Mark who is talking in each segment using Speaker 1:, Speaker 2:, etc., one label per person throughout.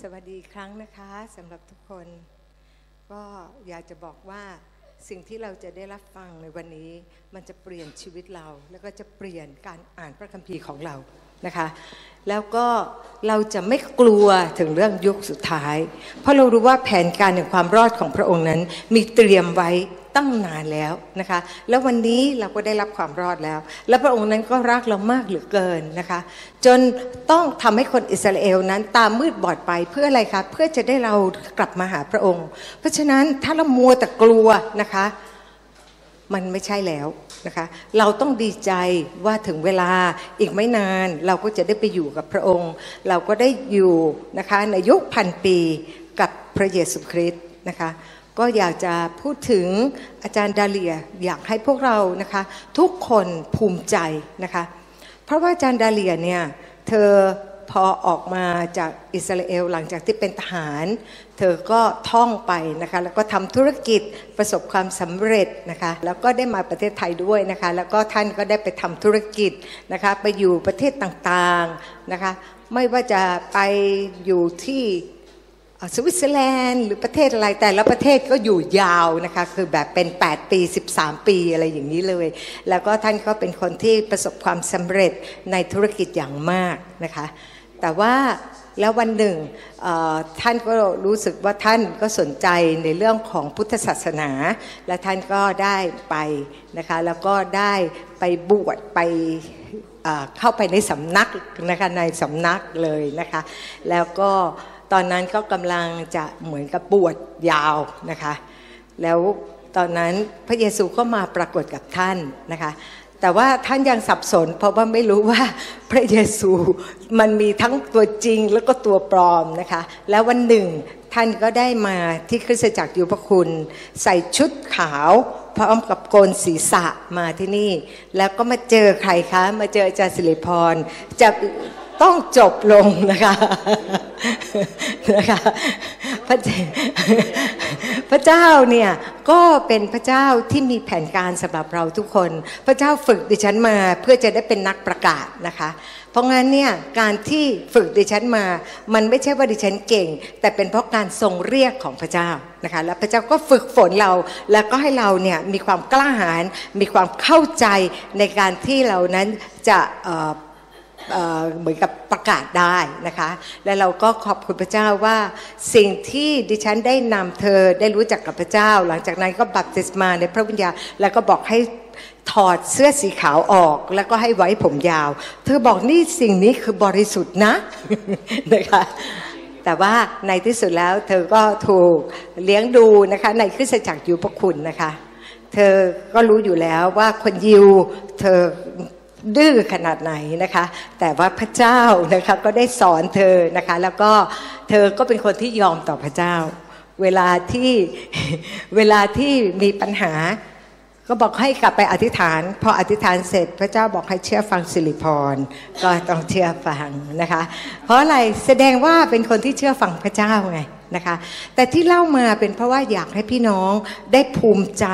Speaker 1: สวัสดีอีกครั้งนะคะสำหรับทุกคน ก็อยากจะบอกว่าสิ่งที่เราจะได้รับฟังในวันนี้ มันจะเปลี่ยนชีวิตเรา แล้วก็จะเปลี่ยนการอ่านพระคัมภีร์ของเรานะคะ แล้วก็เราจะไม่กลัวถึงเรื่องยุคสุดท้าย เพราะเรารู้ว่าแผนการแห่งความรอดของพระองค์นั้น มีเตรียมไว้ตั้งนานแล้วนะคะ แล้ววันนี้เราก็ได้รับความรอดแล้ว และพระองค์นั้นก็รักเรามากเหลือเกินนะคะ จนต้องทำให้คนอิสราเอลนั้นตามมืดบอดไปเพื่ออะไรคะเพื่อจะได้เรากลับมาหาพระองค์ เพราะฉะนั้นถ้าเรามัวแต่กลัวนะคะ มันไม่ใช่แล้วนะคะ เราต้องดีใจว่าถึงเวลาอีกไม่นาน เราก็จะได้ไปอยู่กับพระองค์ เราก็ได้อยู่นะคะในยุคพันปีกับพระเยซูคริสต์นะคะ ก็อยากจะพูดถึงอาจารย์ดาเลียอยากให้พวกเรานะคะ ทุกคนภูมิใจนะคะ เพราะว่าอาจารย์ดาเลียเนี่ยเธอพอออกมาจากอิสราเอลหลังจากที่เป็นทหาร เธอก็ท่องไปนะคะแล้วก็ทำธุรกิจประสบความสำเร็จนะคะแล้วก็ได้มาประเทศไทยด้วยนะคะแล้วก็ท่านก็ได้ไปทำธุรกิจนะคะไปอยู่ประเทศต่างๆนะคะไม่ว่าจะไปอยู่ที่ อ่าสวิตเซอร์แลนด์หรือประเทศอะไรแต่ละประเทศก็อยู่ยาวนะคะ คือแบบเป็น 8 ปี 13 ปีอะไรอย่างนี้เลย แล้วก็ท่านก็เป็นคนที่ประสบความสำเร็จในธุรกิจอย่างมากนะคะ แต่ว่าแล้ววันหนึ่งเอ่อท่านก็รู้สึกว่าท่านก็สนใจในเรื่องของพุทธศาสนา และท่านก็ได้ไปนะคะ แล้วก็ได้ไปบวชไป อ่าเข้าไปในสำนักนะคะในสำนักเลยนะคะ แล้วก็ตอนนั้นก็กำลังจะเหมือนกับปวดยาวนะคะ แล้วตอนนั้นพระเยซูก็มาปรากฏกับท่านนะคะ แต่ว่าท่านยังสับสน เพราะว่าไม่รู้ว่า พระเยซูมันมีทั้งตัวจริงแล้วก็ตัวปลอมนะคะ แล้ววันหนึ่งท่านก็ได้มาที่คริสตจักรยุพคุณ ใส่ชุดขาว พร้อมกับโกนศีรษะมาที่นี่ แล้วก็มาเจอใครคะ มาเจออาจารย์สิริพรจะต้องจบลงนะคะ นะคะพระเจ้าพระเจ้าเนี่ยก็เป็นพระเจ้าที่มีแผนการสำหรับเราทุกคน พระเจ้าฝึกดิฉันมาเพื่อจะได้เป็นนักประกาศนะคะ เพราะงั้นเนี่ยการที่ฝึกดิฉันมา มันไม่ใช่ว่าดิฉันเก่ง แต่เป็นเพราะการทรงเรียกของพระเจ้านะคะและพระเจ้าก็ฝึกฝนเรา แล้วก็ให้เราเนี่ยมีความกล้าหาญมีความเข้าใจในการที่เรานั้นจะเอ่อ เอ่อเหมือนกับประกาศได้นะคะ และเราก็ขอบคุณพระเจ้าว่าสิ่งที่ดิฉันได้นำเธอได้รู้จักกับพระเจ้า หลังจากนั้นก็บัพติศมาในพระวิญญาณแล้วก็บอกให้ถอดเสื้อสีขาวออก แล้วก็ให้ไว้ผมยาว เธอบอกนี่สิ่งนี้คือบริสุทธิ์นะ นะคะ แต่ว่าในที่สุดแล้วเธอก็ถูกเลี้ยงดูนะคะในคริสตจักรอยู่พระคุณนะคะ เธอก็รู้อยู่แล้วว่าคนยิวเธอดื้อขนาดไหนนะคะ แต่ว่าพระเจ้านะคะก็ได้สอนเธอนะคะ แล้วก็เธอก็เป็นคนที่ยอมต่อพระเจ้า เวลาที่ เวลาที่มีปัญหา ก็บอกให้กลับไปอธิษฐาน พออธิษฐานเสร็จพระเจ้าบอกให้เชื่อฟังสิริพร ก็ต้องเชื่อฟังนะคะ เพราะอะไรแสดงว่าเป็นคนที่เชื่อฟังพระเจ้าไงนะคะ แต่ที่เล่ามาเป็นเพราะว่าอยากให้พี่น้องได้ภูมิใจ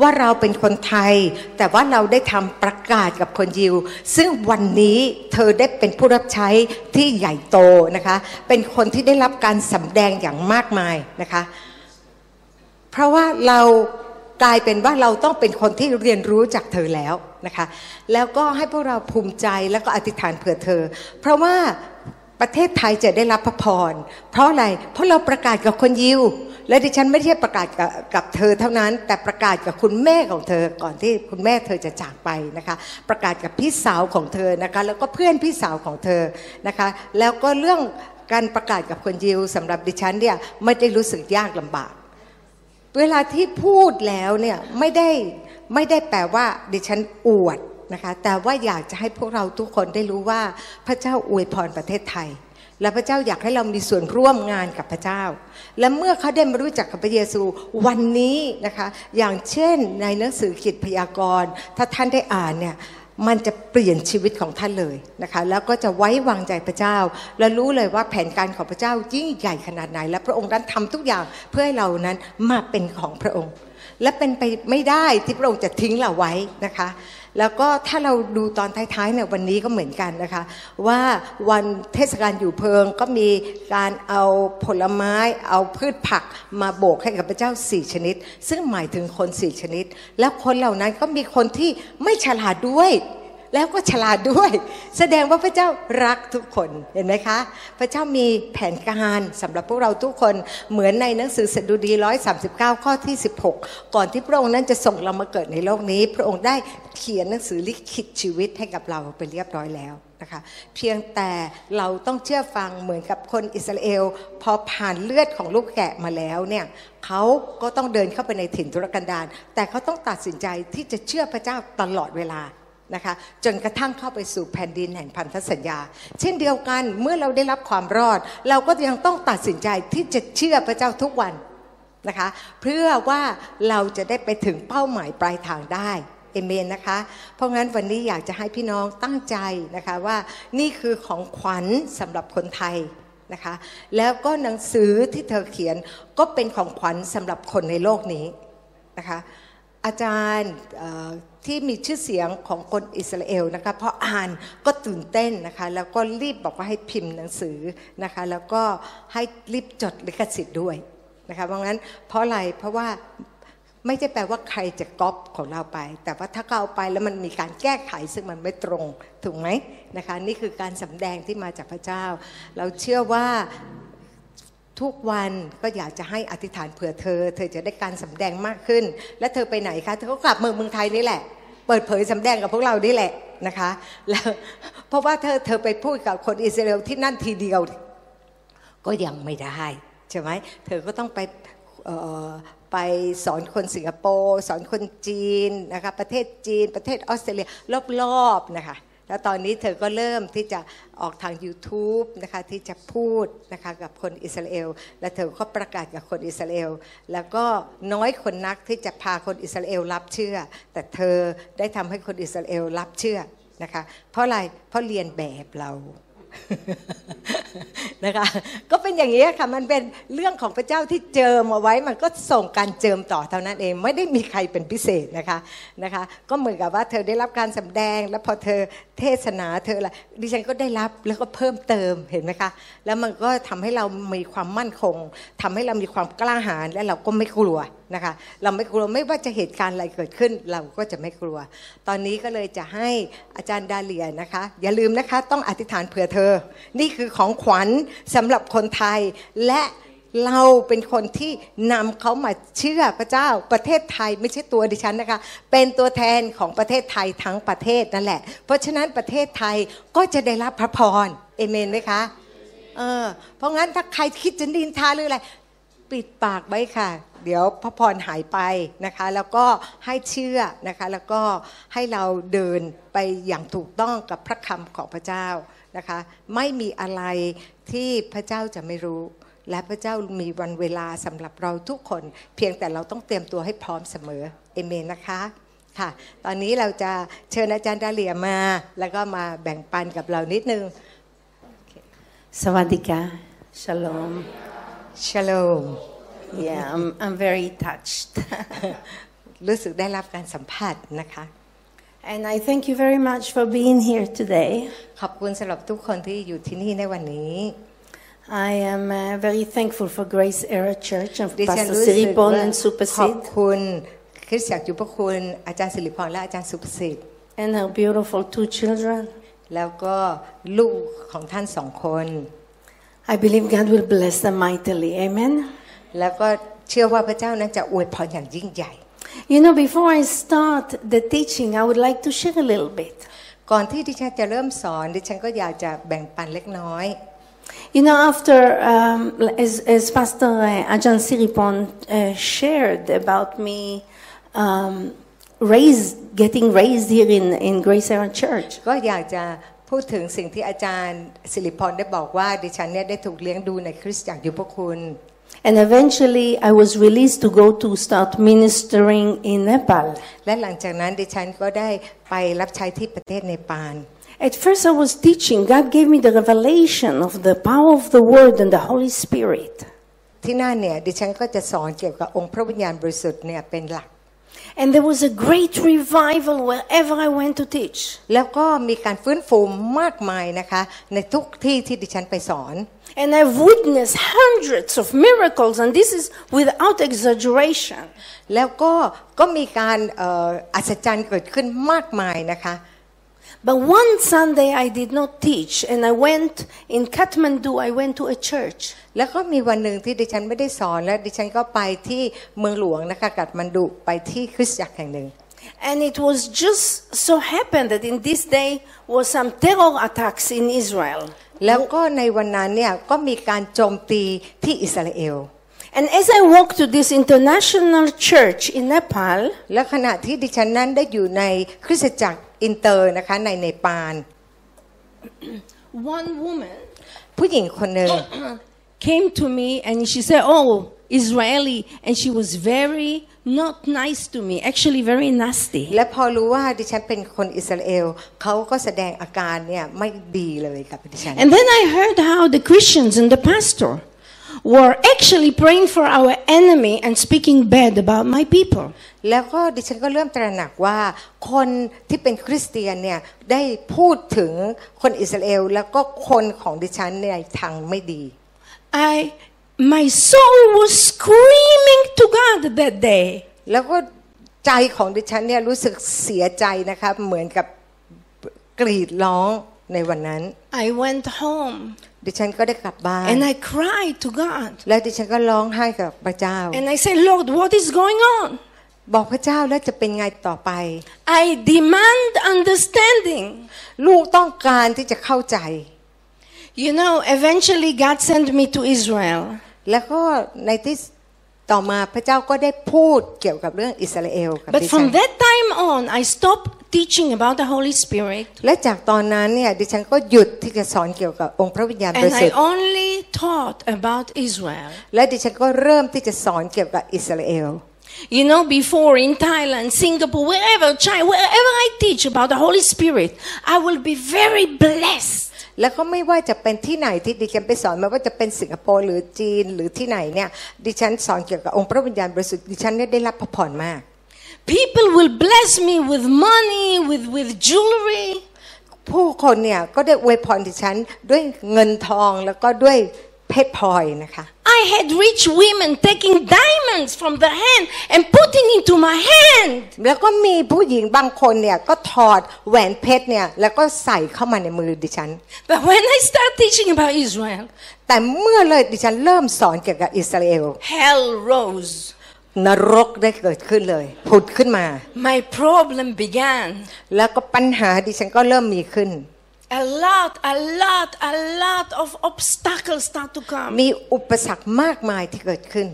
Speaker 1: ว่าเราเป็นคนไทย แต่ว่าเราได้ทำประกาศกับคนยิว ซึ่งวันนี้เธอได้เป็นผู้รับใช้ที่ใหญ่โตนะคะ เป็นคนที่ได้รับการสำแดงอย่างมากมายนะคะ เพราะว่าเรากลายเป็นว่าเราต้องเป็นคนที่เรียนรู้จากเธอแล้วนะคะ แล้วก็ให้พวกเราภูมิใจแล้วก็อธิษฐานเผื่อเธอ เพราะว่าประเทศไทยจะได้รับพระพร เพราะอะไร เพราะเราประกาศกับคนยิว และดิฉันไม่ใช่ประกาศกับกับเธอเท่านั้น แต่ประกาศกับคุณแม่ของเธอก่อนที่คุณแม่เธอจะจากไปนะคะ ประกาศกับพี่สาวของเธอนะคะ แล้วก็เพื่อนพี่สาวของเธอนะคะ แล้วก็เรื่องการประกาศกับคนยิวสำหรับดิฉันเนี่ยไม่ได้รู้สึกยากลำบาก เวลาที่พูดแล้วเนี่ยไม่ได้ไม่ได้แปลว่าดิฉันอวดนะคะแต่ว่าอยากจะให้พวกเราทุกคนได้รู้ว่าพระเจ้าอวยพรประเทศไทย และพระเจ้าอยากให้เรามีส่วนร่วมงานกับพระเจ้า และเมื่อเขาได้มารู้จักกับพระเยซูวันนี้นะคะอย่างเช่นในหนังสือกิจพยากรณ์ ถ้าท่านได้อ่านเนี่ย มันจะเปลี่ยนชีวิตของท่านเลยนะคะ แล้วก็จะไว้วางใจพระเจ้า และรู้เลยว่าแผนการของพระเจ้ายิ่งใหญ่ขนาดไหน และพระองค์นั้นทำทุกอย่างเพื่อให้เรานั้นมาเป็นของพระองค์ และเป็นไปไม่ได้ที่พระองค์จะทิ้งเราไว้นะคะ แล้วก็ถ้าเราดูตอนท้ายๆเนี่ยวันนี้ก็เหมือนกันนะคะ ว่าวันเทศกาลอยู่เพลิงก็มีการเอาผลไม้เอาพืชผักมาโบกให้กับพระเจ้าสี่ชนิด ซึ่งหมายถึงคนสี่ชนิด แล้วคนเหล่านั้นก็มีคนที่ไม่ฉลาดด้วย แล้วก็ฉลาดด้วย แสดงว่าพระเจ้ารักทุกคนเห็นไหมคะ พระเจ้ามีแผนการสำหรับพวกเราทุกคนเหมือนในหนังสือสดุดี 139 ข้อที่ 16 ก่อนที่พระองค์นั้นจะส่งเรามาเกิดในโลกนี้ พระองค์ได้เขียนหนังสือลิขิตชีวิตให้กับเราไปเรียบร้อยแล้วนะคะ เพียงแต่เราต้องเชื่อฟังเหมือนกับคนอิสราเอล พอผ่านเลือดของลูกแกะมาแล้วเนี่ยเขาก็ต้องเดินเข้าไปในถิ่นทุรกันดารแต่เขาต้องตัดสินใจที่จะเชื่อพระเจ้าตลอดเวลา นะคะจนกระทั่งเข้าไปสู่แผ่นดินแห่งพันธสัญญา เช่นเดียวกันเมื่อเราได้รับความรอด เราก็ยังต้องตัดสินใจที่จะเชื่อพระเจ้าทุกวันนะคะเพื่อว่าเราจะได้ไปถึงเป้าหมายปลายทางได้เอเมนนะคะ เพราะงั้นวันนี้อยากจะให้พี่น้องตั้งใจนะคะว่านี่คือของขวัญสำหรับคนไทย นะคะแล้วก็หนังสือที่เธอเขียนก็เป็นของขวัญสำหรับคนในโลกนี้นะคะอาจารย์เอ่อที่มีชื่อเสียงของคนอิสราเอลนะคะพออ่านก็ตื่นเต้นนะคะแล้วก็รีบบอกว่าให้พิมพ์หนังสือนะคะแล้วก็ให้รีบจดลิขสิทธิ์ด้วยนะคะเพราะงั้นเพราะอะไรเพราะว่า ไม่ใช่แปลว่าใครจะก๊อปของเราไป แต่ว่าถ้าเขาเอาไปแล้วมันมีการแก้ไขซึ่งมันไม่ตรงถูกไหมนะคะนี่คือการสำแดงที่มาจากพระเจ้า เราเชื่อว่า ทุกวันก็อยากจะให้อธิษฐานเผื่อเธอ เธอจะได้การสำแดงมากขึ้น และเธอไปไหนคะเธอก็กลับเมืองเมืองไทยนี่แหละ เปิดเผยสำแดงกับพวกเรานี่แหละนะคะแล้วเพราะว่าเธอเธอไปพูดกับคนอิสราเอลที่นั่นทีเดียว ก็ยังไม่ได้ ใช่ไหมเธอก็ต้องไปเอ่อไปสอนคนสิงคโปร์สอนคนจีนนะคะประเทศจีนประเทศออสเตรเลียรอบๆนะคะแล้วตอนนี้เธอก็เริ่มที่จะออกทาง YouTube นะคะที่จะพูดนะคะกับคนอิสราเอล และเธอก็ประกาศกับคนอิสราเอล แล้วก็น้อยคนนักที่จะพาคนอิสราเอลรับเชื่อ แต่เธอได้ทำให้คนอิสราเอลรับเชื่อนะคะเพราะอะไรเพราะเรียนแบบเรา นะคะก็เป็นอย่างนี้ค่ะมันเป็นเรื่องของพระเจ้าที่เจิมเอาไว้มันก็ส่งการเจิมต่อเท่านั้นเองไม่ได้มีใครเป็นพิเศษนะคะนะคะก็เหมือนกับว่าเธอได้รับการสำแดง แล้วพอเธอเทศนาเธออะไรดิฉันก็ได้รับแล้วก็เพิ่มเติมเห็นไหมคะแล้วมันก็ทำให้เรามีความมั่นคงทำให้เรามีความกล้าหาญและเราก็ไม่กลัวนะคะเราไม่กลัวไม่ว่าจะเหตุการณ์อะไรเกิดขึ้น เราก็จะไม่กลัว ตอนนี้ก็เลยจะให้อาจารย์ดาเลียนะคะ อย่าลืมนะคะต้องอธิษฐานเผื่อเธอ นี่คือของขวัญสำหรับคนไทย และเราเป็นคนที่นำเขามาเชื่อพระเจ้าประเทศไทยไม่ใช่ตัวดิฉันนะคะ เป็นตัวแทนของประเทศไทยทั้งประเทศนั่นแหละ เพราะฉะนั้นประเทศไทยก็จะได้รับพระพรเอเมนไหมคะเออเพราะงั้นถ้าใครคิดจะนินทาหรืออะไร ปิดปากไว้ค่ะ เดี๋ยวพระพรหายไปนะคะ แล้วก็ให้เชื่อนะคะ แล้วก็ให้เราเดินไปอย่างถูกต้องกับพระคำของพระเจ้านะคะ ไม่มีอะไรที่พระเจ้าจะไม่รู้ และพระเจ้ามีวันเวลาสำหรับเราทุกคน เพียงแต่เราต้องเตรียมตัวให้พร้อมเสมอเอเมนนะคะค่ะ ตอนนี้เราจะเชิญอาจารย์ดาเลียมา แล้วก็มาแบ่งปันกับเรานิดนึง
Speaker 2: Sawadika, shalom.
Speaker 1: ชโลม
Speaker 2: Yeah, I'm, I'm very touched.
Speaker 1: รู้สึกได้รับการสัมผัสนะคะ
Speaker 2: and I thank you very much for being here today.
Speaker 1: ขอบคุณสำหรับทุกคนที่อยู่ที่นี่ในวันนี้
Speaker 2: I am uh, very thankful for Grace uh, Era Church and
Speaker 1: ดิ
Speaker 2: for
Speaker 1: ฉัน
Speaker 2: Pastor
Speaker 1: รู้สึก
Speaker 2: Siripon
Speaker 1: ว่า
Speaker 2: and Super
Speaker 1: ขอบ
Speaker 2: Sid
Speaker 1: คุณคริสตจักรยุพคุณอาจารย์สิริพรและอาจารย์สุประสิทธิ์
Speaker 2: and her beautiful two children.
Speaker 1: แล้วก็ลูกของท่านสองคน
Speaker 2: I believe God will bless them mightily. Amen.
Speaker 1: แล้วก็เชื่อว่าพระเจ้านั้นจะอวยพรอย่างยิ่งใหญ่
Speaker 2: You know, before I start the teaching, I would like to share a little bit.
Speaker 1: ก่อนที่ดิฉันจะเริ่มสอนดิฉันก็อยากจะแบ่งปันเล็กน้อย
Speaker 2: You know, after, um, as, as Pastor uh, Ajahn Siripon uh, shared about me um, raised, getting raised here in, in Grace Era Church,
Speaker 1: ก็อยากจะพูดถึงสิ่งที่อาจารย์สิริพรได้บอกว่าดิฉันเนี่ยได้ถูกเลี้ยงดูในคริสตจักรยุพคุณ
Speaker 2: and eventually I was released to go to start ministering in Nepal.
Speaker 1: และหลังจากนั้นดิฉันก็ได้ไปรับใช้ที่ประเทศเนปาล
Speaker 2: At first, I was teaching. God gave me the revelation of the power of the Word and the Holy Spirit.
Speaker 1: ที่นั่นเนี่ยดิฉันก็จะสอนเกี่ยวกับองค์พระวิญญาณบริสุทธิ์เนี่ยเป็นหลัก
Speaker 3: And there was a great revival wherever I went to teach.
Speaker 1: แล้วก็มีการฟื้นฟูมากมายนะคะ ในทุกที่ที่ดิฉันไปสอน
Speaker 3: And I've witnessed hundreds of miracles, and this is without exaggeration.
Speaker 1: แล้วก็ก็มีการเอ่ออัศจรรย์เกิดขึ้นมากมายนะคะ
Speaker 3: But one Sunday I did not teach, and I went in Kathmandu, I went to a church.
Speaker 1: แล้วก็มีวันหนึ่งที่ดิฉันไม่ได้สอนและดิฉันก็ไปที่เมืองหลวงนะคะกัดมันดุไปที่คริสตจักรแห่งหนึ่ง
Speaker 3: And it was just so happened that in this day was some terror attacks in Israel.
Speaker 1: แล้วก็ในวันนั้นเนี่ยก็มีการโจมตีที่อิสราเอล
Speaker 3: And as I walked to this international church in Nepal,
Speaker 1: และขณะที่ดิฉันนั้นได้อยู่ในคริสตจักรอินเตอร์นะคะในเนปาล
Speaker 3: one woman
Speaker 1: ผู้หญิงคนหนึ่ง
Speaker 3: came to me and she said, Oh, Israeli. And she was very not nice to me, actually, very nasty.
Speaker 1: และพอรู้ว่าดิฉันเป็นคนอิสราเอลเขาก็แสดงอาการเนี่ยไม่ดีเลยกับดิฉัน
Speaker 3: And then I heard how the Christians and the pastor were actually praying for our enemy and speaking bad about my people.
Speaker 1: แล้วก็ดิฉันก็เริ่มตระหนักว่าคนที่เป็นคริสเตียนเนี่ยได้พูดถึงคนอิสราเอลแล้วก็คนของดิฉันในทางไม่ดี
Speaker 3: I, my soul was screaming to God that day.
Speaker 1: แล้วก็ใจของดิฉันเนี่ยรู้สึกเสียใจนะคะเหมือนกับกรีดร้องในวันนั้น
Speaker 3: I went home
Speaker 1: ดิฉันก็ได้กลับบ้าน
Speaker 3: and I cried to God.
Speaker 1: แล้วดิฉันก็ร้องไห้กับพระเจ้า
Speaker 3: And I said, Lord, what is going on?
Speaker 1: บอกพระเจ้าแล้วจะเป็นไงต่อไป
Speaker 3: I demand understanding.
Speaker 1: ลูกต้องการที่จะเข้าใจ
Speaker 3: You know, eventually God sent me to Israel.
Speaker 1: แล้วก็ในที่ต่อมาพระเจ้าก็ได้พูดเกี่ยวกับเรื่องอิสราเอลกับดิ
Speaker 3: But
Speaker 1: ฉัน
Speaker 3: from that time on, I stopped teaching about the Holy Spirit
Speaker 1: และจากตอนนั้นเนี่ยดิฉันก็หยุดที่จะสอนเกี่ยวกับองค์พระวิญญาณบ
Speaker 3: and
Speaker 1: ริ
Speaker 3: I
Speaker 1: สุทธิ์
Speaker 3: only taught about Israel.
Speaker 1: และดิฉันก็เริ่มที่จะสอนเกี่ยวกับอิสราเอล
Speaker 3: You know, before in Thailand, Singapore, wherever, China, wherever I teach about the Holy Spirit, I will be very blessed.
Speaker 1: แล้วก็ไม่ว่าจะเป็นที่ไหนที่ดิฉันไปสอนไม่ว่าจะเป็นสิงคโปร์หรือจีนหรือที่ไหนเนี่ยดิฉันสอนเกี่ยวกับองค์พระวิญญาณบริสุทธิ์ดิฉันเนี่ยได้รับพระพรมาก
Speaker 3: People will bless me with money, with, with jewelry.
Speaker 1: ผู้คนเนี่ยก็ได้อวยพรดิฉันด้วยเงินทองแล้วก็ด้วยเพชรพลอยนะคะ
Speaker 3: I had rich women taking diamonds from the hand and putting into my hand.
Speaker 1: แล้วก็มีผู้หญิงบางคนเนี่ยก็ถอดแหวนเพชรเนี่ยแล้วก็ใส่เข้ามาในมือดิฉัน
Speaker 3: But when I start teaching about Israel,
Speaker 1: แต่เมื่อเลยดิฉันเริ่มสอนเกี่ยวกับอิสราเอล
Speaker 3: hell rose.
Speaker 1: นรกได้เกิดขึ้นเลยผุดขึ้นมา
Speaker 3: My problem began.
Speaker 1: แล้วก็ปัญหาดิฉันก็เริ่มมีขึ้น
Speaker 3: A lot, a lot, a lot of obstacles start to come.
Speaker 1: มีอุปสรรคมากมายที่เกิดขึ้น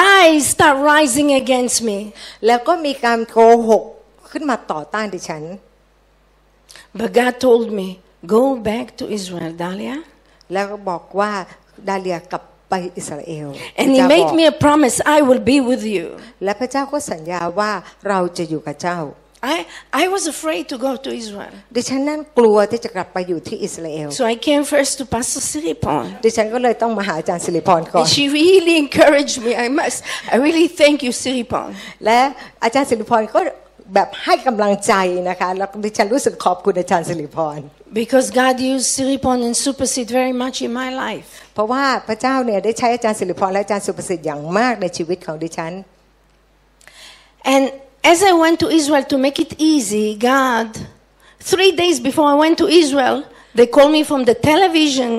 Speaker 3: Lies start rising against me.
Speaker 1: แล้วก็มีการโกหกขึ้นมาต่อต้านดิฉัน
Speaker 3: But God told me, go back to Israel, Dalia.
Speaker 1: แล้วก็บอกว่าดาเลียกลับไปอิสราเอล
Speaker 3: And
Speaker 1: พ
Speaker 3: He
Speaker 1: ระเจ้าบอ
Speaker 3: made
Speaker 1: ก
Speaker 3: me a promise I will be with you.
Speaker 1: และพระเจ้าก็สัญญาว่าเราจะอยู่กับเจ้า
Speaker 3: I, I was afraid to go to Israel.
Speaker 1: ดิฉันนั่นกลัวที่จะกลับไปอยู่ที่อิสราเอล
Speaker 3: So I came first to Pastor Siripon.
Speaker 1: ดิฉันก็เลยต้องมาหาอาจารย์สิริพรก่อน
Speaker 3: And she really encouraged me. I must. I really thank you, Siripon.
Speaker 1: และอาจารย์สิริพรก็แบบให้กำลังใจนะคะแล้วดิฉันรู้สึกขอบคุณอาจารย์สิริพร
Speaker 3: Because God used Siripon and Supersede very much in my life.
Speaker 1: เพราะว่าพระเจ้าเนี่ยได้ใช้อาจารย์สิริพรและอาจารย์สุประสิทธิ์อย่างมากในชีวิตของดิฉัน
Speaker 3: And as I went to Israel to make it easy, God, three days before I went to Israel, they called me from the television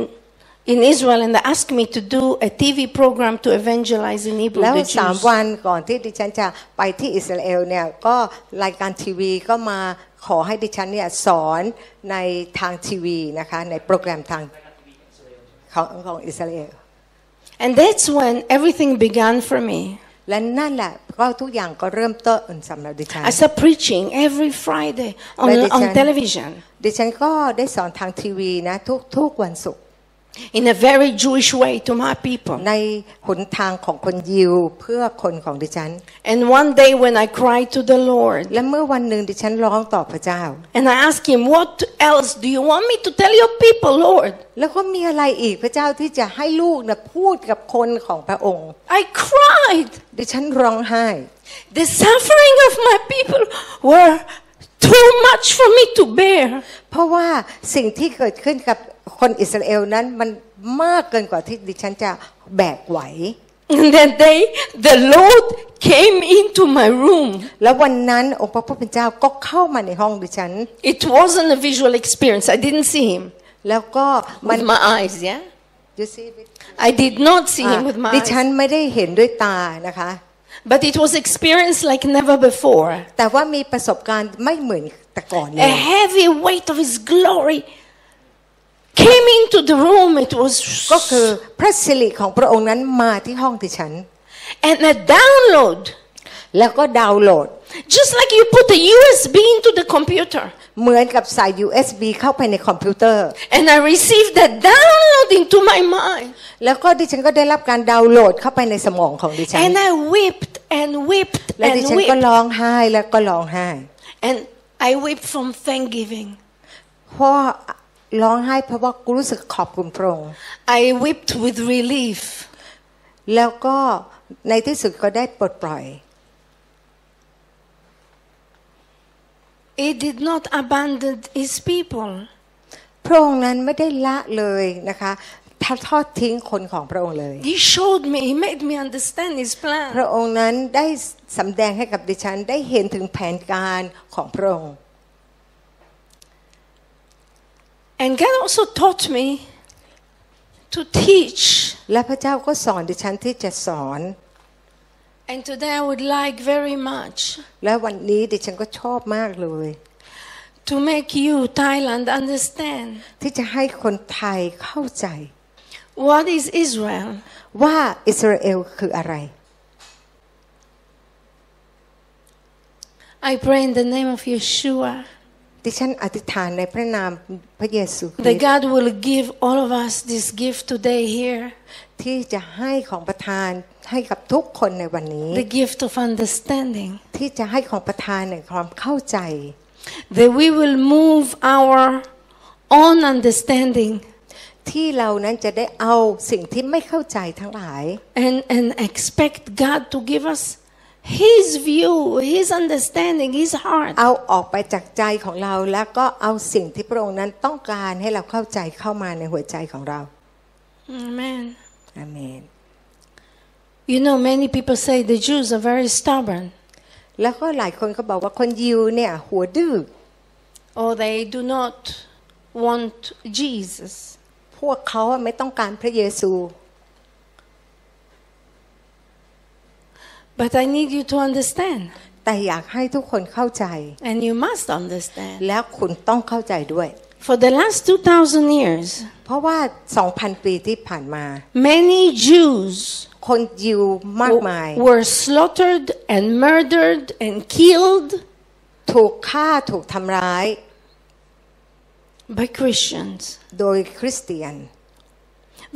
Speaker 3: in Israel and they asked me to do a TV program to evangelize in Hebrew
Speaker 1: แล้ว
Speaker 3: the
Speaker 1: สาม
Speaker 3: Jews.
Speaker 1: วันก่อนที่ดิฉันจะไปที่อิสราเอลเนี่ยก็รายการทีวีก็มาขอให้ดิฉันเนี่ยสอนในทางทีวีนะคะในโปรแกรมทางของของอิสราเอล
Speaker 3: And that's when everything began for me.
Speaker 1: และนั่นแหละก็ทุกอย่างก็เริ่มต้นสำหรับดิฉัน
Speaker 3: I started preaching every Friday on,
Speaker 1: By the
Speaker 3: on
Speaker 1: time-
Speaker 3: television.
Speaker 1: ดิฉันก็ได้สอนทางทีวีนะทุกทุกวันศุกร์
Speaker 3: in a very Jewish way to my people.
Speaker 1: ในหนทางของคนยิวเพื่อคนของดิฉัน
Speaker 3: And one day when I cried to the Lord
Speaker 1: และเมื่อวันหนึ่งดิฉันร้องต่อพระเจ้า
Speaker 3: and I asked Him, What else do you want me to tell your people, Lord?
Speaker 1: แล้วก็มีอะไรอีกพระเจ้าที่จะให้ลูกนะพูดกับคนของพระองค์
Speaker 3: I cried.
Speaker 1: ดิฉันร้องไห้
Speaker 3: The suffering of my people were too much for me to bear.
Speaker 1: เพราะว่าสิ่งที่เกิดขึ้นกับคนอิสราเอลนั้นมันมากเกินกว่าที่ดิฉันจะแบกไหว
Speaker 3: And that day, the Lord came into my room.
Speaker 1: แล้ววันนั้นองค์พระผู้เป็นเจ้าก็เข้ามาในห้องดิฉัน
Speaker 3: It wasn't a visual experience. I didn't see Him
Speaker 1: แล้วก็มัน
Speaker 3: with my eyes, yeah?
Speaker 1: you see it?
Speaker 3: I did not see
Speaker 1: อ่ะ
Speaker 3: Him with my
Speaker 1: ดิฉัน
Speaker 3: eyes.
Speaker 1: ไม่ได้เห็นด้วยตานะคะ
Speaker 3: But it was experienced like never before.
Speaker 1: แต่ว่ามีประสบการณ์ไม่เหมือนแต่ก่อนเล
Speaker 3: A
Speaker 1: ย
Speaker 3: heavy weight of His glory came into the room. It was
Speaker 1: ก็คือพระสิริของพระองค์นั้นมาที่ห้องดิฉัน
Speaker 3: and a download,
Speaker 1: แล้วก็ดาวน์โหลด
Speaker 3: just like you put a USB into the computer.
Speaker 1: เหมือนกับใส่ USB เข้าไปในคอมพิวเตอร์
Speaker 3: And I received that download into my mind.
Speaker 1: แล้วก็ดิฉันก็ได้รับการดาวน์โหลดเข้าไปในสมองของดิฉัน
Speaker 3: And I wept and wept
Speaker 1: และดิ
Speaker 3: and
Speaker 1: ฉันก็
Speaker 3: wept.
Speaker 1: ร้องไห้แล้วก็ร้องไห้
Speaker 3: And I wept from thanksgiving.
Speaker 1: เพราะร้องไห้เพราะว่ากูรู้สึกขอบคุณพระองค์
Speaker 3: I wept with relief.
Speaker 1: แล้วก็ในที่สุดก็ได้ปลดปล่อย
Speaker 3: He did not abandon his people.
Speaker 1: พระองค์นั้นไม่ได้ละเลยนะคะถ้าทอดทิ้งคนของพระองค์เลย
Speaker 3: He showed me, he made me understand his
Speaker 1: พ
Speaker 3: plan.
Speaker 1: ระองค์นั้นได้สำแดงให้กับดิฉันได้เห็นถึงแผนการของพระองค์
Speaker 3: And God also taught me to teach.
Speaker 1: และพระเจ้าก็สอนดิฉันที่จะสอน
Speaker 3: And today I would like very much
Speaker 1: และวันนี้ดิฉันก็ชอบมากเลย
Speaker 3: to make you, Thailand, understand
Speaker 1: ที่จะให้คนไทยเข้าใจ
Speaker 3: what is Israel.
Speaker 1: ว่าอิสราเอลคืออะไร
Speaker 3: I pray in the name of Yeshua
Speaker 1: ดิฉันอธิษฐานในพระนามพระเยซูคริส
Speaker 3: that
Speaker 1: ต์
Speaker 3: God will give all of us this gift today here
Speaker 1: ที่จะให้ของประทานให้กับทุกคนในวันนี้
Speaker 3: the gift of understanding,
Speaker 1: ที่จะให้ของประทานในความเข้าใจ
Speaker 3: that we will move our own understanding
Speaker 1: ที่เรานั้นจะได้เอาสิ่งที่ไม่เข้าใจทั้งหลาย
Speaker 3: and, and expect God to give us His view, His understanding, His heart.
Speaker 1: เอาออกไปจากใจของเราแล้วก็เอาสิ่งที่พระองค์นั้นต้องการให้เราเข้าใจเข้ามาในหัวใจของเรา
Speaker 3: Amen.
Speaker 1: อาเมน
Speaker 3: You know, many people say the Jews are very stubborn
Speaker 1: แล้วก็หลายคนก็บอกว่าคนยิวเนี่ยหัวดื้อ
Speaker 3: or Oh, they do not want Jesus.
Speaker 1: พวกเขาอะไม่ต้องการพระเยซู
Speaker 3: But I need you to understand,
Speaker 1: แต่อยากให้ทุกคนเข้าใจ
Speaker 3: and you must understand.
Speaker 1: แล้วคุณต้องเข้าใจด้วย
Speaker 3: For the last 2,000 years,
Speaker 1: เพราะว่า 2,000 ปีที่ผ่านมา
Speaker 3: many Jews
Speaker 1: คนยิวมากมาย
Speaker 3: w- were slaughtered and murdered and killed
Speaker 1: ถูกฆ่าถูกทำร้าย
Speaker 3: by Christians.
Speaker 1: โดยคริสเตียน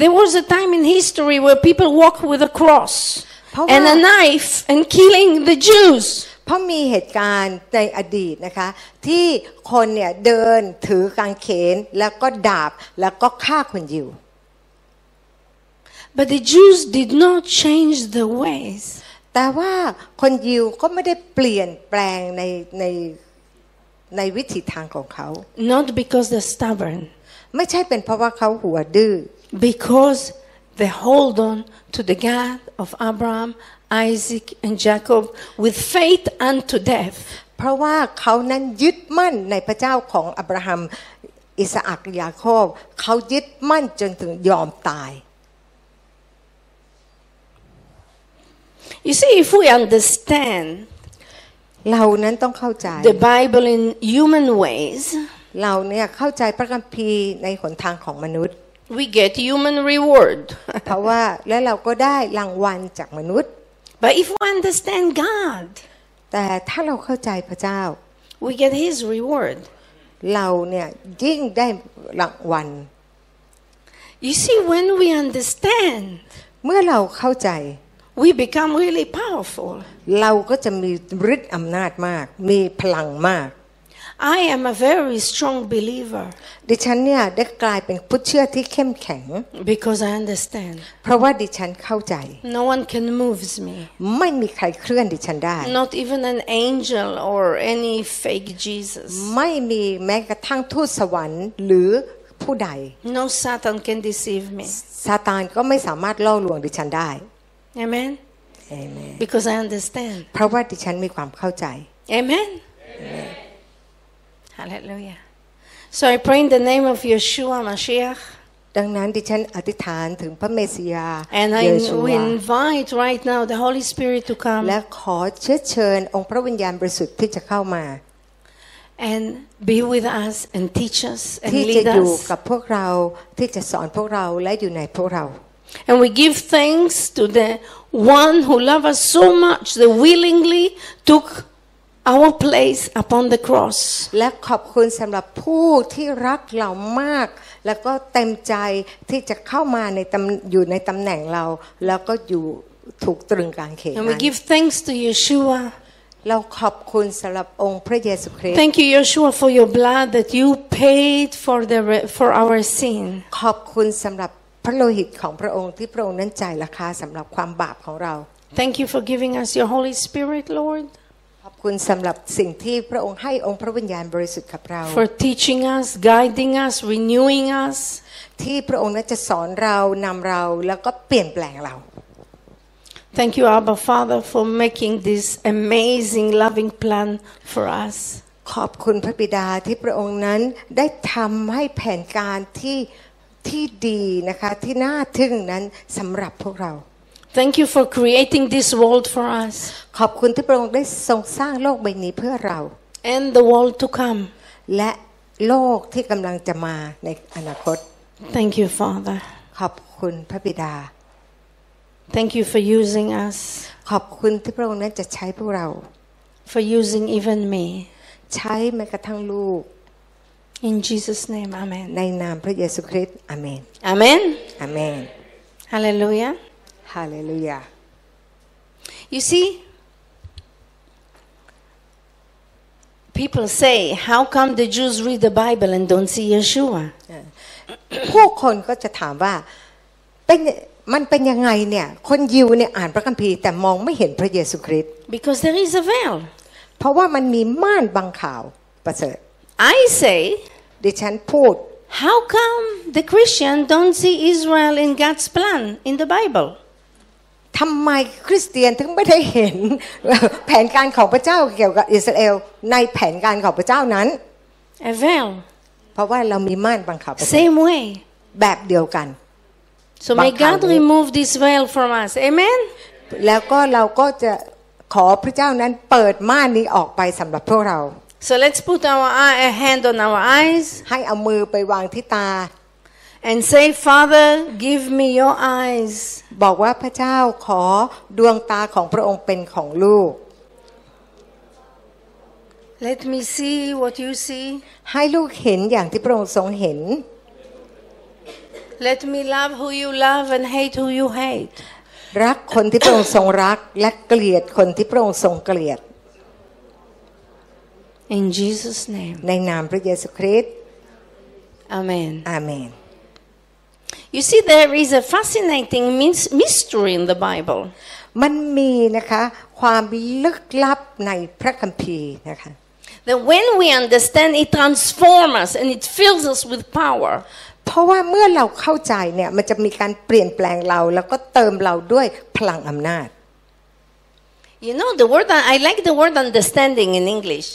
Speaker 3: There was a time in history where people walked with a cross
Speaker 1: Paul-
Speaker 3: and a knife and killing the Jews.
Speaker 1: เพราะมีเหตุการณ์ในอดีตนะคะ ที่คนเนี่ยเดินถือกางเขนแล้วก็ดาบแล้วก็ฆ่าคนยิว
Speaker 3: But the Jews did not change their ways.
Speaker 1: แต่ว่าคนยิวก็ไม่ได้เปลี่ยนแปลงในในในวิถีทางของเขา
Speaker 3: Not because they're stubborn,
Speaker 1: ไม่ใช่เป็นเพราะว่าเขาหัวดื้อ
Speaker 3: because they hold on to the God of Abraham, Isaac, and Jacob with faith unto death.
Speaker 1: เพราะว่าเขานั้นยึดมั่นในพระเจ้าของอับราฮัม อิสอักยาโคบเขายึดมั่นจนถึงยอมตาย
Speaker 3: You see, if we understand
Speaker 1: เรานั้นต้องเข้าใจ
Speaker 3: the Bible in human ways,
Speaker 1: เราเนี่ยเข้าใจพระคัมภีร์ในหนทางของมนุษย์
Speaker 3: we get human reward.
Speaker 1: เพราะว่าและเราก็ได้รางวัลจากมนุษย์
Speaker 3: but if we understand God,
Speaker 1: แต่ถ้าเราเข้าใจพระเจ้า
Speaker 3: we get His reward.
Speaker 1: เราเนี่ยยิ่งได้รางวัล
Speaker 3: You see, when we understand,
Speaker 1: เมื่อเราเข้าใจ
Speaker 3: we become really powerful.
Speaker 1: เราก็จะมีฤทธิ์อำนาจมาก มีพลังมาก
Speaker 3: I am a very strong believer
Speaker 1: ดิฉันเนี่ยได้กลายเป็นผู้เชื่อที่เข้มแข็ง
Speaker 3: because I understand.
Speaker 1: เพราะว่าดิฉันเข้าใจ
Speaker 3: No one can move me,
Speaker 1: ไม่มีใครเคลื่อนดิฉันได้
Speaker 3: not even an angel or any fake Jesus.
Speaker 1: ไม่มีแม้กระทั่งทูตสวรรค์ หรือผู้ใด
Speaker 3: No Satan can deceive me.
Speaker 1: ซาตานก็ไม่สามารถล่อลวงดิฉันได้
Speaker 3: Amen?
Speaker 1: เอเมน
Speaker 3: Because I understand.
Speaker 1: เพราะว่าดิฉันมีความเข้าใจ
Speaker 3: Amen? Hallelujah. So I pray in the name of Yeshua Mashiach.
Speaker 1: ดังนั้นดิฉันอธิษฐานถึงพระเมสสิยา
Speaker 3: And I
Speaker 1: เยชู
Speaker 3: we
Speaker 1: วา
Speaker 3: invite right now the Holy Spirit to come
Speaker 1: และขอเชื้อเชิญองค์พระวิญญาณบริสุทธิ์ที่จะเข้ามา
Speaker 3: and be with us and teach us and
Speaker 1: ที่จะ
Speaker 3: lead
Speaker 1: อยู่
Speaker 3: us.
Speaker 1: กับพวกเราที่จะสอนพวกเราและอยู่ในพวกเรา
Speaker 3: And we give thanks to the one who loved us so much that willingly took our place upon the cross.
Speaker 1: และขอบคุณสำหรับผู้ที่รักเรามาก แล้วก็เต็มใจที่จะเข้ามาในตำอยู่ในตำแหน่งเรา แล้วก็อยู่ถูกตรึงกางเขน
Speaker 3: And
Speaker 1: นั้
Speaker 3: we
Speaker 1: น
Speaker 3: give thanks to Yeshua.
Speaker 1: เราขอบคุณสำหรับองค์พระเยซูคริสต์
Speaker 3: Thank you, Yeshua, for your blood that you paid for, the re- for our sin.
Speaker 1: ขอบคุณสำหรับพระโลหิตของพระองค์ที่พระองค์นั้นจ่ายราคาสำหรับความบาปของเรา
Speaker 3: Thank you for giving us your Holy Spirit, Lord,
Speaker 1: ขอบคุณสำหรับสิ่งที่พระองค์ให้องค์พระวิญญาณบริสุทธิ์กับเรา
Speaker 3: for teaching us, guiding us, renewing us.
Speaker 1: ที่พระองค์นั้นจะสอนเรานำเราแล้วก็เปลี่ยนแปลงเรา
Speaker 3: Thank you, Abba Father, for making this amazing, loving plan for us.
Speaker 1: ขอบคุณพระบิดาที่พระองค์นั้นได้ทำให้แผนการที่ที่ดีนะคะที่น่าทึ่งนั้นสำหรับพวกเรา
Speaker 3: Thank you for creating this world for us
Speaker 1: ขอบคุณที่พระองค์ได้ทรงสร้างโลกใบนี้เพื่อเรา
Speaker 3: and the world to come.
Speaker 1: และโลกที่กำลังจะมาในอนาคต
Speaker 3: Thank you, Father.
Speaker 1: ขอบคุณพระบิดา
Speaker 3: Thank you for using us,
Speaker 1: ขอบคุณที่พระองค์นั้นจะใช้พวกเรา
Speaker 3: for using even me.
Speaker 1: ใช้แม้กระทั่งลูก
Speaker 3: In Jesus' name, Amen.
Speaker 1: ในนามพระเยซูคริสต์อเมน
Speaker 3: Amen.
Speaker 1: อเมน
Speaker 3: Hallelujah.
Speaker 1: ฮาเลลูยา
Speaker 3: You see, people say, How come the Jews read the Bible and don't see Yeshua?
Speaker 1: ผู้คนก็จะถามว่าเป็นมันเป็นยังไงเนี่ย คนยิวเนี่ยอ่านพระคัมภีร์แต่มองไม่เห็นพระเยซูคริสต์
Speaker 3: Because there is a veil.
Speaker 1: เพราะว่ามันมีม่านบังข่าวประเสริฐ
Speaker 3: I say,
Speaker 1: ดิฉันพูด
Speaker 3: How come the Christian don't see Israel in God's plan in the Bible?
Speaker 1: ทำไมคริสเตียนถึงไม่ได้เห็น แผนการของพระเจ้าเกี่ยวกับอิสราเอลในแผนการของพระเจ้านั้น
Speaker 3: A veil.
Speaker 1: เพราะว่าเรามีม่านบังคับประเสริฐ
Speaker 3: Same way.
Speaker 1: แบบเดียวกัน
Speaker 3: So may God
Speaker 1: Bakalo.
Speaker 3: remove this veil from us. Amen.
Speaker 1: แล้วก็เราก็จะขอพระเจ้านั้นเปิดม่านนี้ออกไปสำหรับพวกเรา
Speaker 3: So let's put our eye, a hand on our eyes
Speaker 1: ให้เอามือไปวางที่ตา
Speaker 3: and say, Father, give me your eyes
Speaker 1: บอกว่าพระเจ้าขอดวงตาของพระองค์เป็นของลูก
Speaker 3: Let me see what you see.
Speaker 1: ให้ลูกเห็นอย่างที่พระองค์ทรงเห็น
Speaker 3: Let me love who you love and hate who you hate.
Speaker 1: รักคนที่พระองค์ทรงรัก และเกลียดคนที่พระองค์ทรงเกลียด
Speaker 3: In Jesus' name.
Speaker 1: ในนามพระเยซูคริสต์
Speaker 3: Amen.
Speaker 1: อาเมน
Speaker 3: You see, there is a fascinating mys- mystery in the Bible.
Speaker 1: มันมีนะคะความลึกลับในพระคัมภีร์นะคะ
Speaker 3: That when we understand, it transforms us and it fills us with power.
Speaker 1: เพราะว่าเมื่อเราเข้าใจเนี่ยมันจะมีการเปลี่ยนแปลงเรา แล้วก็เติมเราด้วยพลังอำนาจ
Speaker 3: You know, the word, I like the word understanding in English.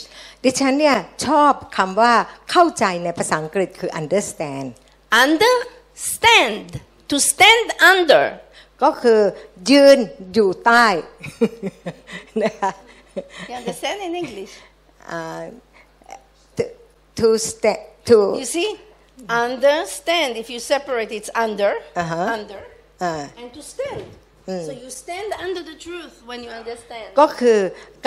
Speaker 1: ดิฉันเนี่ยชอบคำว่าเข้าใจในภาษาอังกฤษคือ understand
Speaker 3: Understand. To stand under.
Speaker 1: ก็คือยืนอยู่ใต้ นะคะ
Speaker 3: You understand in English?
Speaker 1: อ่า to- to step to
Speaker 3: You see? Understand. If you separate, it's under.
Speaker 1: Uh-huh.
Speaker 3: Under.
Speaker 1: Uh. Hmm.
Speaker 3: And to stand.
Speaker 1: อ
Speaker 3: So you stand under the truth when you understand.
Speaker 1: ก็คือ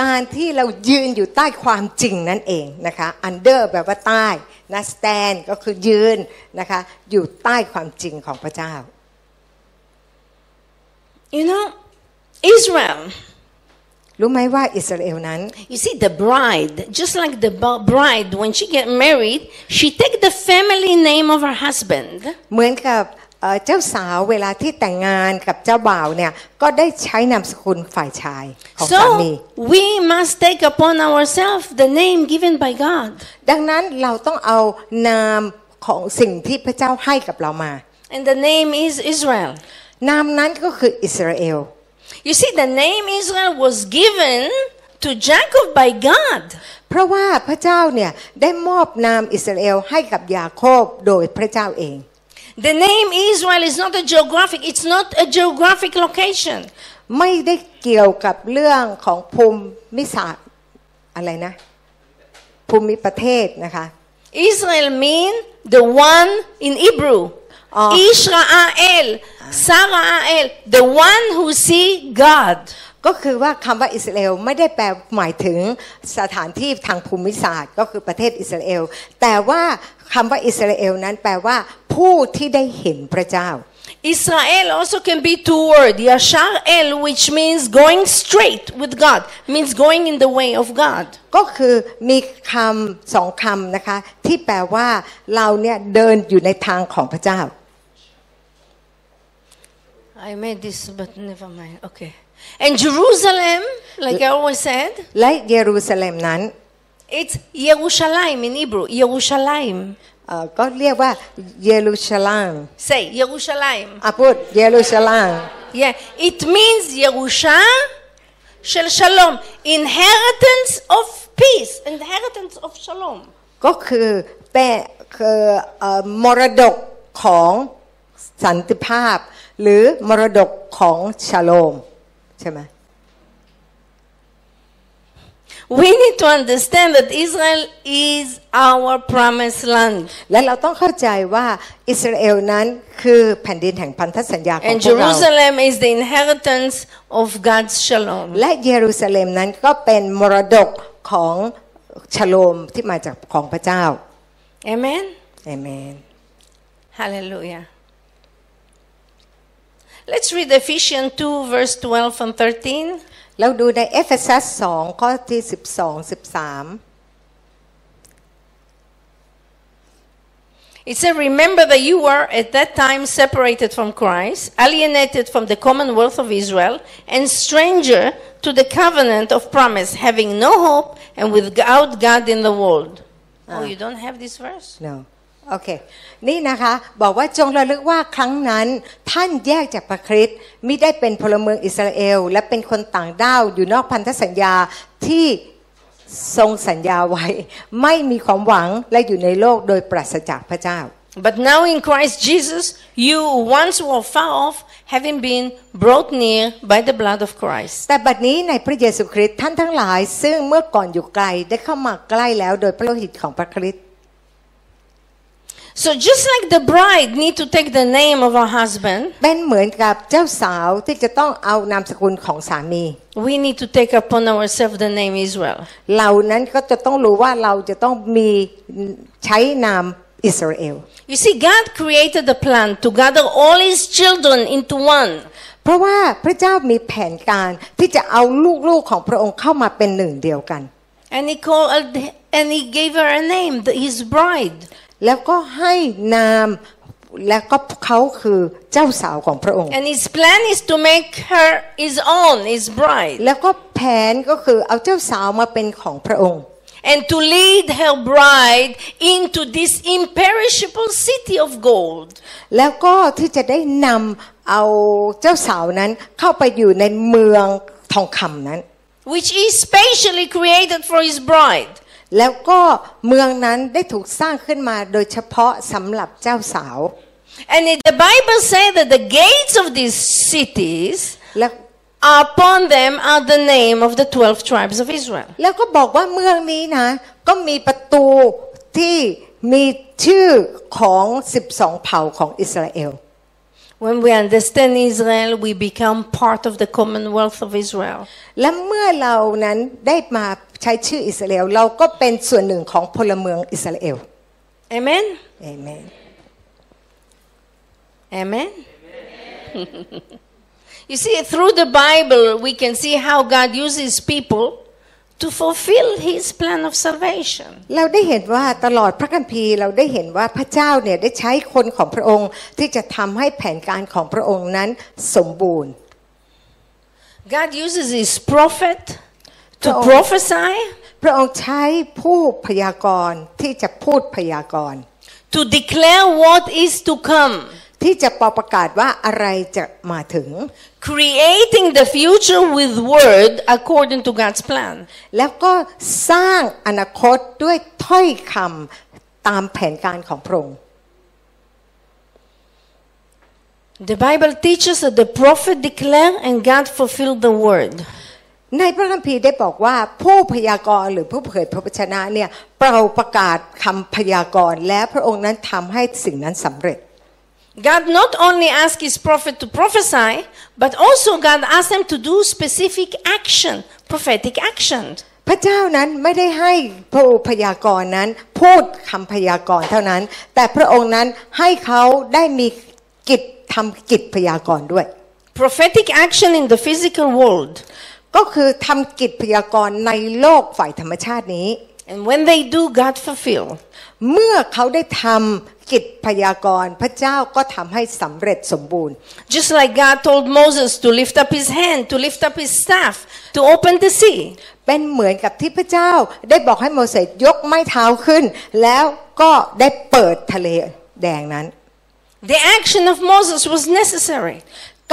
Speaker 1: การที่เรายืนอยู่ใต้ความจริงนั่นเองนะคะ under แบบว่าใต้นะ stand ก็คือยืนนะคะ อยู่ใต้ความจริงของพระเจ้า
Speaker 3: You know, Israel,
Speaker 1: รู้ไหมว่าอิสราเอลนั้น
Speaker 3: you see the bride, just like the bo- bride when she get married, she take the family name of her husband.
Speaker 1: เหมือนกับเอ่อเจ้าสาวเวลาที่แต่งงานกับเจ้าบ่าวเนี่ย ก็ได้ใช้นามสกุลฝ่ายชายของสามี
Speaker 3: So we must take upon ourselves the name given by God.
Speaker 1: ดังนั้นเราต้องเอานามของสิ่งที่พระเจ้าให้กับเรามา
Speaker 3: And the name is Israel.
Speaker 1: นามนั้นก็คืออิสราเอล
Speaker 3: You see, the name Israel was given to Jacob by God.
Speaker 1: เพราะว่าพระเจ้าเนี่ยได้มอบนามอิสราเอลให้กับยาโคบโดยพระเจ้าเอง
Speaker 3: The name Israel is not a geographic, it's not a geographic location.
Speaker 1: ไม่ได้เกี่ยวกับเรื่องของภูมิศาสตร์อะไรนะ ภูมิประเทศนะคะ
Speaker 3: Israel mean the one in Hebrew. Ah.
Speaker 1: Oh.
Speaker 3: Israel, Sarael, the one who see God.
Speaker 1: ก็คือว่าคำว่าอิสราเอลไม่ได้แปลหมายถึงสถานที่ทางภูมิศาสตร์ ก็คือประเทศอิสราเอล แต่ว่าคำว่าอิสราเอลนั้นแปลว่า ผู้ที่ได้เห็นพระเจ้า
Speaker 3: Israel also can be two word, Yashar El, which means going straight with God, means going in the way of God.
Speaker 1: ก็คือมีคำสองคำนะคะ ที่แปลว่าเราเนี่ยเดินอยู่ในทางของพระเจ้า
Speaker 3: I made this, but never mind. Okay. And Jerusalem, like I always said,
Speaker 1: และเยรูซาเล็มนั้น
Speaker 3: it's Yerushalayim in Hebrew. Yerushalayim.
Speaker 1: เอ่อก็เรียกว่าเยรูซาเล็ม
Speaker 3: Say Yerushalayim.
Speaker 1: อ่ะพูดเยรูซาเล็ม
Speaker 3: Yeah, it means Yerusha shel shalom, inheritance of peace, inheritance of shalom.
Speaker 1: ก็คือแปะคือเอ่อมรดกของสันติภาพ หรือมรดกของชาโลม ใช่ไหม
Speaker 3: We need to understand that Israel is our promised land,
Speaker 1: และเราต้องเข้าใจว่าอิสราเอลนั้นคือแผ่นดินแห่งพันธสัญญาของ
Speaker 3: and
Speaker 1: พวกเรา
Speaker 3: Jerusalem is the inheritance of God's shalom.
Speaker 1: และเยรูซาเล็มนั้นก็เป็นมรดกของชาโลมที่มาจากของพระเจ้า
Speaker 3: Amen.
Speaker 1: เอเมน
Speaker 3: Hallelujah. Let's read Ephesians 2, verse 12 and 13.
Speaker 1: เราดูในเอเฟซัส2ข้อที่ 12 13
Speaker 3: It said, Remember that you were at that time separated from Christ, alienated from the commonwealth of Israel, and stranger to the covenant of promise, having no hope and without God in the world. Oh, you don't have this verse?
Speaker 1: no โอเค นี่นะคะ บอกว่าจงระลึกว่าครั้งนั้นท่านแยกจากพระคริสต์มิได้เป็นพลเมืองอิสราเอล และเป็นคนต่างด้าว อยู่นอกพันธสัญญาที่ทรงสัญญาไว้ ไม่มีความหวังและอยู่ในโลกโดยปราศจากพระเจ้า
Speaker 3: But now in Christ Jesus, you who once were far off, having been brought near by the blood of Christ.
Speaker 1: แต่บัดนี้ในพระเยซูคริสต์ท่านทั้งหลาย ซึ่งเมื่อก่อนอยู่ไกลได้เข้ามาใกล้แล้วโดยพระโลหิตของพระคริสต์
Speaker 3: So just like the bride need to take the name of her husband,
Speaker 1: เป็นเหมือนกับเจ้าสาวที่จะต้องเอานามสกุลของสามี
Speaker 3: we need to take upon ourselves the name Israel.
Speaker 1: เรานั้นก็จะต้องรู้ว่าเราจะต้องมีใช้นามอิสราเอล
Speaker 3: You see, God created a plan to gather all His children into one.
Speaker 1: เพราะว่าพระเจ้ามีแผนการที่จะเอาลูกๆของพระองค์เข้ามาเป็นหนึ่งเดียวกัน
Speaker 3: And He called, and He gave her a name, the- His bride.
Speaker 1: แล้วก็ให้นามและก็เขาคือเจ้าสาวของพระองค์
Speaker 3: And His plan is to make her His own, His bride.
Speaker 1: แล้วก็แผนก็คือเอาเจ้าสาวมาเป็นของพระองค์
Speaker 3: And to lead her bride into this imperishable city of gold.
Speaker 1: แล้วก็ที่จะได้นำเอาเจ้าสาวนั้นเข้าไปอยู่ในเมืองทองคำนั้น
Speaker 3: Which he specially created for his bride.
Speaker 1: แล้วก็เมืองนั้นได้ถูกสร้างขึ้นมาโดยเฉพาะสำหรับเจ้าสาว
Speaker 3: And it- the Bible says that the gates of these cities,
Speaker 1: แล้ว
Speaker 3: upon them are the name of the 12 tribes of Israel.
Speaker 1: แล้วก็บอกว่าเมืองนี้นะ ก็มีประตูที่มีชื่อของ 12 เผ่าของอิสราเอล
Speaker 3: When we understand Israel, we become part of the commonwealth of Israel.
Speaker 1: และเมื่อเรานั้นได้มาใช้ชื่ออิสราเอลเราก็เป็นส่วนหนึ่งของพลเมืองอิสราเอล
Speaker 3: Amen?
Speaker 1: เอเมน
Speaker 3: Amen. you see, through the Bible, we can see how God uses people to fulfill His plan of salvation.
Speaker 1: เราได้เห็นว่าตลอดพระคัมภีร์เราได้เห็นว่าพระเจ้าเนี่ยได้ใช้คนของพระองค์ ที่จะทำให้แผนการของพระองค์นั้นสมบูรณ์
Speaker 3: God uses His prophet to
Speaker 1: Oh.
Speaker 3: prophesy,
Speaker 1: พระองค์ใช้ผู้พยากรณ์ที่จะพูดพยากรณ์
Speaker 3: to declare what is to come,
Speaker 1: ที่จะประกาศว่าอะไรจะมาถึง
Speaker 3: creating the future with word according to God's plan.
Speaker 1: แล้วก็สร้างอนาคตด้วยถ้อยคำตามแผนการของพระองค์
Speaker 3: The Bible teaches that the prophet declared and God fulfilled the word.
Speaker 1: ในพระคัมภีร์ได้บอกว่าผู้พยากรณ์หรือผู้เผยพระวจนะเนี่ยเปล่าประกาศคำพยากรณ์ และพระองค์นั้นทำให้สิ่งนั้นสำเร็จ
Speaker 3: God not only asked his prophet to prophesy, but also God asked him to do specific action, prophetic action.
Speaker 1: พระเจ้านั้นไม่ได้ให้ผู้พยากรณ์นั้นพูดคำพยากรณ์เท่านั้น แต่พระองค์นั้นให้เขาได้มีกิจทำกิจพยากรณ์ด้วย
Speaker 3: Prophetic action in the physical world.
Speaker 1: ก็คือทำกิจพยากรณ์ในโลกฝ่ายธรรมชาตินี้
Speaker 3: And when they do, God fulfill.
Speaker 1: เมื่อเขาได้ทำกิจพยากรณ์ พระเจ้าก็ทำให้สำเร็จสมบูรณ์
Speaker 3: Just like God told Moses to lift up his hand, to lift up his staff, to open the sea.
Speaker 1: เป็นเหมือนกับที่พระเจ้าได้บอกให้โมเสสยกไม้เท้าขึ้น แล้วก็ได้เปิดทะเลแดงนั้น
Speaker 3: The action of Moses was necessary.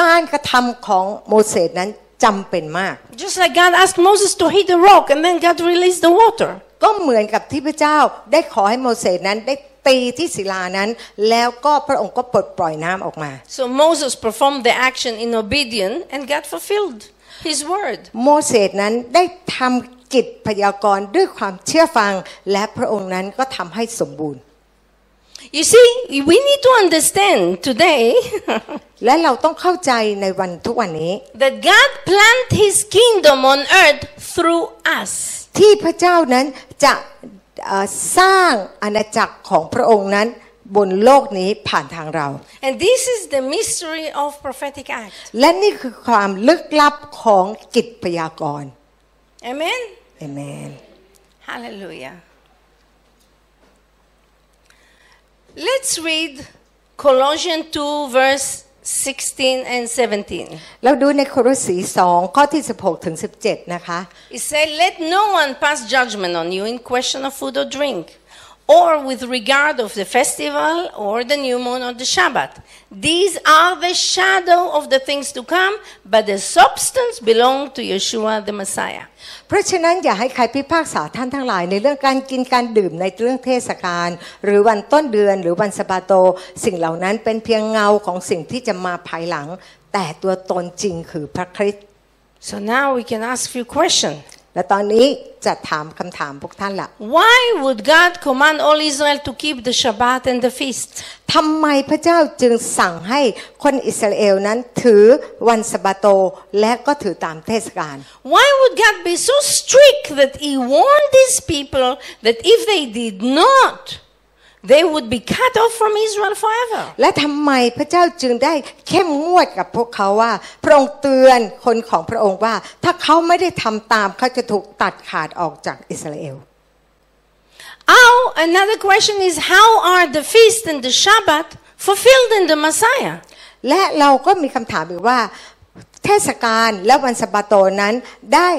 Speaker 1: การกระทำของโมเสสนั้นจำเป็นมาก
Speaker 3: Just like God asked Moses to hit the rock and then God released the water.
Speaker 1: ก็เหมือนกับที่พระเจ้าได้ขอให้โมเสสนั้นได้ตีที่ศิลานั้น แล้วก็พระองค์ก็ปลดปล่อยน้ำออกมา
Speaker 3: So Moses performed the action in obedience and God fulfilled his word.
Speaker 1: โมเสสนั้นได้ทำกิจพยากรณ์ด้วยความเชื่อฟัง และพระองค์นั้นก็ทำให้สมบูรณ์
Speaker 3: You see, we need to understand today
Speaker 1: และเราต้องเข้าใจในวันทุกวันนี้
Speaker 3: that God planned his kingdom on earth through us.
Speaker 1: ที่พระเจ้านั้นจะเอ่อสร้างอาณาจักรของพระองค์นั้นบนโลกนี้ผ่านทางเรา
Speaker 3: And this is the mystery of prophetic act.
Speaker 1: และนี่คือความลึกลับของกิจพยากรณ์
Speaker 3: Amen.
Speaker 1: เอเมน
Speaker 3: Hallelujah. Let's read Colossians 2 verse 16 and 17.
Speaker 1: เราดูในโครสี2ข้อที่ 16 ถึง 17 นะคะ
Speaker 3: He said, Let no one pass judgment on you in question of food or drink, or with regard of the festival, or the new moon, or the Shabbat. These are the shadow of the things to come, but the substance belong to Yeshua the Messiah.
Speaker 1: เพราะฉะนั้นอย่าให้ใครพิพากษาท่านทั้งหลายในเรื่องการกินการดื่มในเรื่องเทศกาลหรือวันต้นเดือนหรือวันสะบาโต สิ่งเหล่านั้นเป็นเพียงเงาของสิ่งที่จะมาภายหลัง แต่ตัวตนจริงคือพระคริสต์
Speaker 3: So now we can ask you a question.
Speaker 1: และตอนนี้จะถามคำถามพวกท่านละ
Speaker 3: Why would God command all Israel to keep the Shabbat and the feast?
Speaker 1: ทำไมพระเจ้าจึงสั่งให้คนอิสราเอลนั้นถือวันสะบาโตและก็ถือตามเทศกาล
Speaker 3: Why would God be so strict that He warned these people that if they did not, they would be cut off from Israel forever?
Speaker 1: และทำไมพระเจ้าจึงได้เข้มงวดกับพวกเขาว่า พระองค์เตือนคนของพระองค์ว่า ถ้าเขาไม่ได้ทำตามเขาจะถูกตัดขาดออกจากอิสราเอล
Speaker 3: How, another question is, how are the feast and the Shabbat fulfilled in the Messiah?
Speaker 1: และเราก็มีคำถามอีกว่า เทศกาลและวันสะบาโตนั้นได้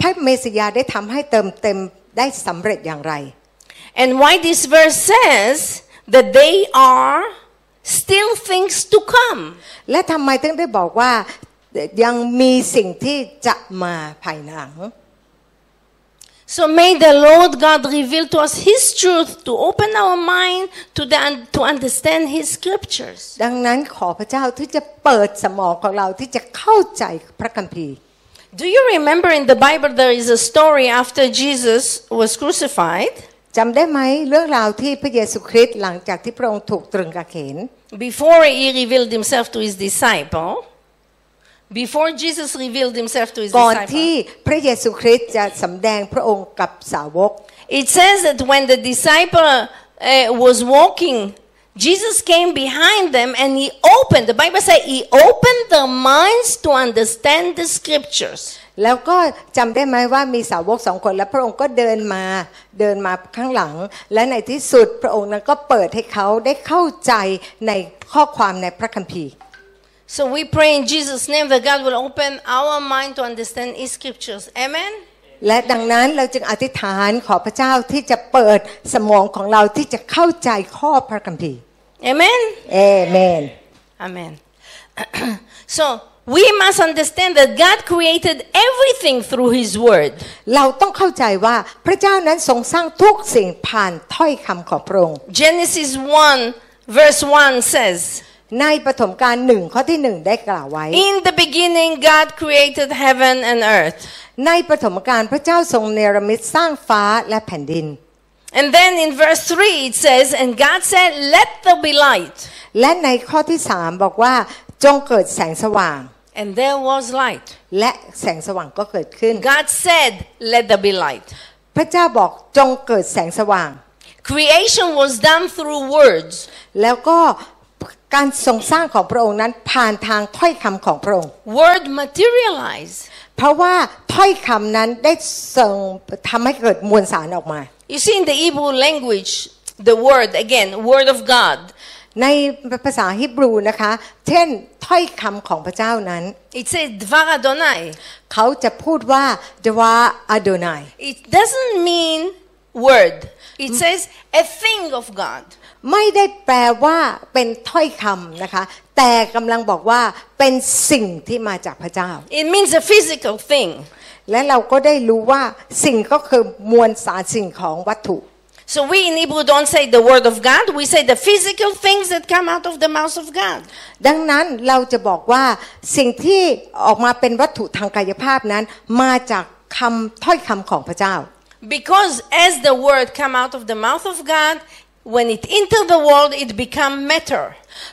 Speaker 1: พระเมสสยาได้ทำให้เติมเต็มได้สำเร็จอย่างไร
Speaker 3: And why this verse says that they are still things to come.
Speaker 1: และทำไมถึงได้บอกว่ายังมีสิ่งที่จะมาภายหลัง
Speaker 3: So may the Lord God reveal to us His truth to open our mind to, the, to understand His scriptures.
Speaker 1: ดังนั้นขอพระเจ้าที่จะเปิดสมองของเราที่จะเข้าใจพระคัมภีร์
Speaker 3: Do you remember in the Bible there is a story after Jesus was crucified?
Speaker 1: จำได้ไหมเรื่องราวที่พระเยซูคริสต์หลังจากที่พระองค์ถูกตรึงกางเขน
Speaker 3: before he revealed himself to his disciple, before Jesus revealed himself to his
Speaker 1: ก่อนที่
Speaker 3: disciple,
Speaker 1: พระเยซูคริสต์จะสำแดงพระองค์กับสาวก
Speaker 3: it says that when the disciple uh, was walking, Jesus came behind them and he opened, the Bible says, he opened their minds to understand the scriptures.
Speaker 1: แล้วก็จำได้ไหมว่ามีสาวกสองคนแล้วพระองค์ก็เดินมาเดินมาข้างหลัง และในที่สุดพระองค์นั้นก็เปิดให้เขาได้เข้าใจในข้อความในพระคัมภีร์
Speaker 3: So we pray in Jesus' name that God will open our mind to understand his scriptures. Amen.
Speaker 1: และดังนั้นเราจึงอธิษฐานขอพระเจ้าที่จะเปิดสมองของเราที่จะเข้าใจข้อพระคัมภีร์
Speaker 3: Amen.
Speaker 1: เอเมน
Speaker 3: Amen. so we must understand that God created everything through His Word.
Speaker 1: เราต้องเข้าใจว่าพระเจ้านั้นทรงสร้างทุกสิ่งผ่านถ้อยคำของพระองค์
Speaker 3: Genesis 1, verse 1 says,
Speaker 1: ในปฐมกาลหนึ่งข้อที่หนึ่งได้กล่าวไว้
Speaker 3: In the beginning, God created heaven and earth.
Speaker 1: ในปฐมกาลพระเจ้าทรงเนรมิตสร้างฟ้าและแผ่นดิน
Speaker 3: And then in verse 3, it says, And God said, Let there be light.
Speaker 1: และในข้อที่สามบอกว่าจงเกิดแสงสว่าง
Speaker 3: And there was light.
Speaker 1: และแสงสว่างก็เกิดขึ้น
Speaker 3: God said, Let there be light.
Speaker 1: พระเจ้าบอกจงเกิดแสงสว่าง
Speaker 3: Creation was done through words.
Speaker 1: แล้วก็การทรงสร้างของพระองค์นั้นผ่านทางถ้อยคำของพระองค์
Speaker 3: Word materialized.
Speaker 1: เพราะว่าถ้อยคำนั้นได้ส่งทำให้เกิดมวลสารออกมา
Speaker 3: You see, in the Hebrew language, the word, again, word of God,
Speaker 1: ในภาษาฮิบรูนะคะ เช่นถ้อยคำของพระเจ้านั้น
Speaker 3: it says Dvar Adonai.
Speaker 1: เขาจะพูดว่าดวาอโดนาย
Speaker 3: It doesn't mean word. It says a thing of God.
Speaker 1: ไม่ได้แปลว่าเป็นถ้อยคำนะคะ แต่กำลังบอกว่าเป็นสิ่งที่มาจากพระเจ้า
Speaker 3: It means a physical thing.
Speaker 1: และเราก็ได้รู้ว่าสิ่งก็คือมวลสารสิ่งของวัตถุ
Speaker 3: So we in Hebrew don't say the word of God. We say the physical things that come out of the mouth of God.
Speaker 1: ดังนั้นเราจะบอกว่าสิ่งที่ออกมาเป็นวัตถุทางกายภาพนั้น มาจากคำถ้อยคำของพระเจ้า
Speaker 3: Because as the word come out of the mouth of God, when it entered the world, it become matter.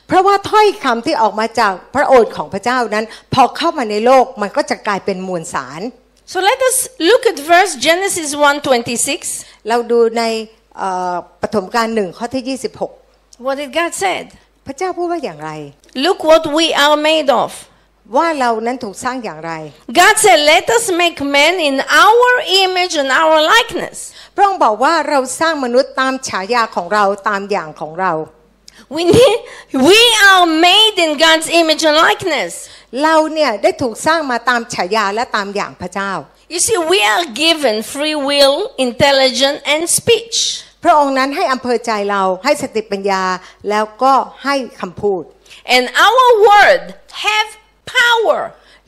Speaker 1: เพราะว่าถ้อยคำที่ออกมาจากพระโอษฐ์ของพระเจ้านั้น พอเข้ามาในโลกมันก็จะกลายเป็นมวลสาร
Speaker 3: So let us look at verse Genesis 1:26.
Speaker 1: เราดูในเอ่อปฐมกาลหนึ่งข้อที่
Speaker 3: What did God said?
Speaker 1: 26 พระเจ้าพูดว่าอย่างไร
Speaker 3: Look what we are made of.
Speaker 1: ว่าเรานั้นถูกสร้างอย่างไร
Speaker 3: God said, Let us make man in our image and our likeness.
Speaker 1: พระองค์บอกว่าเราสร้างมนุษย์ตามฉายาของเราตามอย่างของเรา
Speaker 3: We, need, we are made in God's image and likeness.
Speaker 1: เราเนี่ยได้ถูกสร้างมาตามฉายาและตามอย่างพระเจ้า
Speaker 3: You see, we are given free will, intelligence, and speech.
Speaker 1: พระองค์นั้นให้อำเภอใจเราให้สติปัญญาแล้วก็ให้คำพูด
Speaker 3: And our word have power,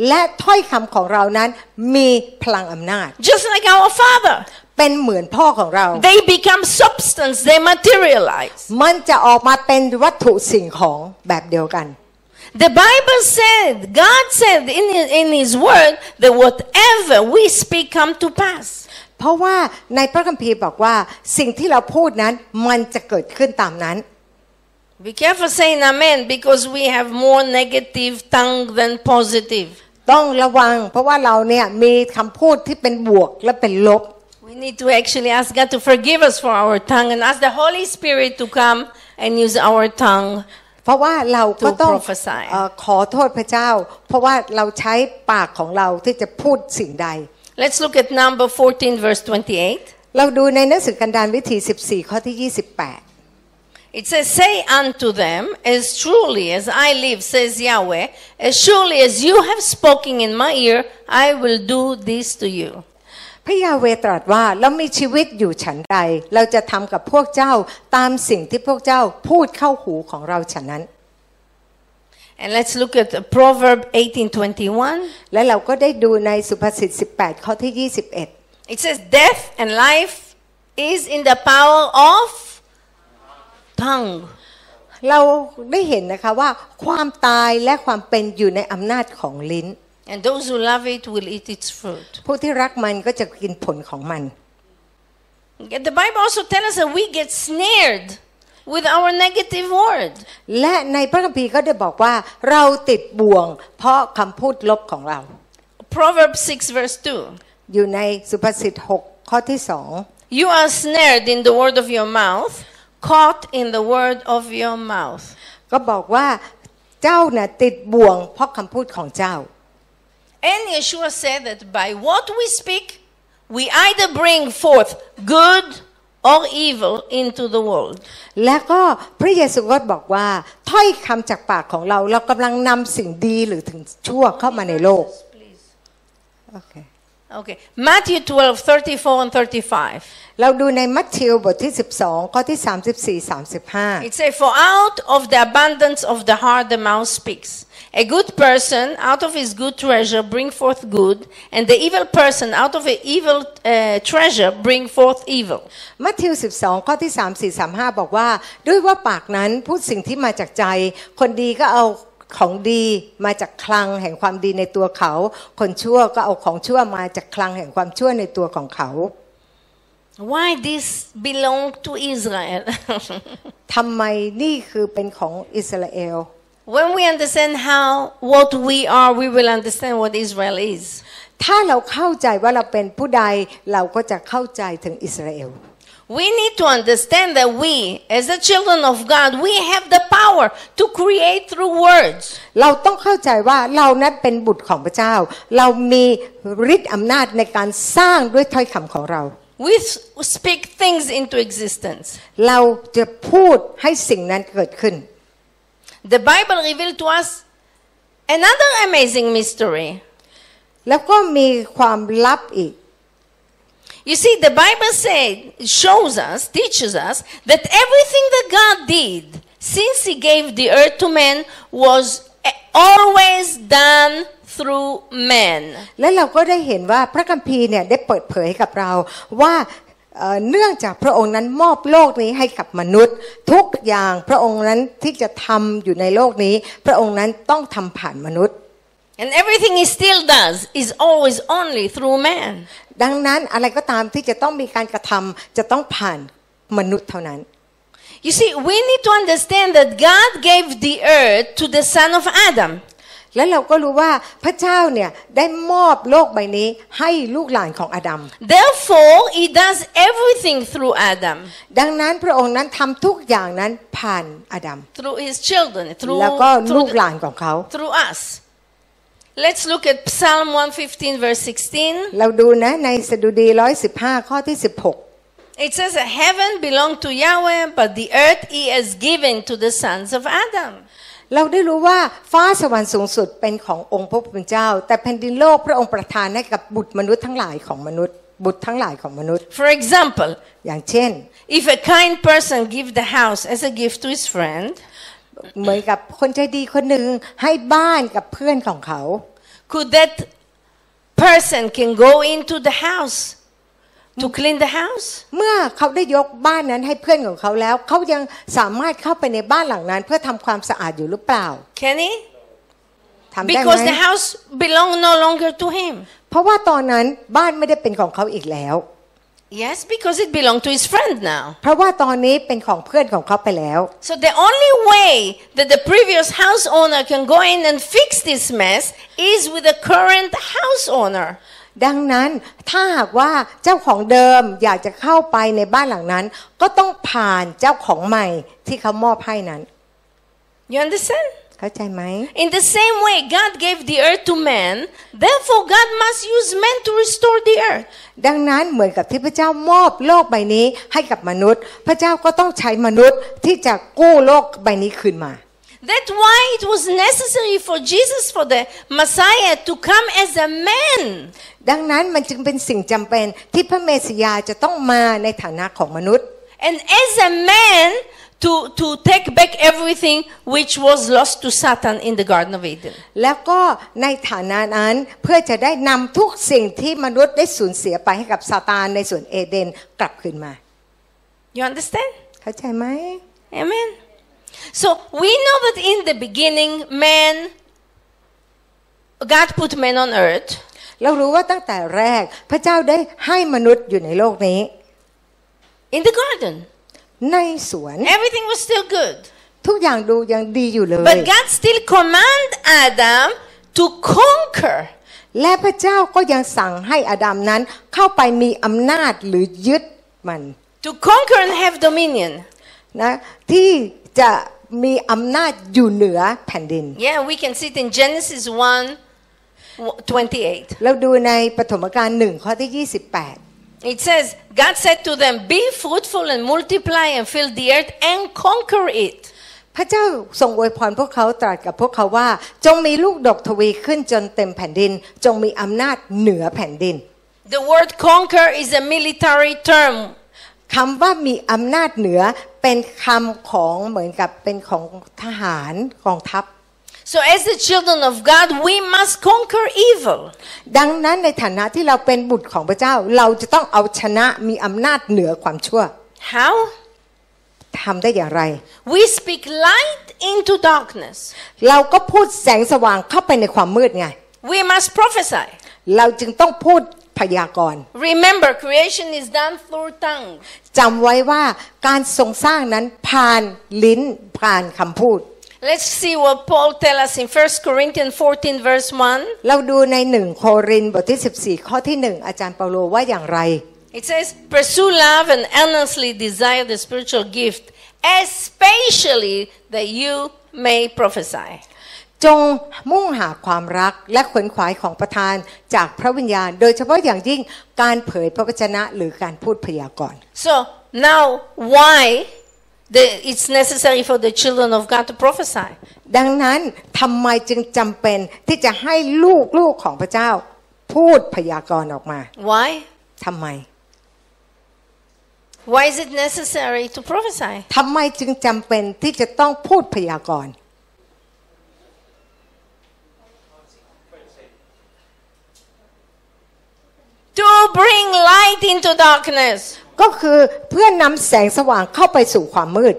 Speaker 1: และถ้อยคำของเรานั้นมีพลังอำนาจ
Speaker 3: just like our father.
Speaker 1: เป็นเหมือนพ่อของเรา
Speaker 3: They become substance, they materialize.
Speaker 1: มันจะออกมาเป็นวัตถุสิ่งของแบบเดียวกัน
Speaker 3: The Bible said, God said in his, in his word that whatever we speak come to pass.
Speaker 1: เพราะว่าในพระคัมภีร์บอกว่าสิ่งที่เราพูดนั้นมันจะเกิดขึ้นตามนั้น
Speaker 3: Be careful saying amen because we have more negative tongue than positive.
Speaker 1: ต้องระวัง เพราะว่าเราเนี่ยมีคำพูดที่เป็นบวกและเป็นลบ
Speaker 3: We need to actually ask God to forgive us for our tongue and ask the Holy Spirit to come and use our tongue.
Speaker 1: เพราะว่าเราก็
Speaker 3: To
Speaker 1: ต้อง
Speaker 3: prophesy
Speaker 1: เอ่อขอโทษพระเจ้า เพราะว่าเราใช้ปากของเราที่จะพูดสิ่งใด
Speaker 3: Let's look at number 14, verse 28.
Speaker 1: เราดูในหนังสือกันดารวิถี 14 ข้อที่ 28
Speaker 3: It says, Say unto them, As truly as I live, says Yahweh, as surely as you have spoken in my ear, I will do this to you.
Speaker 1: พระยาเวตรัสว่าเรามีชีวิตอยู่ฉันใด เราจะทำกับพวกเจ้าตามสิ่งที่พวกเจ้าพูดเข้าหูของเราฉะนั้น
Speaker 3: And let's look at Proverb 18, 21.
Speaker 1: และเราก็ได้ดูในสุภาษิต 18 ข้อที่ 21
Speaker 3: It says, Death and life is in the power of tongue.
Speaker 1: เราได้เห็นนะคะว่าความตายและความเป็นอยู่ในอำนาจของลิ้น
Speaker 3: And those who love it will eat its fruit.
Speaker 1: ผู้ที่รักมันก็จะกินผลของมัน
Speaker 3: The Bible also tells us that we get snared with our negative word.
Speaker 1: และในพระคัมภีร์ก็ได้บอกว่าเราติดบ่วง เพราะคำพูดลบของเรา
Speaker 3: Proverbs 6, verse 2.
Speaker 1: อยู่ในสุภาษิต6ข้อที่สอง
Speaker 3: You are snared in the word of your mouth, caught in the word of your mouth.
Speaker 1: ก็บอกว่าเจ้าน่ะติดบ่วง เพราะคำพูดของเจ้า
Speaker 3: And Yeshua said that by what we speak, we either bring forth good or evil into the world.
Speaker 1: และก็พระเยซูก็บอกว่า ถ้อยคำจากปากของเรา เรากำลังนำสิ่งดีหรือถึงชั่วเข้ามาในโลก โอเค
Speaker 3: Okay. Matthew 12, 34 and 35.
Speaker 1: เราดูในมัทธิวบทที่ 12 ข้อที่ 34
Speaker 3: It says, For out of the abundance of the heart the mouth speaks. A good person out of his good treasure bring forth good, and the evil person out of a evil uh, treasure bring forth evil.
Speaker 1: 35 มัทธิว 12 ข้อที่ 3 4 3 5 บอกว่า ด้วยว่าปากนั้นพูดสิ่งที่มาจากใจ คนดีก็เอาของดีมาจากคลังแห่งความดีในตัวเขา คนชั่วก็เอาของชั่วมาจากคลังแห่งความชั่วในตัวของเขา
Speaker 3: Why this belong to Israel?
Speaker 1: ทำไมนี่คือเป็นของอิสราเอล
Speaker 3: when we understand how what we are, we will understand what Israel is.
Speaker 1: ถ้าเราเข้าใจว่าเราเป็นผู้ใดเราก็จะเข้าใจถึงอิสราเอล
Speaker 3: We need to understand that we, as the children of God, we have the power to create through words.
Speaker 1: เราต้องเข้าใจว่าเรานั้นเป็นบุตรของพระเจ้า เรามีฤทธิ์อำนาจในการสร้างด้วยถ้อยคำของเรา
Speaker 3: We s- speak things into existence.
Speaker 1: เราจะพูดให้สิ่งนั้นเกิดขึ้น
Speaker 3: The Bible revealed to us another amazing mystery.
Speaker 1: แล้วก็มีความลับอีก
Speaker 3: You see, the Bible said, shows us, teaches us that everything that God did since He gave the earth to man was eh, always done through man.
Speaker 1: และเราก็ได้เห็นว่าพระคัมภีร์เนี่ยได้เปิดเผยให้กับเราว่าเอ่อเนื่องจากพระองค์นั้นมอบโลกนี้ให้กับมนุษย์ ทุกอย่างพระองค์นั้นที่จะทำอยู่ในโลกนี้ พระองค์นั้นต้องทำผ่านมนุษย์
Speaker 3: And everything He still does is always only through man.
Speaker 1: ดังนั้นอะไรก็ตามที่จะต้องมีการกระทำจะต้องผ่านมนุษย์เท่านั้น
Speaker 3: You see, we need to understand that God gave the earth to the son of Adam.
Speaker 1: และเราก็รู้ว่าพระเจ้าเนี่ยได้มอบโลกใบนี้ให้ลูกหลานของอาดัม
Speaker 3: Therefore, He does everything through Adam.
Speaker 1: ดังนั้นพระองค์นั้นทำทุกอย่างนั้นผ่านอาดัม
Speaker 3: through his children, through,
Speaker 1: แล้วก็
Speaker 3: through,
Speaker 1: ลูกห
Speaker 3: the-
Speaker 1: ลานของเขา
Speaker 3: through us. Let's look at Psalm 115, verse 16.
Speaker 1: เราดูนะในสดุดี115 ข้อที่
Speaker 3: It says, Heaven belonged to Yahweh, but the earth he has given to the sons of Adam.
Speaker 1: 16 เราได้รู้ว่าฟ้าสวรรค์สูงสุดเป็นขององค์พระผู้เป็นเจ้า แต่แผ่นดินโลกพระองค์ประทานให้กับบุตรมนุษย์ทั้งหลายของมนุษย์ บุตรทั้งหลายของมนุษย์
Speaker 3: For example,
Speaker 1: อย่างเช่น
Speaker 3: if a kind person give the house as a gift to his friend,
Speaker 1: เหมือนกับคนใจดีคนหนึ่งให้บ้านกับเพื่อนของเขา
Speaker 3: could that person can go into the house to clean the house?
Speaker 1: เมื่อเขาได้ยกบ้านนั้นให้เพื่อนของเขาแล้ว เขายังสามารถเข้าไปในบ้านหลังนั้น เพื่อทำความสะอาดอยู่หรือเปล่า
Speaker 3: Can he?
Speaker 1: ทำได้
Speaker 3: Because
Speaker 1: ไหม
Speaker 3: the house belong no longer to him.
Speaker 1: เพราะว่าตอนนั้นบ้านไม่ได้เป็นของเขาอีกแล้ว
Speaker 3: Yes, because it belong to his friend now.
Speaker 1: เพราะว่าตอนนี้เป็นของเพื่อนของเขาไปแล้ว
Speaker 3: So the only way that the previous house owner can go in and fix this mess is with the current house owner.
Speaker 1: ดังนั้นถ้าหากว่าเจ้าของเดิมอยากจะเข้าไปในบ้านหลังนั้น ก็ต้องผ่านเจ้าของใหม่ที่เขามอบให้นั้น
Speaker 3: You understand?
Speaker 1: เข้าใจไหม
Speaker 3: In the same way God gave the earth to man, therefore God must use man to restore the earth.
Speaker 1: ดังนั้นเหมือนกับที่พระเจ้ามอบโลกใบนี้ให้กับมนุษย์ พระเจ้าก็ต้องใช้มนุษย์ที่จะกู้โลกใบนี้คืนมา
Speaker 3: That's why it was necessary for Jesus, for the Messiah, to come as a man.
Speaker 1: ดังนั้นมันจึงเป็นสิ่งจำเป็นที่พระเมสยาจะต้องมาในฐานะของมนุษย์
Speaker 3: And as a man, to, to take back everything which was lost to Satan in the Garden of Eden.
Speaker 1: แล้วก็ในฐานะนั้นเพื่อจะได้นำทุกสิ่งที่มนุษย์ได้สูญเสียไปให้กับซาตานในสวนเอเดนกลับคืนมา
Speaker 3: You understand?
Speaker 1: เข้าใจไหม
Speaker 3: Amen. So we know that in the beginning, man, God put man on earth,
Speaker 1: เรารู้ว่าตั้งแต่แรกพระเจ้าได้ให้มนุษย์อยู่ในโลกนี้
Speaker 3: in the garden.
Speaker 1: ในสวน
Speaker 3: Everything was still good.
Speaker 1: ทุกอย่างดูยังดีอยู่เลย
Speaker 3: But God still command Adam to conquer.
Speaker 1: และพระเจ้าก็ยังสั่งให้อาดัมนั้นเข้าไปมีอำนาจหรือยึดมัน
Speaker 3: To conquer and have dominion.
Speaker 1: นะที่จะมีอำนาจอยู่เหนือแผ่นดิน
Speaker 3: Yeah, we can see it in Genesis 1 28.
Speaker 1: เราดูในปฐมกาลหนึ่งข้อที่
Speaker 3: It says, God said to them, Be fruitful and multiply and fill the earth and conquer it.
Speaker 1: 28 พระเจ้าทรงอวยพรพวกเขาตรัสกับพวกเขาว่า จงมีลูกดกทวีขึ้นจนเต็มแผ่นดิน จงมีอำนาจเหนือแผ่นดิน
Speaker 3: The word conquer is a military term.
Speaker 1: คำว่ามีอำนาจเหนือเป็นคำของเหมือนกับเป็นของทหารกองทัพ
Speaker 3: So, as the children of God, we must conquer evil.
Speaker 1: ดังนั้นในฐานะที่เราเป็นบุตรของพระเจ้า เราจะต้องเอาชนะมีอำนาจเหนือความชั่ว
Speaker 3: How?
Speaker 1: ทำได้อย่างไร
Speaker 3: We speak light into darkness.
Speaker 1: เราก็พูดแสงสว่างเข้าไปในความมืดไง
Speaker 3: We must prophesy.
Speaker 1: เราจึงต้องพูดพยากรณ์
Speaker 3: Remember, creation is done through tongue.
Speaker 1: จำไว้ว่าการทรงสร้างนั้นผ่านลิ้นผ่านคำพูด
Speaker 3: Let's see what Paul tells us in 1 Corinthians 14, verse 1.
Speaker 1: เราดูในหนึ่งโครินธ์บทที่ 14 ข้อที่ 1 อาจารย์เปาโลว่าอย่างไร
Speaker 3: It says, Pursue love and earnestly desire the spiritual gift, especially that you may prophesy.
Speaker 1: จงมุ่งหาความรักและขวนขวายของประธานจากพระวิญญาณ โดยเฉพาะอย่างยิ่งการเผยพระวจนะหรือการพูดพยากรณ์
Speaker 3: So, now why the, it's necessary for the children of God to prophesy?
Speaker 1: ดังนั้นทำไมจึงจำเป็นที่จะให้ลูกลูกของพระเจ้า พูดพยากรณ์ออกมา
Speaker 3: Why?
Speaker 1: ทำไม
Speaker 3: Why is it necessary to prophesy?
Speaker 1: ทำไมจึงจำเป็นที่จะต้องพูดพยากรณ์
Speaker 3: To bring light into darkness.
Speaker 1: ก็คือเพื่อนำแสงสว่างเข้าไปสู่ความมืด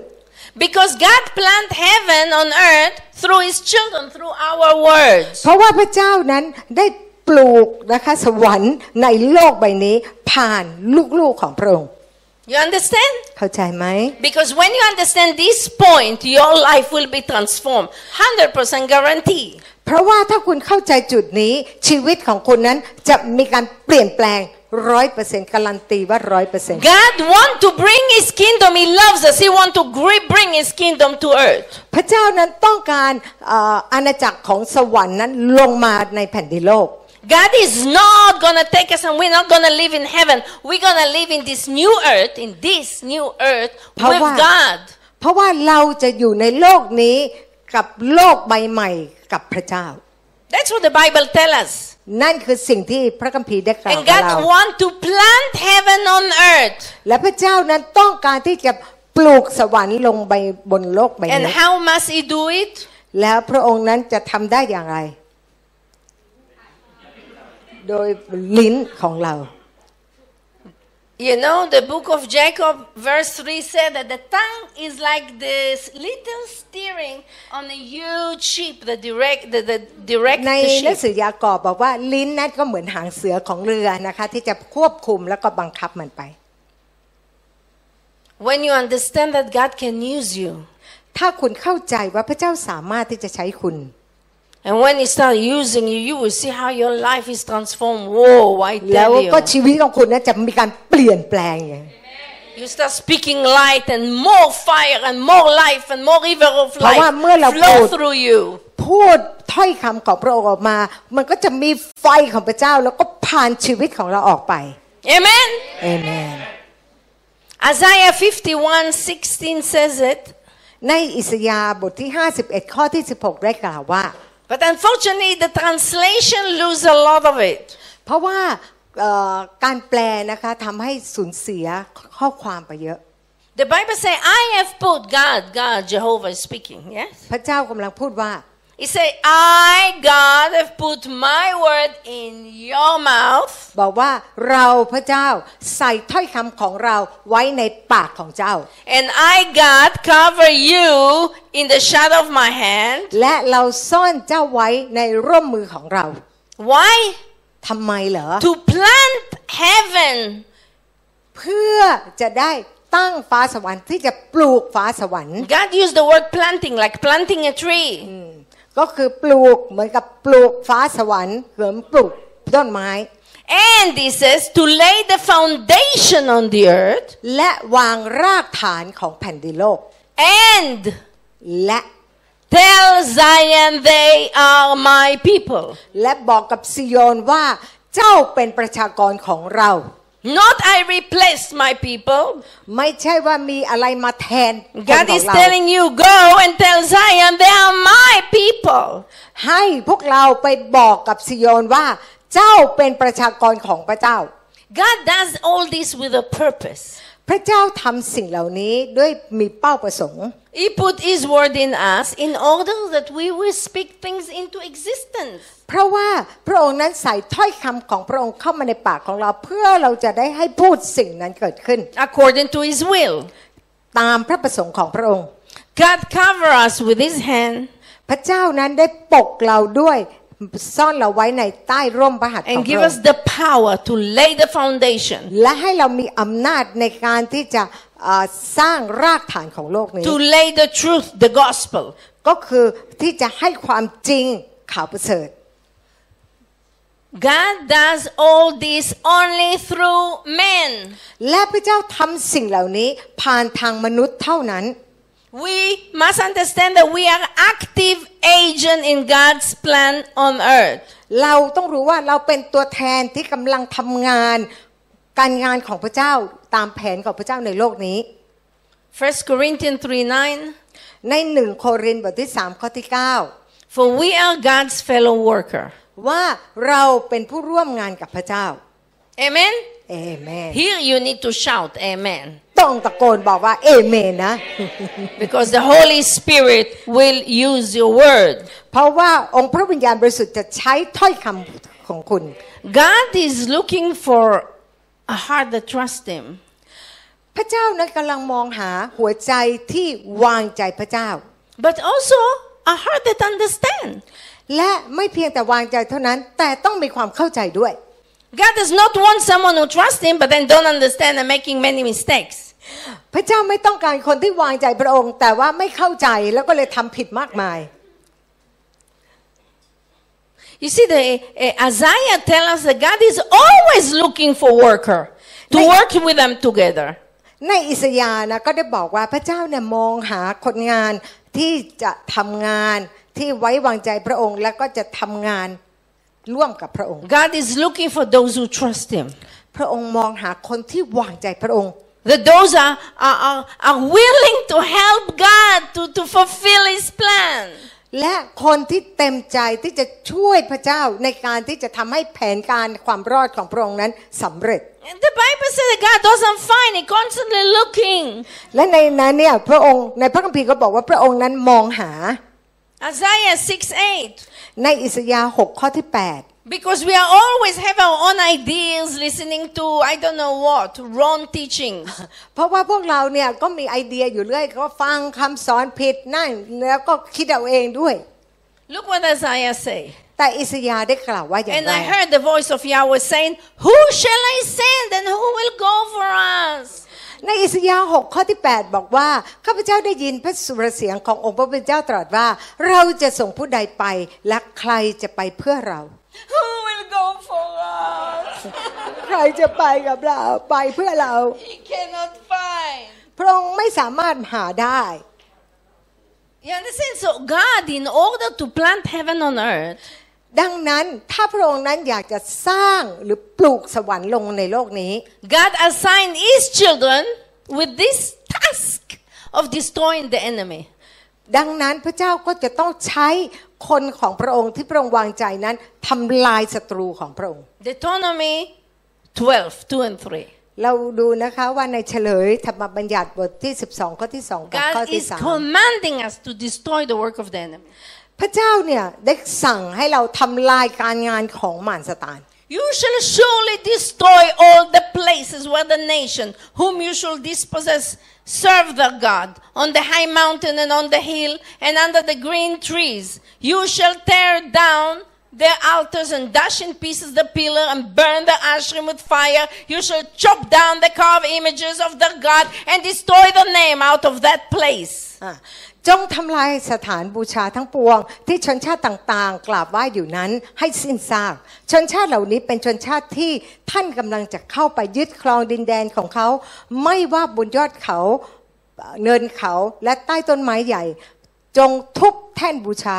Speaker 3: Because God planned heaven on earth through his children, through our words.
Speaker 1: เพราะว่าพระเจ้านั้นได้ปลูกนะคะสวรรค์ในโลกใบนี้ผ่านลูกๆของพระองค์
Speaker 3: You understand?
Speaker 1: เข้าใจไหม
Speaker 3: Because when you understand this point, your life will be transformed. 100% guarantee.
Speaker 1: เพราะว่าถ้าคุณเข้าใจจุดนี้ชีวิตของคุณนั้นจะมีการเปลี่ยนแปลงร้อยเปอร์เซ็นต์การันตีว่าร้อยเปอร์เซ็นต์
Speaker 3: God want to bring his kingdom. He loves us. He want to gri- bring his kingdom to earth.
Speaker 1: พระเจ้านั้นต้องการเอ่ออาณาจักรของสวรรค์นั้นลงมาในแผ่นดินโลก
Speaker 3: God is not going to take us and we're not going to live in heaven. We're going to live in this new earth, in this new earth with
Speaker 1: Power.
Speaker 3: God.
Speaker 1: เพราะว่าเราจะอยู่ในโลกนี้กับโลกใบใหม่กับพระเจ้า
Speaker 3: That's what the Bible tells us.
Speaker 1: นั่นคือสิ่งที่พระคัมภีร์ได้กล่าว
Speaker 3: And
Speaker 1: กับเรา
Speaker 3: God want to plant heaven on earth.
Speaker 1: และพระเจ้านั้นต้องการที่จะปลูกสวรรค์ลงไปบนโลกใบ
Speaker 3: And
Speaker 1: นี้
Speaker 3: how must he do it?
Speaker 1: แล้วพระองค์นั้นจะทำได้อย่างไร โดยลิ้นของเรา
Speaker 3: You know, the book of Jacob, verse 3 said that the tongue is like this little steering on a huge ship that direct the, the direct
Speaker 1: ใน
Speaker 3: the
Speaker 1: หนัง
Speaker 3: ship.
Speaker 1: สือยากอบบอกว่าลิ้นนั้นก็เหมือนหางเสือของเรือนะคะ ที่จะควบคุมแล้วก็บังคับมันไป
Speaker 3: When you understand that God can use you,
Speaker 1: ถ้าคุณเข้าใจว่าพระเจ้าสามารถที่จะใช้คุณ
Speaker 3: and when He start using you, you will see how your life is transformed. Whoa! I
Speaker 1: แล้ว
Speaker 3: tell you,
Speaker 1: ก็ชีวิตของคุณนั้นจะมีการเปลี่ยนแปลงไง
Speaker 3: you start speaking light and more fire and more life and more river of
Speaker 1: เพราะว่าเมื่อเรา
Speaker 3: life
Speaker 1: พู
Speaker 3: flow
Speaker 1: ด
Speaker 3: through you.
Speaker 1: พูดถ้อยคำของพระองค์ออกมา มันก็จะมีไฟของพระเจ้าแล้วก็ผ่านชีวิตของเราออกไป
Speaker 3: Amen.
Speaker 1: เอเมน
Speaker 3: Isaiah 51 16 says it.
Speaker 1: ในอิสยาห์บทที่ 51 ข้อที่ 16 ได้กล่าวว่า
Speaker 3: But unfortunately, the translation lose a lot of it.
Speaker 1: เพราะว่าเอ่อการแปลนะคะทำให้สูญเสียข้อความไปเยอะ
Speaker 3: The Bible say, I have put God, God, Jehovah is speaking. Yes.
Speaker 1: พระเจ้ากำลังพูดว่า
Speaker 3: He say, I, God, have put my word in your mouth
Speaker 1: บอกว่าเราพระเจ้าใส่ถ้อยคำของเราไว้ในปากของเจ้า
Speaker 3: and I, God, cover you in the shadow of my hand.
Speaker 1: และเราซ่อนเจ้าไว้ในร่มมือของเรา
Speaker 3: Why?
Speaker 1: ทำไมเหรอ
Speaker 3: To plant heaven.
Speaker 1: เพื่อจะได้ ตั้งฟ้าสวรรค์ที่จะปลูกฟ้าสวรรค์
Speaker 3: God used the word planting, like planting a tree.
Speaker 1: ก็คือปลูกเหมือนกับปลูกฟ้าสวรรค์เหมือนปลูกต้นไม้
Speaker 3: And he says to lay the foundation on the earth
Speaker 1: และวางรากฐานของแผ่นดินโลก
Speaker 3: and
Speaker 1: และ
Speaker 3: tell Zion they are my people.
Speaker 1: และบอกกับซิโยนว่าเจ้าเป็นประชากรของเรา
Speaker 3: Not I replaced my people.
Speaker 1: ไม่ใช่ว่ามีอะไรมาแทนคน
Speaker 3: God
Speaker 1: ขอ
Speaker 3: is
Speaker 1: งเรา
Speaker 3: telling you, go and tell Zion they are my people.
Speaker 1: ให้พวกเราไปบอกกับซิโยนว่าเจ้าเป็นประชากรของพระเจ้า
Speaker 3: God does all this with a purpose.
Speaker 1: พระเจ้าทำสิ่งเหล่านี้ด้วยมีเป้าประสงค์
Speaker 3: He put His word in us in order that we will speak things into existence.
Speaker 1: เพราะว่าพระองค์นั้นใส่ถ้อยคำของพระองค์เข้ามาในปากของเรา เพื่อเราจะได้ให้พูดสิ่งนั้นเกิดขึ้น
Speaker 3: according to his will.
Speaker 1: ตามพระประสงค์ของพระองค์
Speaker 3: God cover us with his hand
Speaker 1: พระเจ้านั้นได้ปกเราด้วยซ่อนเราไว้ในใต้ร่มพระหัตถ์ของ
Speaker 3: and
Speaker 1: พระอ
Speaker 3: give
Speaker 1: ง
Speaker 3: us
Speaker 1: ค์
Speaker 3: the power to lay the foundation,
Speaker 1: และให้เรามีอำนาจในการที่จะเอ่อสร้างรากฐานของโลกนี้
Speaker 3: to lay the truth, the gospel.
Speaker 1: ก็คือที่จะให้ความจริงข่าวประเสริฐ
Speaker 3: God does all this only through men.
Speaker 1: และพระเจ้าทำสิ่งเหล่านี้ผ่านทางมนุษย์เท่านั้น
Speaker 3: We must understand that we are active agent in God's plan on earth.
Speaker 1: เราต้องรู้ว่าเราเป็นตัวแทนที่กำลังทำงานการงานของพระเจ้าตามแผนของพระเจ้าในโลกนี้
Speaker 3: First Corinthians 3 9.
Speaker 1: ในหนึ่งโครินธ์บทที่3ข้อที่
Speaker 3: For we are God's fellow worker.
Speaker 1: 9 ว่าเราเป็นผู้ร่วมงานกับพระเจ้า
Speaker 3: Amen?
Speaker 1: เอเมน
Speaker 3: Here you need to shout, Amen.
Speaker 1: ต้องตะโกนบอกว่าเอเมนนะ
Speaker 3: Because the Holy Spirit will use your word.
Speaker 1: เพราะว่าองค์พระวิญญาณบริสุทธิ์จะใช้ถ้อยคำของคุณ
Speaker 3: God is looking for a heart that trusts Him.
Speaker 1: พระเจ้านั้นกำลังมองหาหัวใจที่วางใจพระเจ้า
Speaker 3: But also a heart that understands.
Speaker 1: และไม่เพียงแต่วางใจเท่านั้นแต่ต้องมีความเข้าใจด้วย
Speaker 3: God does not want someone who trusts Him but then don't understand and making many mistakes.
Speaker 1: พระเจ้าไม่ต้องการคนที่วางใจพระองค์ แต่ว่าไม่เข้าใจแล้วก็เลยทำผิดมากมาย
Speaker 3: You see, the uh, Isaiah tells us that God is always looking for worker to
Speaker 1: Like-
Speaker 3: work with them together.
Speaker 1: ในอิสยาห์นะก็ได้บอกว่าพระเจ้าเนี่ยมองหาคนงานที่จะทำงานที่ไว้วางใจพระองค์ แล้วก็จะทำงานร่วมกับพระองค์
Speaker 3: God is looking for those who trust Him.
Speaker 1: พระองค์มองหาคนที่วางใจพระองค์
Speaker 3: That those are, are, are, are willing to help God to, to fulfill His plan.
Speaker 1: และคนที่เต็มใจที่จะช่วยพระเจ้าในการที่จะทำให้แผนการความรอดของพระองค์นั้นสำเร็จ
Speaker 3: And the Bible says that God doesn't find, He constantly looking.
Speaker 1: และในนั้นเนี่ยพระองค์ในพระคัมภีร์ก็บอกว่าพระองค์นั้นมองหา
Speaker 3: Isaiah 6 8.
Speaker 1: ในอิสยาห์6ข้อที่
Speaker 3: Because we are always have our own ideas, listening to I don't know what, wrong teachings.
Speaker 1: 8 เพราะว่าพวกเราเนี่ยก็มีไอเดียอยู่เรื่อยก็ฟังคำสอนผิดนั่นแล้วก็คิดเอาเองด้วย
Speaker 3: Look what Isaiah say.
Speaker 1: แต่อิสยาห์ได้กล่าวว่าอย่าง
Speaker 3: And
Speaker 1: ไร
Speaker 3: I heard the voice of Yahweh saying, Who shall I send and who will go for us?
Speaker 1: ในอิสยาห์6ข้อที่ 8 บอกว่าข้าพเจ้าได้ยินพระสุรเสียงขององค์พระผู้เป็นเจ้าตรัสว่า เราจะส่งผู้ใดไปและใครจะไปเพื่อเรา
Speaker 3: Who will go for us?
Speaker 1: ใครจะไปกับเราไปเพื่อเรา
Speaker 3: He cannot find.
Speaker 1: พระองค์ไม่สามารถหาได้
Speaker 3: You understand? So God, in order to plant heaven on earth,
Speaker 1: ดังนั้นถ้าพระองค์นั้นอยากจะสร้างหรือปลูกสวรรค์ลงในโลกนี้
Speaker 3: God assigned his children with this task of destroying the enemy.
Speaker 1: ดังนั้นพระเจ้าก็จะต้องใช้คนของพระองค์ที่พระองค์วางใจนั้นทำลายศัตรูของพระองค์
Speaker 3: Deuteronomy 12, 2 and 3.
Speaker 1: เราดูนะคะว่าในเฉลยธรรมบัญญัติบทที่ 12 ข้อที่2กับข้อ
Speaker 3: God
Speaker 1: ที่
Speaker 3: is commanding us to destroy the work of the enemy.
Speaker 1: 3 พระเจ้าเนี่ยได้สั่งให้เราทำลายการงานของมารสตาน
Speaker 3: You shall surely destroy all the places where the nation whom you shall dispossess serve the God on the high mountain and on the hill and under the green trees. You shall tear down their altars and dash in pieces the pillar and burn the ashram with fire. You shall chop down the carved images of their god and destroy the name out of that place.
Speaker 1: อ่ะจงทำลายสถานบูชาทั้งปวง ที่ชนชาติต่างๆ กราบไหว้อยู่นั้นให้สิ้นซากชนชาติเหล่านี้เป็นชนชาติที่ท่านกำลังจะเข้าไปยึดครองดินแดนของเขา ไม่ว่าบนยอดเขาเอ่อเนินเขาและใต้ต้นไม้ใหญ่ จงทุบแท่นบูชา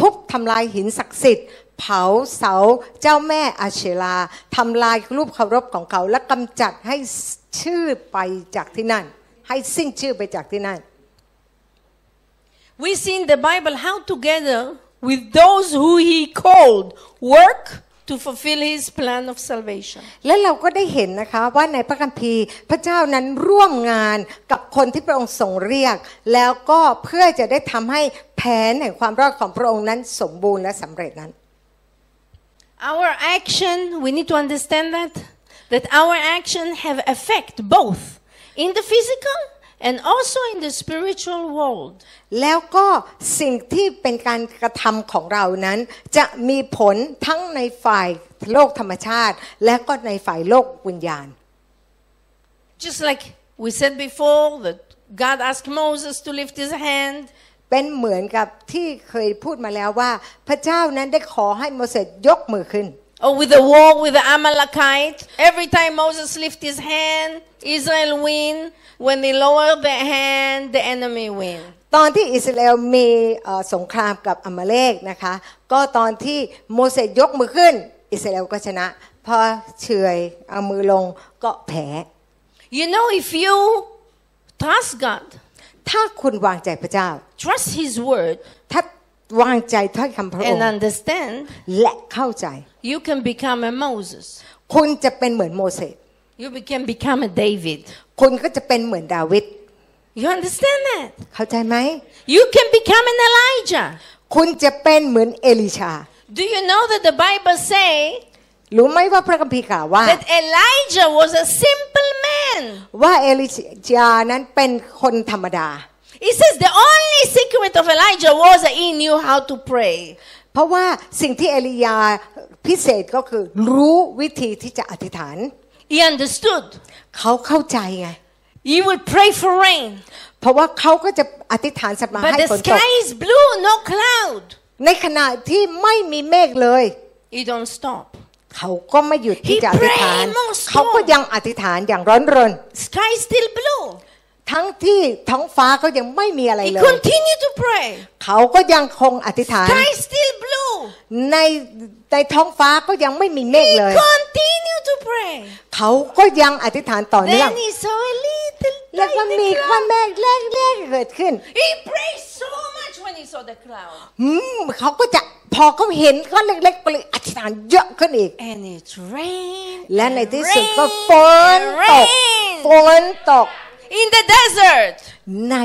Speaker 1: ทุบทำลายหินศักดิ์สิทธิ์ เผาเสาเจ้าแม่อาเชลาทำลายรูปเคารพของเขา และกำจัดให้ชื่อไปจากที่นั่น ให้สิ้นชื่อไปจากที่นั่น
Speaker 3: We see in the Bible how together with those who he called work to fulfill his plan of salvation.
Speaker 1: และเราก็ได้เห็นนะคะว่าในพระคัมภีร์พระเจ้านั้นร่วมงานกับคนที่พระองค์ทรงเรียก แล้วก็เพื่อจะได้ทำให้แผนแห่งความรอดของพระองค์นั้นสมบูรณ์และสำเร็จนั้น
Speaker 3: Our action, we need to understand that that our action have effect both in the physical and also in the spiritual world.
Speaker 1: แล้วก็สิ่งที่เป็นการกระทำของเรานั้น จะมีผลทั้งในฝ่ายโลกธรรมชาติ และก็ในฝ่ายโลกวิญญาณ
Speaker 3: Just like we said before that God asked Moses to lift his hand
Speaker 1: เป็นเหมือนกับที่เคยพูดมาแล้วว่า พระเจ้านั้นได้ขอให้โมเสสยกมือขึ้น
Speaker 3: or Oh, with the war with the Amalekite. Every time Moses lift his hand, Israel win. When they lower their hand, the enemy win.
Speaker 1: ตอนที่อิสราเอลมีเอ่อสงครามกับอามาเลกนะคะ ก็ตอนที่โมเสสยกมือขึ้น อิสราเอลก็ชนะ พอเฉอยเอามือลงก็แพ้
Speaker 3: You know, if you trust God,
Speaker 1: ถ้าคุณวางใจพระเจ้า
Speaker 3: trust His word,
Speaker 1: ถ้าวางใจถ้อยคำพระอง
Speaker 3: and
Speaker 1: ค์
Speaker 3: understand,
Speaker 1: และเข้าใจ
Speaker 3: you can become a Moses.
Speaker 1: คุณจะเป็นเหมือนโมเสส
Speaker 3: You be- can become a David.
Speaker 1: คุณก็จะเป็นเหมือนดาวิด
Speaker 3: You understand that?
Speaker 1: เข้าใจไหม
Speaker 3: You can become an Elijah.
Speaker 1: คุณจะเป็นเหมือนเอลิชา
Speaker 3: Do you know that the Bible say
Speaker 1: รู้ไหมว่าพระคัมภีร์กล่าวว่า
Speaker 3: that Elijah was a simple man?
Speaker 1: ว่าเอลิชานั้นเป็นคนธรรมดา
Speaker 3: He says the only secret of Elijah was that he knew how to pray.
Speaker 1: เพราะว่าสิ่งที่เอลียาพิเศษก็คือ รู้วิธีที่จะอธิษฐาน
Speaker 3: He understood.
Speaker 1: เขาเข้าใจไง
Speaker 3: He would pray for rain.
Speaker 1: เพราะว่าเขาก็จะอธิษฐานสัตว์มา
Speaker 3: But
Speaker 1: ให้ฝ
Speaker 3: the
Speaker 1: นตก
Speaker 3: sky is blue, no cloud.
Speaker 1: ในขณะที่ไม่มีเมฆเลย
Speaker 3: He don't stop.
Speaker 1: เขาก็ไม่หยุดที่
Speaker 3: He
Speaker 1: จะอธิษฐาน
Speaker 3: prayed more strong.
Speaker 1: เขาก็ยังอธิษฐานอย่างร้อนรน
Speaker 3: Sky is still blue.
Speaker 1: ทั้งที่ท้องฟ้าก็ยังไม่มีอะไร
Speaker 3: He
Speaker 1: เลย
Speaker 3: continue to pray.
Speaker 1: เขาก็ยังคงอธิษฐาน
Speaker 3: Sky is still blue.
Speaker 1: ในในท้องฟ้าก็ยังไม่มีเมฆ
Speaker 3: He
Speaker 1: เลย
Speaker 3: continue to pray.
Speaker 1: เขาก็ยังอธิษฐานต่อเนื่อง
Speaker 3: Then he saw a little
Speaker 1: แล้วก็
Speaker 3: tiny
Speaker 1: มีว่า
Speaker 3: cloud.
Speaker 1: เมฆแรกๆเกิดขึ้น
Speaker 3: He prayed so much when he saw the cloud.
Speaker 1: อืมเขาก็จะพอเขาเห็นก้อนเล็กๆไปเลยอธิษฐานเยอะขึ้นอีก
Speaker 3: And it rained.
Speaker 1: และใน
Speaker 3: and
Speaker 1: ที่สุด
Speaker 3: rained
Speaker 1: ก็ฝน
Speaker 3: and
Speaker 1: ตก
Speaker 3: rained.
Speaker 1: ฝนตก
Speaker 3: in the desert.
Speaker 1: ใน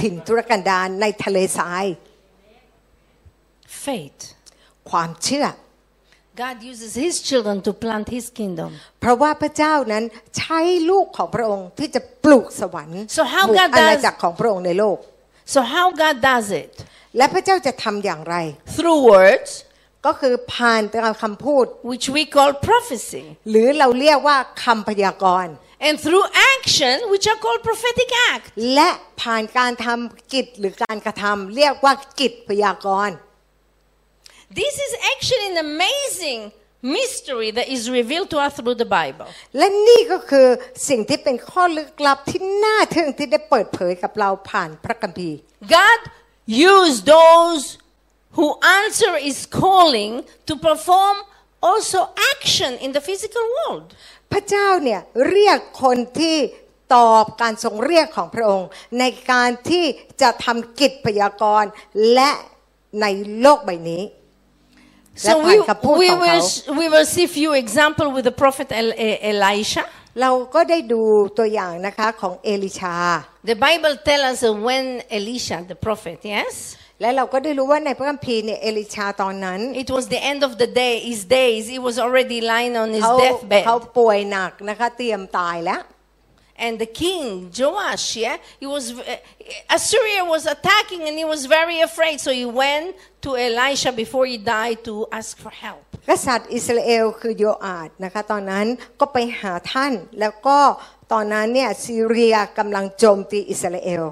Speaker 1: ถิ่นทุรกันดารในทะเลทราย
Speaker 3: Faith.
Speaker 1: ความเชื่อ
Speaker 3: God uses his children to plant his kingdom.
Speaker 1: เพราะว่าพระเจ้านั้นใช้ลูกของพระองค์ที่จะปลูกสวรรค์
Speaker 3: So how
Speaker 1: ปลูก
Speaker 3: God
Speaker 1: อาณา
Speaker 3: does-
Speaker 1: จักรของพระองค์ในโลก
Speaker 3: So how God does it?
Speaker 1: และพระเจ้าจะทำอย่างไร
Speaker 3: Through words,
Speaker 1: ก็คือผ่านการคำพูด
Speaker 3: which we call prophecy,
Speaker 1: หรือเราเรียกว่าคำพยากรณ์
Speaker 3: and through action, which are called prophetic act.
Speaker 1: และผ่านการทำกิจหรือการกระทำเรียกว่ากิจพยากรณ์
Speaker 3: This is actually an amazing mystery that is revealed to us through the Bible.
Speaker 1: และนี่ก็คือสิ่งที่เป็นข้อลึกลับที่น่าทึ่งที่ได้เปิดเผยกับเราผ่านพระคัมภีร์
Speaker 3: God used those who answer his calling to perform also action in the physical world.
Speaker 1: พระเจ้าเนี่ยเรียกคนที่ตอบการทรงเรียกของพระองค์ ในการที่จะทำกิจพยากรณ์และในโลกใบนี้ และ
Speaker 3: So
Speaker 1: ผ่าน
Speaker 3: we,
Speaker 1: คำพูด
Speaker 3: we
Speaker 1: ของเขา
Speaker 3: will, we will see few example with the prophet El- E- Elisha.
Speaker 1: เราก็ได้ดูตัวอย่างนะคะของเอลิชา
Speaker 3: The Bible tells us when Elisha, the prophet, yes?
Speaker 1: และเราก็ได้รู้ว่าในพระคัมภีร์เนี่ยเอลิชาตอนนั้น
Speaker 3: It was the end of the day, his days. He was already lying on his
Speaker 1: เขา
Speaker 3: deathbed.
Speaker 1: เขาป่วยหนัck นะคะเตรียมตายแล้ว
Speaker 3: And the king, Joash, yeah, he was, uh, Assyria was attacking and he was very afraid. So he went to Elisha before he died to ask for help.
Speaker 1: กษัตริย์อิสราเอลคือโยอาดนะคะตอนนั้นก็ไปหาท่าน แล้วก็ตอนนั้นเนี่ยซีเรียกำลังโจมตีอิสราเอล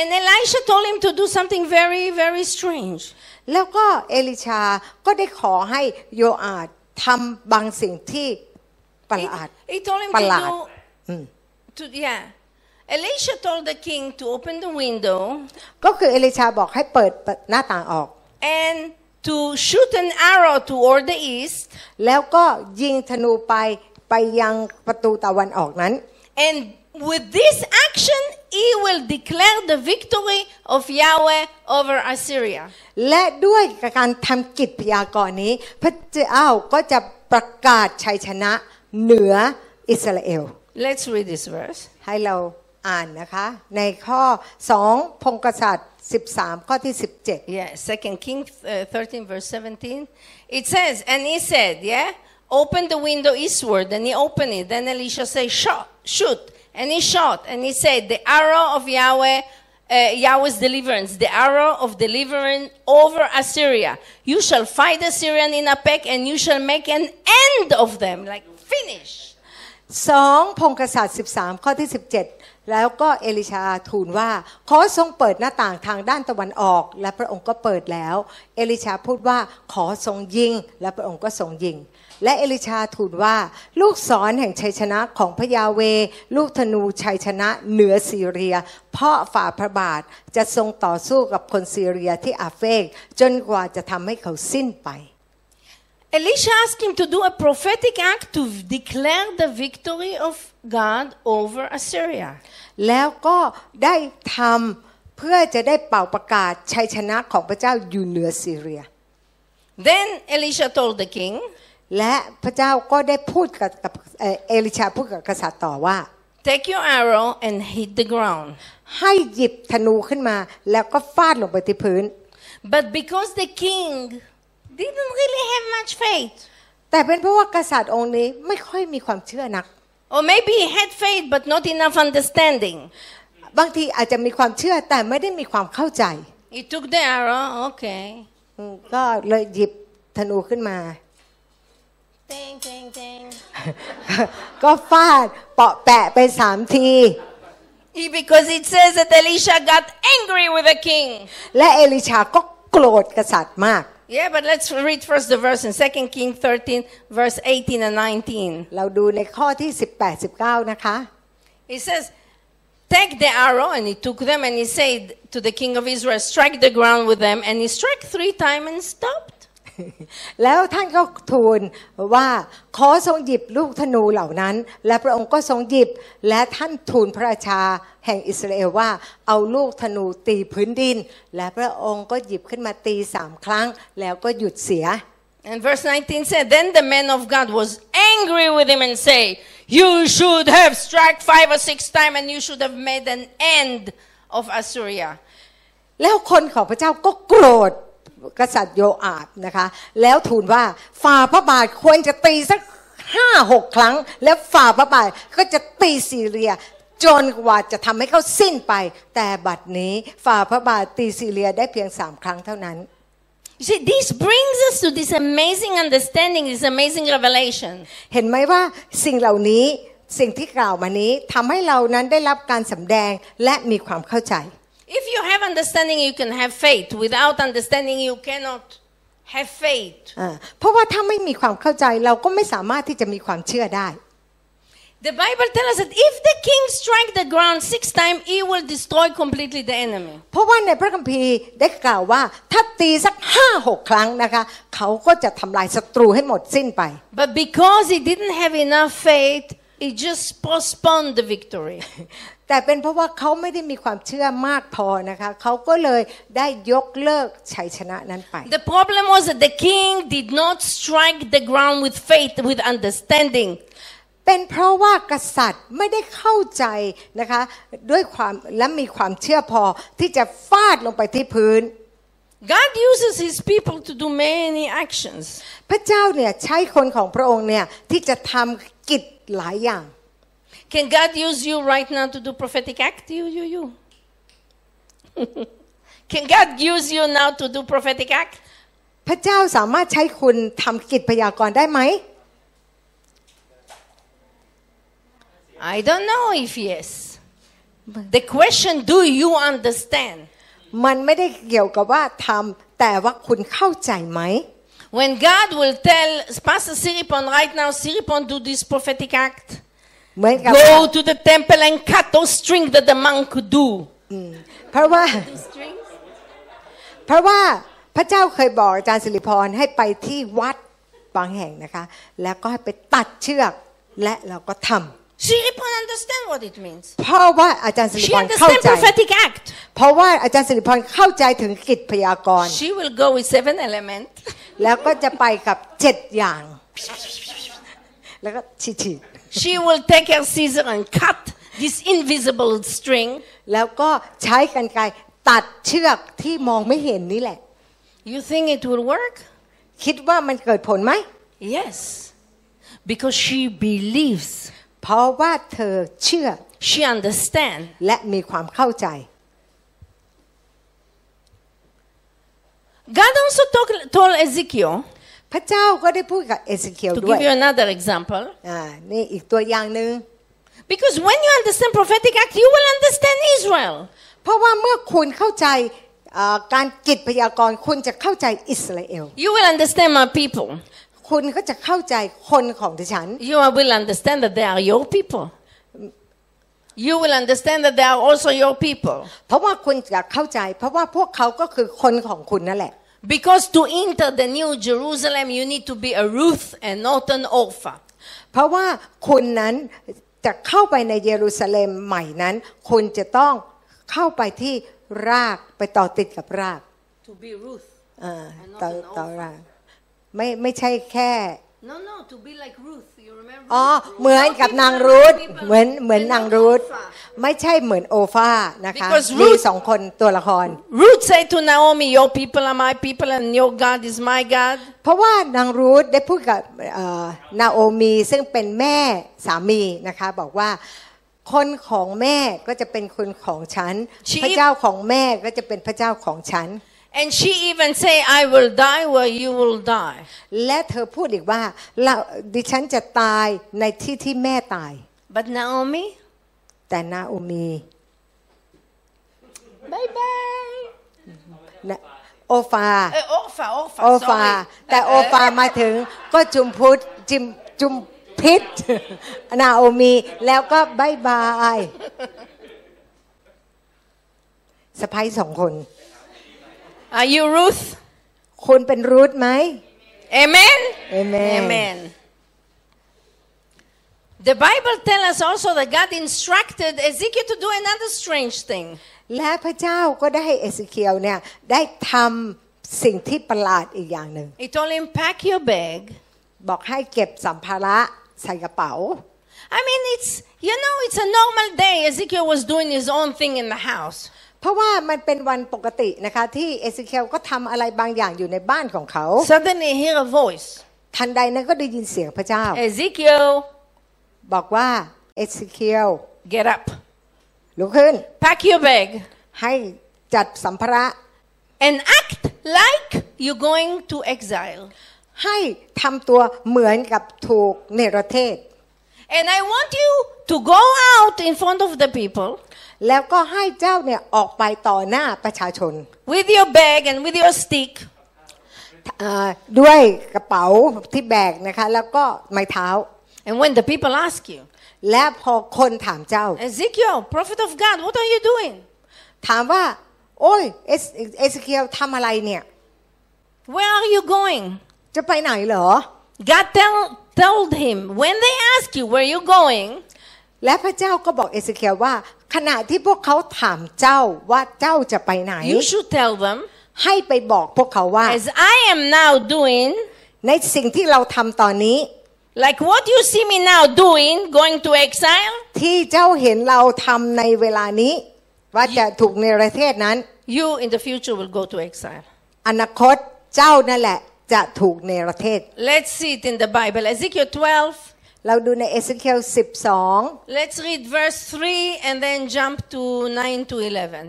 Speaker 3: And Elisha told him to do something very, very strange.
Speaker 1: แล้วก็เอลิชาก็ได้ขอให้โยอาดทำบางสิ่งที่ประหลาด
Speaker 3: He told him
Speaker 1: ประหลาด
Speaker 3: to do, to, yeah. Elisha told the king to open the window
Speaker 1: ก็คือเอลิชาบอกให้เปิดหน้าต่างออก
Speaker 3: and to shoot an arrow toward the east
Speaker 1: แล้วก็ยิงธนูไปไปยังประตูตะวันออกนั้น
Speaker 3: And with this action, he will declare the victory of Yahweh over Assyria.
Speaker 1: และด้วยการทำกิจพยากรณ์นี้ พระเจ้าก็จะประกาศชัยชนะเหนืออิสราเอล
Speaker 3: Let's read this verse.
Speaker 1: ให้เราอ่านนะคะ ในข้อ 2 พงกษัตริย์ 13 ข้อที่ 17
Speaker 3: Yeah, Second King uh, 13, verse 17. It says, and he said, yeah, open the window eastward, and he opened it. Then Elisha said, shot, shoot, and he shot, and he said, the arrow of Yahweh. Uh, Yahweh's deliverance, the arrow of deliverance over Assyria. You shall fight Assyrian in Apek and you shall make an end of them. Like, finish.
Speaker 1: 2 พงกษัตริย์ 13 ข้อที่ 17 แล้วก็เอลิชาทูลว่า ขอทรงเปิดหน้าต่างทางด้านตะวันออก และพระองค์ก็เปิดแล้ว เอลิชาพูดว่าขอทรงยิง และพระองค์ก็ทรงยิง และเอลิชาทูลว่า ลูกศรแห่งชัยชนะของพระยาเว ลูกธนูชัยชนะเหนือซีเรีย เพราะฝ่าพระบาทจะทรงต่อสู้กับคนซีเรียที่อาเฟกจนกว่าจะทำให้เขาสิ้นไป
Speaker 3: Elisha asked him to do a prophetic act to declare the victory of God over Assyria.
Speaker 1: แล้วก็ได้ทำเพื่อจะได้เป่าประกาศชัยชนะของพระเจ้าอยู่เหนือซีเรีย
Speaker 3: Then Elisha told the king,
Speaker 1: และพระเจ้าก็ได้พูดกับกับเอ่อเอลิชาพูดกับกษัตริย์ต่อว่า
Speaker 3: Take your arrow and hit the ground.
Speaker 1: ให้หยิบธนูขึ้นมา แล้วก็ฟาดลงไปที่พื้น
Speaker 3: But because the king didn't really have much faith,
Speaker 1: แต่เป็นเพราะว่ากษัตริย์องค์นี้ไม่ค่อยมีความเชื่อนัก
Speaker 3: or maybe he had faith but not enough understanding,
Speaker 1: บางทีอาจจะมีความเชื่อแต่ไม่ได้มีความเข้าใจ
Speaker 3: he took the arrow, okay,
Speaker 1: อืมก็เลยหยิบธนูขึ้นมา
Speaker 3: ding, ding, ding.
Speaker 1: ก็ฟาดเปาะแปะไปสามที
Speaker 3: He, because it says that Elisha got angry with the king.
Speaker 1: และเอลิชาก็โกรธกษัตริย์มาก
Speaker 3: Yeah, but let's read first the verse in 2 King 13, verse 18 and 19.
Speaker 1: เราดูในข้อที่ 18 19 นะคะ
Speaker 3: He says, Take the arrow, and he took them, and he said to the king of Israel, Strike the ground with them. And he struck three times and stopped.
Speaker 1: แล้วท่านก็ทูลว่าขอทรงหยิบลูกธนูเหล่านั้น และพระองค์ก็ทรงหยิบ และท่านทูลพระราชาแห่งอิสราเอลว่า เอาลูกธนูตีพื้นดิน และพระองค์ก็หยิบขึ้นมาตีสามครั้ง แล้วก็หยุดเสีย
Speaker 3: And verse 19 said, Then the man of God was angry with him and said, You should have struck five or six times, and you should have made an end of Assyria.
Speaker 1: แล้วคนของพระเจ้าก็โกรธกษัตริย์โยอาบนะคะ แล้วทูลว่าฝ่าพระบาทควรจะตีสักห้าหกครั้ง แล้วฝ่าพระบาทก็จะตีซีเรีย จนกว่าจะทำให้เขาสิ้นไป แต่บัดนี้ฝ่าพระบาทตีซีเรียได้เพียงสามครั้งเท่านั้น
Speaker 3: You see, this brings us to this amazing understanding, this amazing revelation.
Speaker 1: เห็นไหมว่าสิ่งเหล่านี้สิ่งที่กล่าวมานี้ทำให้เรานั้นได้รับการสำแดงและมีความเข้าใจ
Speaker 3: If you have understanding, you can have faith. Without understanding, you cannot have faith.
Speaker 1: อ่าเพราะว่าถ้าไม่มีความเข้าใจเราก็ไม่สามารถที่จะมีความเชื่อได้
Speaker 3: The Bible tells us that if the king strike the ground six times, he will destroy completely the enemy.
Speaker 1: เพราะว่าในพระคัมภีร์ได้กล่าวว่าถ้าตีสักห้าหกครั้งนะคะ เขาก็จะทำลายศัตรูให้หมดสิ้นไป
Speaker 3: But because he didn't have enough faith, he just postponed the victory.
Speaker 1: แต่เป็นเพราะว่าเขาไม่ได้มีความเชื่อมากพอนะคะ เขาก็เลยได้ยกเลิกชัยชนะนั้นไป
Speaker 3: the problem was that the king did not strike the ground with faith, with understanding.
Speaker 1: เป็นเพราะว่ากษัตริย์ไม่ได้เข้าใจนะคะ ด้วยความและมีความเชื่อพอที่จะฟาดลงไปที่พื้น
Speaker 3: God uses his people to do many actions.
Speaker 1: พระเจ้าเนี่ยใช้คนของพระองค์เนี่ยที่จะทำกิจหลายอย่าง
Speaker 3: Can God use you right now to do prophetic act? You, you, you. Can God use you now to do prophetic act?
Speaker 1: พระเจ้าสามารถใช้คุณทำกิจพยากรณ์ได้ไหม
Speaker 3: I don't know if yes. The question, do you understand?
Speaker 1: มันไม่ได้เกี่ยวกับว่าทำแต่ว่าคุณเข้าใจไหม
Speaker 3: When God will tell Pastor Siripon right now, Siripon, do this prophetic act.
Speaker 1: เหมือนกับ
Speaker 3: Go to the temple and cut those strings that the monk could do.
Speaker 1: เพราะว่า
Speaker 3: Strings?
Speaker 1: เพราะว่าพระเจ้าเคยบอกอาจารย์สิริพรให้ไปที่วัดบางแห่งนะคะ แล้วก็ให้ไปตัดเชือกและเราก็ทำ
Speaker 3: Siripon understand what it means.
Speaker 1: เพราะว่าอาจารย์สิริ
Speaker 3: She
Speaker 1: พรเข้า
Speaker 3: understand
Speaker 1: ใจ
Speaker 3: prophetic act.
Speaker 1: เพราะว่าอาจารย์สิริพรเข้าใจถึงกิจพยากรณ์
Speaker 3: She will go with seven element.
Speaker 1: แล้วก็จะไปกับเจ็ดอย่าง แล้วก็ฉีด
Speaker 3: She will take her scissor and cut this invisible string.
Speaker 1: ๆแล้วก็ใช้กันไกรตัดเชือกที่มองไม่เห็นนี่แหละ
Speaker 3: You think it will work?
Speaker 1: คิดว่ามันเกิดผลไหม
Speaker 3: Yes. Because she believes.
Speaker 1: เพราะว่าเธอเชื่อ
Speaker 3: She understand.
Speaker 1: และมีความเข้าใจ
Speaker 3: God also talk, told Ezekiel
Speaker 1: พระเจ้าก็ได้พูดกับเอสเคียว
Speaker 3: to
Speaker 1: ด้วย
Speaker 3: give you another example.
Speaker 1: อ่านี่อีกตัวอย่างหนึ่ง
Speaker 3: Because when you understand prophetic act, you will understand Israel.
Speaker 1: เพราะว่าเมื่อคุณเข้าใจเอ่อการกิจพยากรณ์คุณจะเข้าใจอิสราเอล
Speaker 3: You will understand my people.
Speaker 1: คุณก็จะเข้าใจคนของดิฉัน
Speaker 3: You will understand that they are your people. You will understand that they are also your people.
Speaker 1: เพราะว่าคุณจะเข้าใจ เพราะว่าพวกเขาก็คือคนของคุณนั่นแหละ
Speaker 3: Because to enter the new Jerusalem, you need to be a Ruth and not an Orpha.
Speaker 1: เพราะว่าคุณนั้นจะเข้าไปในเยรูซาเล็มใหม่นั้น คุณจะต้องเข้าไปที่รากไปต่อติดกับราก
Speaker 3: To be Ruth.
Speaker 1: เอ่อต่อต่อรากไม่ไม่ใช่แค่
Speaker 3: No, no, to be like Ruth. You remember?
Speaker 1: อ๋อเหมือนกับนางรูทเหมือนเหมือนนางรูทไม่ใช่เหมือนโอฟานะคะ
Speaker 3: Because
Speaker 1: มี
Speaker 3: Ruth-
Speaker 1: สองคนตัวละคร
Speaker 3: Ruth said to Naomi, Your people are my people, and your God is my God.
Speaker 1: เพราะว่านางรูทได้พูดกับเอ่อนาโอมีซึ่งเป็นแม่สามีนะคะ บอกว่าคนของแม่ก็จะเป็นคนของฉัน
Speaker 3: She-
Speaker 1: พระเจ้าของแม่ก็จะเป็นพระเจ้าของฉัน
Speaker 3: And she even said, I will die where you will die.
Speaker 1: และเธอพูดอีกว่าเราดิฉันจะตายในที่ที่แม่ตาย
Speaker 3: But Naomi,
Speaker 1: แต่นาโอมี
Speaker 3: bye bye.
Speaker 1: นะโอฟา
Speaker 3: Uh, Orpha, Orpha.
Speaker 1: โอฟา
Speaker 3: sorry. Uh,
Speaker 1: แต่โอฟามาถึงก็จุมพุทธจิมจุมพิษ นาโอมี แล้วก็บายบายสะพ้ยสองคน
Speaker 3: Are you Ruth?
Speaker 1: คุณเป็นรูทไหม
Speaker 3: Amen?
Speaker 1: Amen.
Speaker 3: Amen. The Bible tells us also that God instructed Ezekiel to do another strange thing.
Speaker 1: และพระเจ้าก็ได้ให้เอสเคียวเนี่ย ได้ทำสิ่งที่ประหลาดอีกอย่างหนึ่ง
Speaker 3: He told him, Pack your bag.
Speaker 1: บอกให้เก็บสัมภาระใส่กระเป๋า
Speaker 3: I mean, it's, you know, it's a normal day. Ezekiel was doing his own thing in the house.
Speaker 1: เพราะว่ามันเป็นวันปกตินะคะ ที่เอสเคียวก็ทำอะไรบางอย่างอยู่ในบ้านของเขา
Speaker 3: Oh. Suddenly, he hear a voice
Speaker 1: ทันใดนั้นก็ได้ยินเสียงพระเจ้า
Speaker 3: Ezekiel,
Speaker 1: บอกว่าเอสเคียว
Speaker 3: get up.
Speaker 1: ลุกขึ้น
Speaker 3: Pack your bag.
Speaker 1: ให้จัดสัมภาระ
Speaker 3: and act like you're going to exile.
Speaker 1: ให้ทำตัวเหมือนกับถูกเนรเทศ
Speaker 3: And I want you to go out in front of the people
Speaker 1: แล้วก็ให้เจ้าเนี่ยออกไปต่อหน้าประชาชน
Speaker 3: with your bag and with your stick
Speaker 1: เอ่อด้วยกระเป๋าที่แบกนะคะ แล้วก็ไม้เท้า
Speaker 3: and when the people ask you,
Speaker 1: และพอคนถามเจ้า
Speaker 3: Ezekiel, prophet of God, what are you doing?
Speaker 1: ถามว่า โอ้ยเอสเอสเคียวทำอะไรเนี่ย
Speaker 3: Where are you going?
Speaker 1: จะไปไหนเหรอ
Speaker 3: God tell, told him, when they ask you where you're going,
Speaker 1: และพระเจ้าก็บอกเอสเคียวว่า ขณะที่พวกเขาถามเจ้าว่าเจ้าจะไปไหน
Speaker 3: you should tell them,
Speaker 1: ให้ไปบอกพวกเขาว่า
Speaker 3: as I am now doing,
Speaker 1: ในสิ่งที่เราทำตอนนี้
Speaker 3: like what you see me now doing, going to exile,
Speaker 1: ที่เจ้าเห็นเราทำในเวลานี้ ว่าจะถูกในประเทศนั้น
Speaker 3: you in the future will go to exile.
Speaker 1: อนาคตเจ้านั่นแหละจะถูกในประเทศ
Speaker 3: Let's see it in the Bible. Ezekiel 12.
Speaker 1: เราดูในเอเซเคียล12
Speaker 3: Let's read verse 3 and then jump to 9 to 11.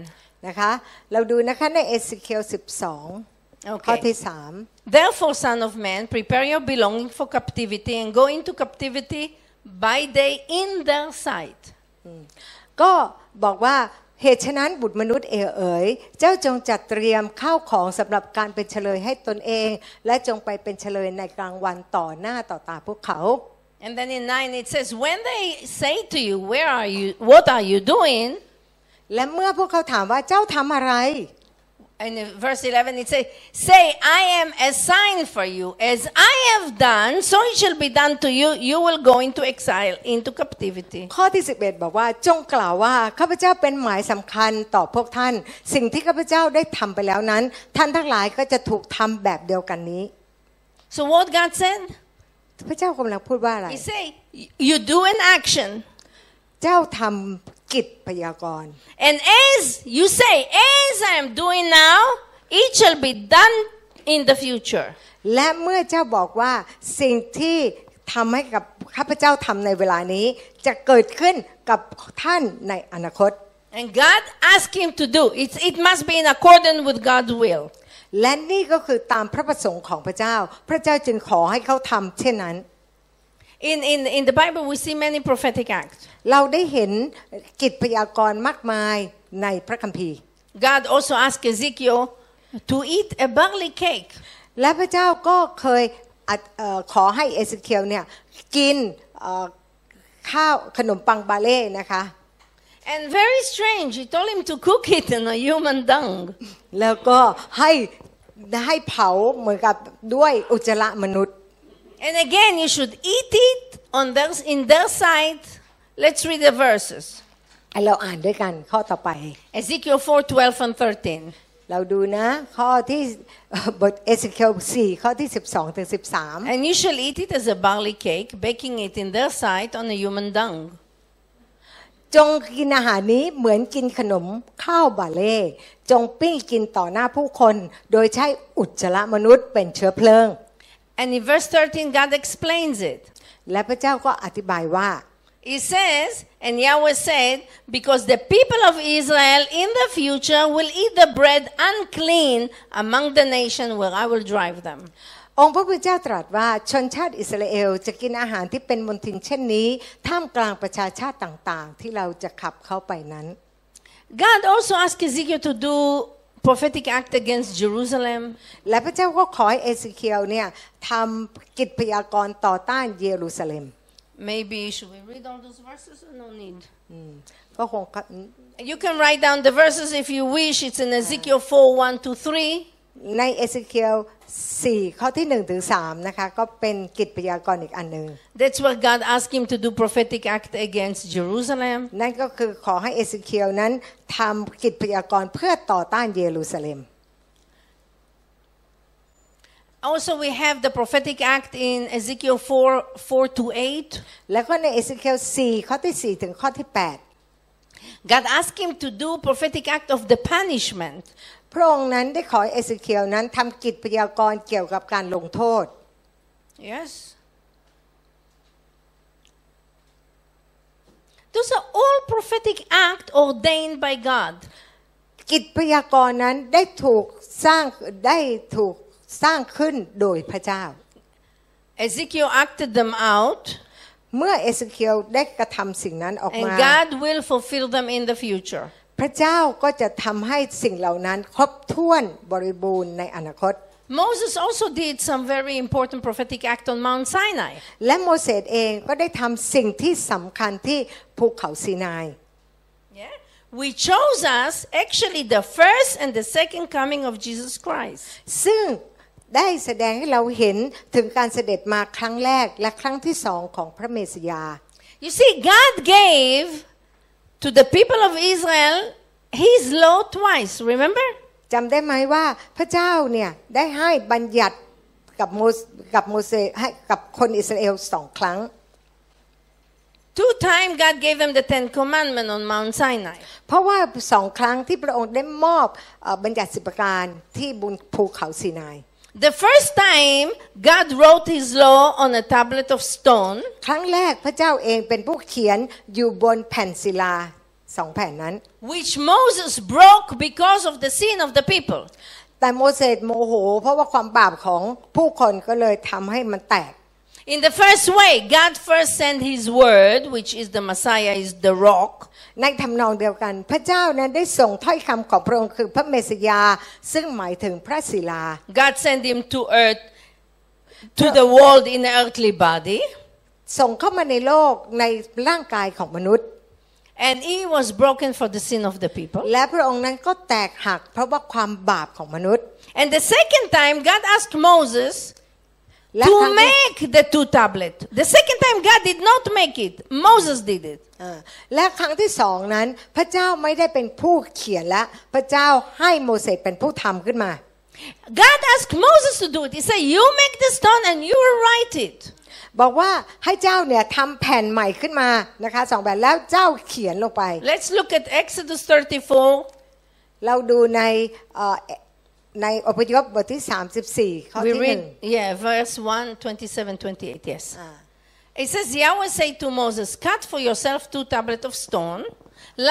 Speaker 1: นะคะ เราดูนะคะในเอเซเคียล12 ข้อ
Speaker 3: Okay.
Speaker 1: ที่
Speaker 3: Therefore, son of man, prepare your belonging for captivity and go into captivity by day in their sight.
Speaker 1: 3 ก็บอกว่าเหตุฉะนั้นบุตรมนุษย์เอ๋เอ๋ยเจ้าจงจัดเตรียมข้าวของสำหรับการเป็นเฉลยให้ตนเอง และจงไปเป็นเฉลยในกลางวันต่อหน้าต่อตาพวกเขา
Speaker 3: And then in 9 it says, When they say to you, Where are you? What are you doing?
Speaker 1: และเมื่อพวกเขาถามว่าเจ้าทำอะไร
Speaker 3: And in verse 11 it says, Say, I am a sign for you. As I have done, so it shall be done to you. You will go into exile, into captivity.
Speaker 1: ข้อที่ 11 บอกว่าจงกล่าวว่าข้าพเจ้าเป็นหมายสำคัญต่อพวกท่าน สิ่งที่ข้าพเจ้าได้ทำไปแล้วนั้น ท่านทั้งหลายก็จะถูกทำแบบเดียวกันนี้
Speaker 3: So, what God said?
Speaker 1: พระเจ้ากำลังพูดว่าอะไร
Speaker 3: He say, You do an action.
Speaker 1: เจ้าทำกิจพยากรณ์
Speaker 3: And as you say, as I am doing now, it shall be done in the future.
Speaker 1: และเมื่อเจ้าบอกว่าสิ่งที่ทำให้กับข้าพเจ้าทำในเวลานี้ จะเกิดขึ้นกับท่านในอนาคต
Speaker 3: And God asked him to do it. It must be in accordance with God's will.
Speaker 1: และนี่ก็คือตามพระประสงค์ของพระเจ้า พระเจ้าจึงขอให้เขาทำเช่นนั้น
Speaker 3: In, in, in the Bible, we see many prophetic acts.
Speaker 1: เราได้เห็นกิจพยากรณ์มากมายในพระคัมภีร์
Speaker 3: God also asked Ezekiel to eat a barley cake.
Speaker 1: และพระเจ้าก็เคยอัดเอ่อขอให้เอสเคียลเนี่ยกินเอ่อข้าวขนมปังบาเล่นะคะ
Speaker 3: And very strange, he told him to cook it in a human dung.
Speaker 1: แล้วก็ให้ให้เผาเหมือนกับด้วยอุจจาระมนุษย์
Speaker 3: And again, you should eat it on their, in their sight. Let's read the verses.
Speaker 1: เราอ่านด้วยกันข้อต่อไป
Speaker 3: Ezekiel 4 12 and 13.
Speaker 1: เราดูนะข้อที่ บทเอสเคียล4ข้อที่ 12ถึง13
Speaker 3: And you shall eat it as a barley cake, baking it in their sight on a human dung.
Speaker 1: จงกินอาหารนี้เหมือนกินขนมข้าวบาเล่ จงปิ้งกินต่อหน้าผู้คน โดยใช้อุจจาระมนุษย์เป็นเชื้อเพลิง
Speaker 3: And in verse 13, God explains it.
Speaker 1: และพระเจ้าก็อธิบายว่า
Speaker 3: He says, and Yahweh said, Because the people of Israel in the future will eat the bread unclean among the nation where I will drive them.
Speaker 1: องค์พระผู้เป็นเจ้าตรัสว่าชนชาติอิสราเอลจะกินอาหารที่เป็นมลทินเช่นนี้ ท่ามกลางประชาชาติต่างๆ ที่เราจะขับเข้าไปนั้น
Speaker 3: God also asked Ezekiel to do prophetic act against Jerusalem.
Speaker 1: และพระเจ้าก็ขอให้เอเสเคียลเนี่ยทำกิจพยากรณ์ต่อต้านเยรูซาเล็ม
Speaker 3: Maybe, should we read all those verses or no need?
Speaker 1: ก็คง
Speaker 3: You can write down the verses if you wish. It's in Ezekiel 4 1 to 3.
Speaker 1: ในเอเสเคียล4 ข้อที่1ถึง3นะคะก็เป็นกิจพยากรณ์อีกอันหนึ่ง
Speaker 3: That's where God asked him to do prophetic act against Jerusalem.
Speaker 1: นั่นก็คือขอให้เอเสเคียลนั้นทำกิจพยากรณ์เพื่อต่อต้านเยรูซาเล็ม
Speaker 3: Also, we have the prophetic act in Ezekiel 4 4 to 8.
Speaker 1: แล้วก็ในเอเสเคียล4 ข้อที่ 4 ถึงข้อที่ 8
Speaker 3: God asked him to do prophetic act of the punishment.
Speaker 1: พระองค์นั้นได้ขอให้เอเสเคียลนั้นทำกิจพยากรณ์เกี่ยวกับการลงโทษ
Speaker 3: Yes. Those are all prophetic act ordained by God.
Speaker 1: กิจพยากรณ์นั้นได้ถูกสร้างได้ถูกสร้างขึ้นโดยพระเจ้า
Speaker 3: Ezekiel acted them out,
Speaker 1: เมื่อเอเสเคียลได้กระทำสิ่งนั้นออก
Speaker 3: and
Speaker 1: มา
Speaker 3: God will fulfill them in the future.
Speaker 1: พระเจ้าก็จะทำให้สิ่งเหล่านั้นครบถ้วนบริบูรณ์ในอนาคต
Speaker 3: Moses also did some very important prophetic act on Mount Sinai.
Speaker 1: และโมเสสเองก็ได้ทำสิ่งที่สำคัญที่ภูเขาซีนาย
Speaker 3: Yeah. We chose us actually the first and the second coming of Jesus Christ.
Speaker 1: ซึ่งได้แสดงให้เราเห็นถึงการเสด็จมาครั้งแรกและครั้งที่สองของพระเมสยา
Speaker 3: You see, God gave to the people of Israel his law twice, remember?
Speaker 1: จำได้ไหมว่าพระเจ้าเนี่ยได้ให้บัญญัติกับโมสกับโมเสสให้กับคนอิสราเอลสองครั้ง
Speaker 3: Two times God gave them the Ten Commandments on Mount Sinai.
Speaker 1: เพราะว่าสองครั้งที่พระองค์ได้มอบเอ่อบัญญัติสิบประการที่บนภูเขาซีนาย
Speaker 3: The first time God wrote his law on a tablet of stone,
Speaker 1: ครั้งแรกพระเจ้าเองเป็นผู้เขียนอยู่บนแผ่นศิลาสองแผ่นนั้น
Speaker 3: which Moses broke because of the sin of the people.
Speaker 1: แต่โมเสสโมโห เพราะว่าความบาปของผู้คนก็เลยทำให้มันแตก
Speaker 3: In the first way, God first sent his word, which is the Messiah, is the rock.
Speaker 1: ในทำนองเดียวกัน พระเจ้านั้นได้ส่งถ้อยคำของพระองค์คือพระเมสสยา ซึ่งหมายถึงพระศิลา
Speaker 3: God sent him to earth, to the world in an earthly body.
Speaker 1: ส่งเข้ามาในโลกในร่างกายของมนุษย์
Speaker 3: And he was broken for the sin of the people.
Speaker 1: และพระองค์นั้นก็แตกหักเพราะว่าความบาปของมนุษย์
Speaker 3: And the second time, God asked Moses
Speaker 1: และครั้ง
Speaker 3: to
Speaker 1: ที่
Speaker 3: make the two tablets. The second time, God did not make it. Moses did it.
Speaker 1: เอ่อและครั้งที่สองนั้น พระเจ้าไม่ได้เป็นผู้เขียนและ พระเจ้าให้โมเสสเป็นผู้ทำขึ้นมา
Speaker 3: God asked Moses to do it. He said, You make the stone and you will write it.
Speaker 1: บอกว่าให้เจ้าเนี่ยทำแผ่นใหม่ขึ้นมานะคะสองแบบแล้วเจ้าเขียนลงไป
Speaker 3: Let's look at Exodus 34.
Speaker 1: เราดูในเอ่อในอพยพบทที่ 34 ข้อ
Speaker 3: We
Speaker 1: ที่หนึ่ง
Speaker 3: read, yeah, verse 1, 27, 28, yes. It says, Yahweh said to Moses, Cut for yourself two tablets of stone,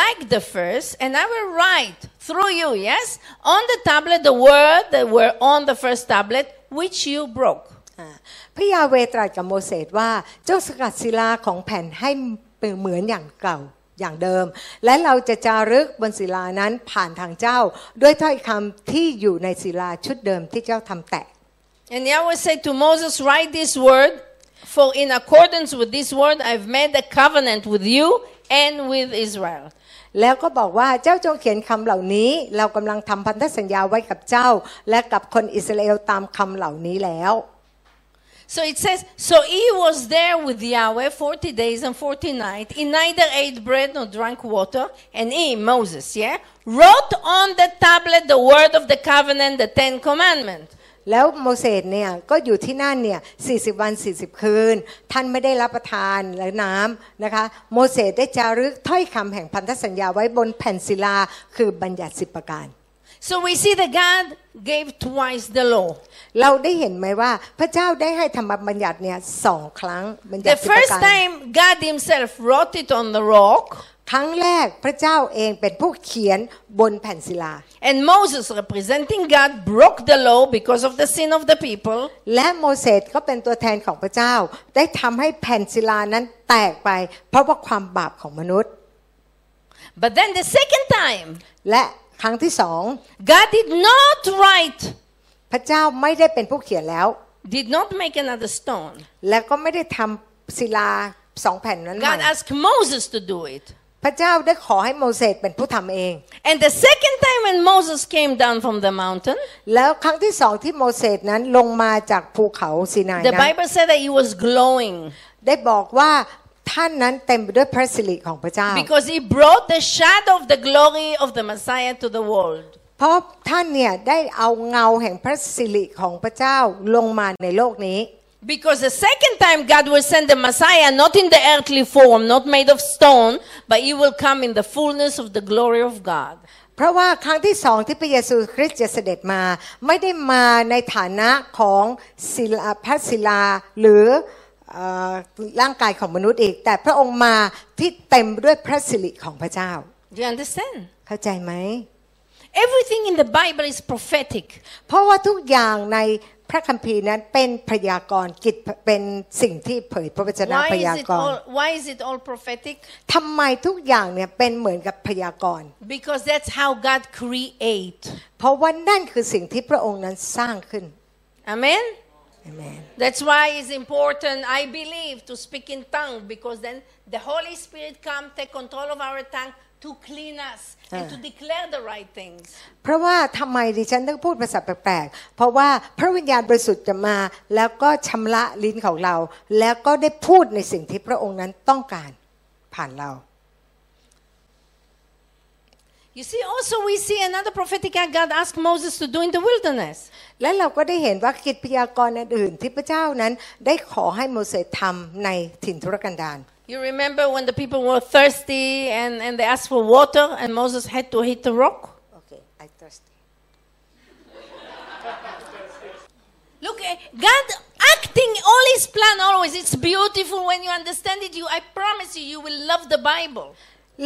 Speaker 3: like the first, and I will write through you, yes, on the tablet the word that were on the first tablet, which you broke.
Speaker 1: อ่าพระยาเวตรัสกับโมเสสว่าเจ้าสกัดศิลาของแผ่นให้เป็นเหมือนอย่างเก่าอย่างเดิม และเราจะจารึกบนศิลานั้นผ่านทางเจ้า ด้วยถ้อยคำที่อยู่ในศิลาชุดเดิมที่เจ้าทำแตะ
Speaker 3: And Yahweh said to Moses, Write this word, for in accordance with this word I've made a covenant with you and with Israel.
Speaker 1: แล้วก็บอกว่าเจ้าจงเขียนคำเหล่านี้ เรากำลังทำพันธสัญญาไว้กับเจ้า และกับคนอิสราเอลตามคำเหล่านี้แล้ว
Speaker 3: So it says, so he was there with Yahweh 40 days and 40 nights. He neither ate bread nor drank water. And he, Moses, yeah, wrote on the tablet the word of the covenant, the Ten Commandments.
Speaker 1: แล้วโมเสสเนี่ยก็อยู่ที่นั่นเนี่ย40 วัน 40 คืน ท่านไม่ได้รับประทานหรือน้ำนะคะ โมเสสได้จารึกถ้อยคำแห่งพันธสัญญาไว้บนแผ่นศิลา คือบัญญัติสิบประการ
Speaker 3: So we see that God gave twice the law.
Speaker 1: เราได้เห็นไหมว่าพระเจ้าได้ให้ธรรมบัญญัติเนี่ยสองครั้งบัญญั
Speaker 3: The
Speaker 1: ติสิบป
Speaker 3: first
Speaker 1: ระการ
Speaker 3: time, God himself wrote it on the rock.
Speaker 1: ครั้งแรกพระเจ้าเองเป็นผู้เขียนบนแผ่นศิลา
Speaker 3: And Moses, representing God, broke the law because of the sin of the people.
Speaker 1: และโมเสสก็เป็นตัวแทนของพระเจ้า ได้ทำให้แผ่นศิลานั้นแตกไป เพราะว่าความบาปของมนุษย์
Speaker 3: But then the second time,
Speaker 1: และครั้งที่สอง
Speaker 3: God did not write,
Speaker 1: พระเจ้าไม่ได้เป็นผู้เขียนแล้ว
Speaker 3: did not make another stone.
Speaker 1: และก็ไม่ได้ทำศิลาสองแผ่นนั้นใหม่
Speaker 3: God asked Moses to do it.
Speaker 1: พระเจ้าได้ขอให้โมเสสเป็นผู้ทำเอง
Speaker 3: And the second time when Moses came down from the mountain,
Speaker 1: แล้วครั้งที่สองที่โมเสสนั้นลงมาจากภูเขาซีนาย
Speaker 3: the
Speaker 1: นั้น
Speaker 3: Bible said that he was glowing
Speaker 1: ได้บอกว่าท่านนั้นเต็มไปด้วยพระสิริของพระเจ้า
Speaker 3: because he brought the shadow of the glory of the Messiah to the world.
Speaker 1: เพราะท่านเนี่ยได้เอาเงาแห่งพระสิริของพระเจ้าลงมาในโลกนี้
Speaker 3: Because the second time God will send the Messiah not in the earthly form, not made of stone, but he will come in the fullness of the glory of God.
Speaker 1: เพราะว่าครั้งที่สองที่พระเยซูคริสต์จะเสด็จมา ไม่ได้มาในฐานะของศิลาพระศิลาหรือเอ่อร่างกายของมนุษย์อีก แต่พระองค์มาที่เต็มด้วยพระสิริของพระเจ้า
Speaker 3: Do you understand?
Speaker 1: เข้าใจไหม
Speaker 3: Everything in the Bible is prophetic.
Speaker 1: เพราะว่าทุกอย่างในพระคัมภีร์นั้นเป็นพยากรณ์กิจเป็นสิ่งที่เผยพระวจนะ
Speaker 3: Why
Speaker 1: พ
Speaker 3: is
Speaker 1: ยา
Speaker 3: it
Speaker 1: กรณ์
Speaker 3: all why is it all prophetic?
Speaker 1: ทำไมทุกอย่างเนี่ยเป็นเหมือนกับพยากรณ์
Speaker 3: Because that's how God create.
Speaker 1: เพราะว่านั่นคือสิ่งที่พระองค์นั้นสร้างขึ้น
Speaker 3: Amen.
Speaker 1: อาเมน
Speaker 3: That's why it's important, I believe, to speak in tongue because then the Holy Spirit come take control of our tongue to clean us and to declare the right things.
Speaker 1: เพราะว่าทำไมดิฉันต้องพูดภาษาแปลกๆ เพราะว่าพระวิญญาณบริสุทธิ์จะมา แล้วก็ชำระลิ้นของเรา แล้วก็ได้พูดในสิ่งที่พระองค์นั้นต้องการผ่านเรา
Speaker 3: You see, also we see another prophetic act God asked Moses to do in the wilderness.
Speaker 1: และเราก็ได้เห็นว่ากิจพยากรณ์อนอื่นที่พระเจ้านั้นได้ขอให้โมเสสทำในถิ่นทุรกันดาร
Speaker 3: You remember when the people were thirsty and, and they asked for water and Moses had to hit the rock?
Speaker 1: โอเค I thirsty
Speaker 3: Look, eh, God acting all his plan always. It's beautiful when you understand it. You, I promise you, you will love the Bible.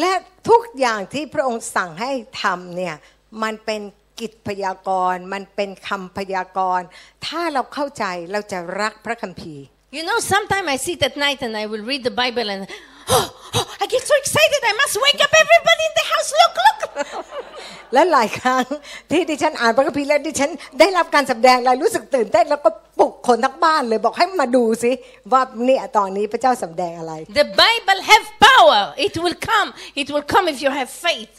Speaker 1: และทุกอย่างที่พระองค์สั่งให้ทำเนี่ยมันเป็นกิจพยากรณ์มันเป็นคำพยากรณ์ ถ้าเราเข้าใจเราจะรักพระคัมภีร์
Speaker 3: You know, sometimes I sit at night and I will read the Bible and oh, oh, I get so excited. I must wake up everybody in the house. Look, look.
Speaker 1: และหลายครั้งที่ดิฉันอ่านพระคัมภีร์แล้วดิฉันได้รับการสำแดงอะไรรู้สึกตื่นเต้นแล้วก็ปลุกคนทั้งบ้านเลยบอกให้มาดูสิว่าเนี่ยตอนนี้พระเจ้าสำแดงอะไร
Speaker 3: The Bible have power. It will come. It will come if you have faith.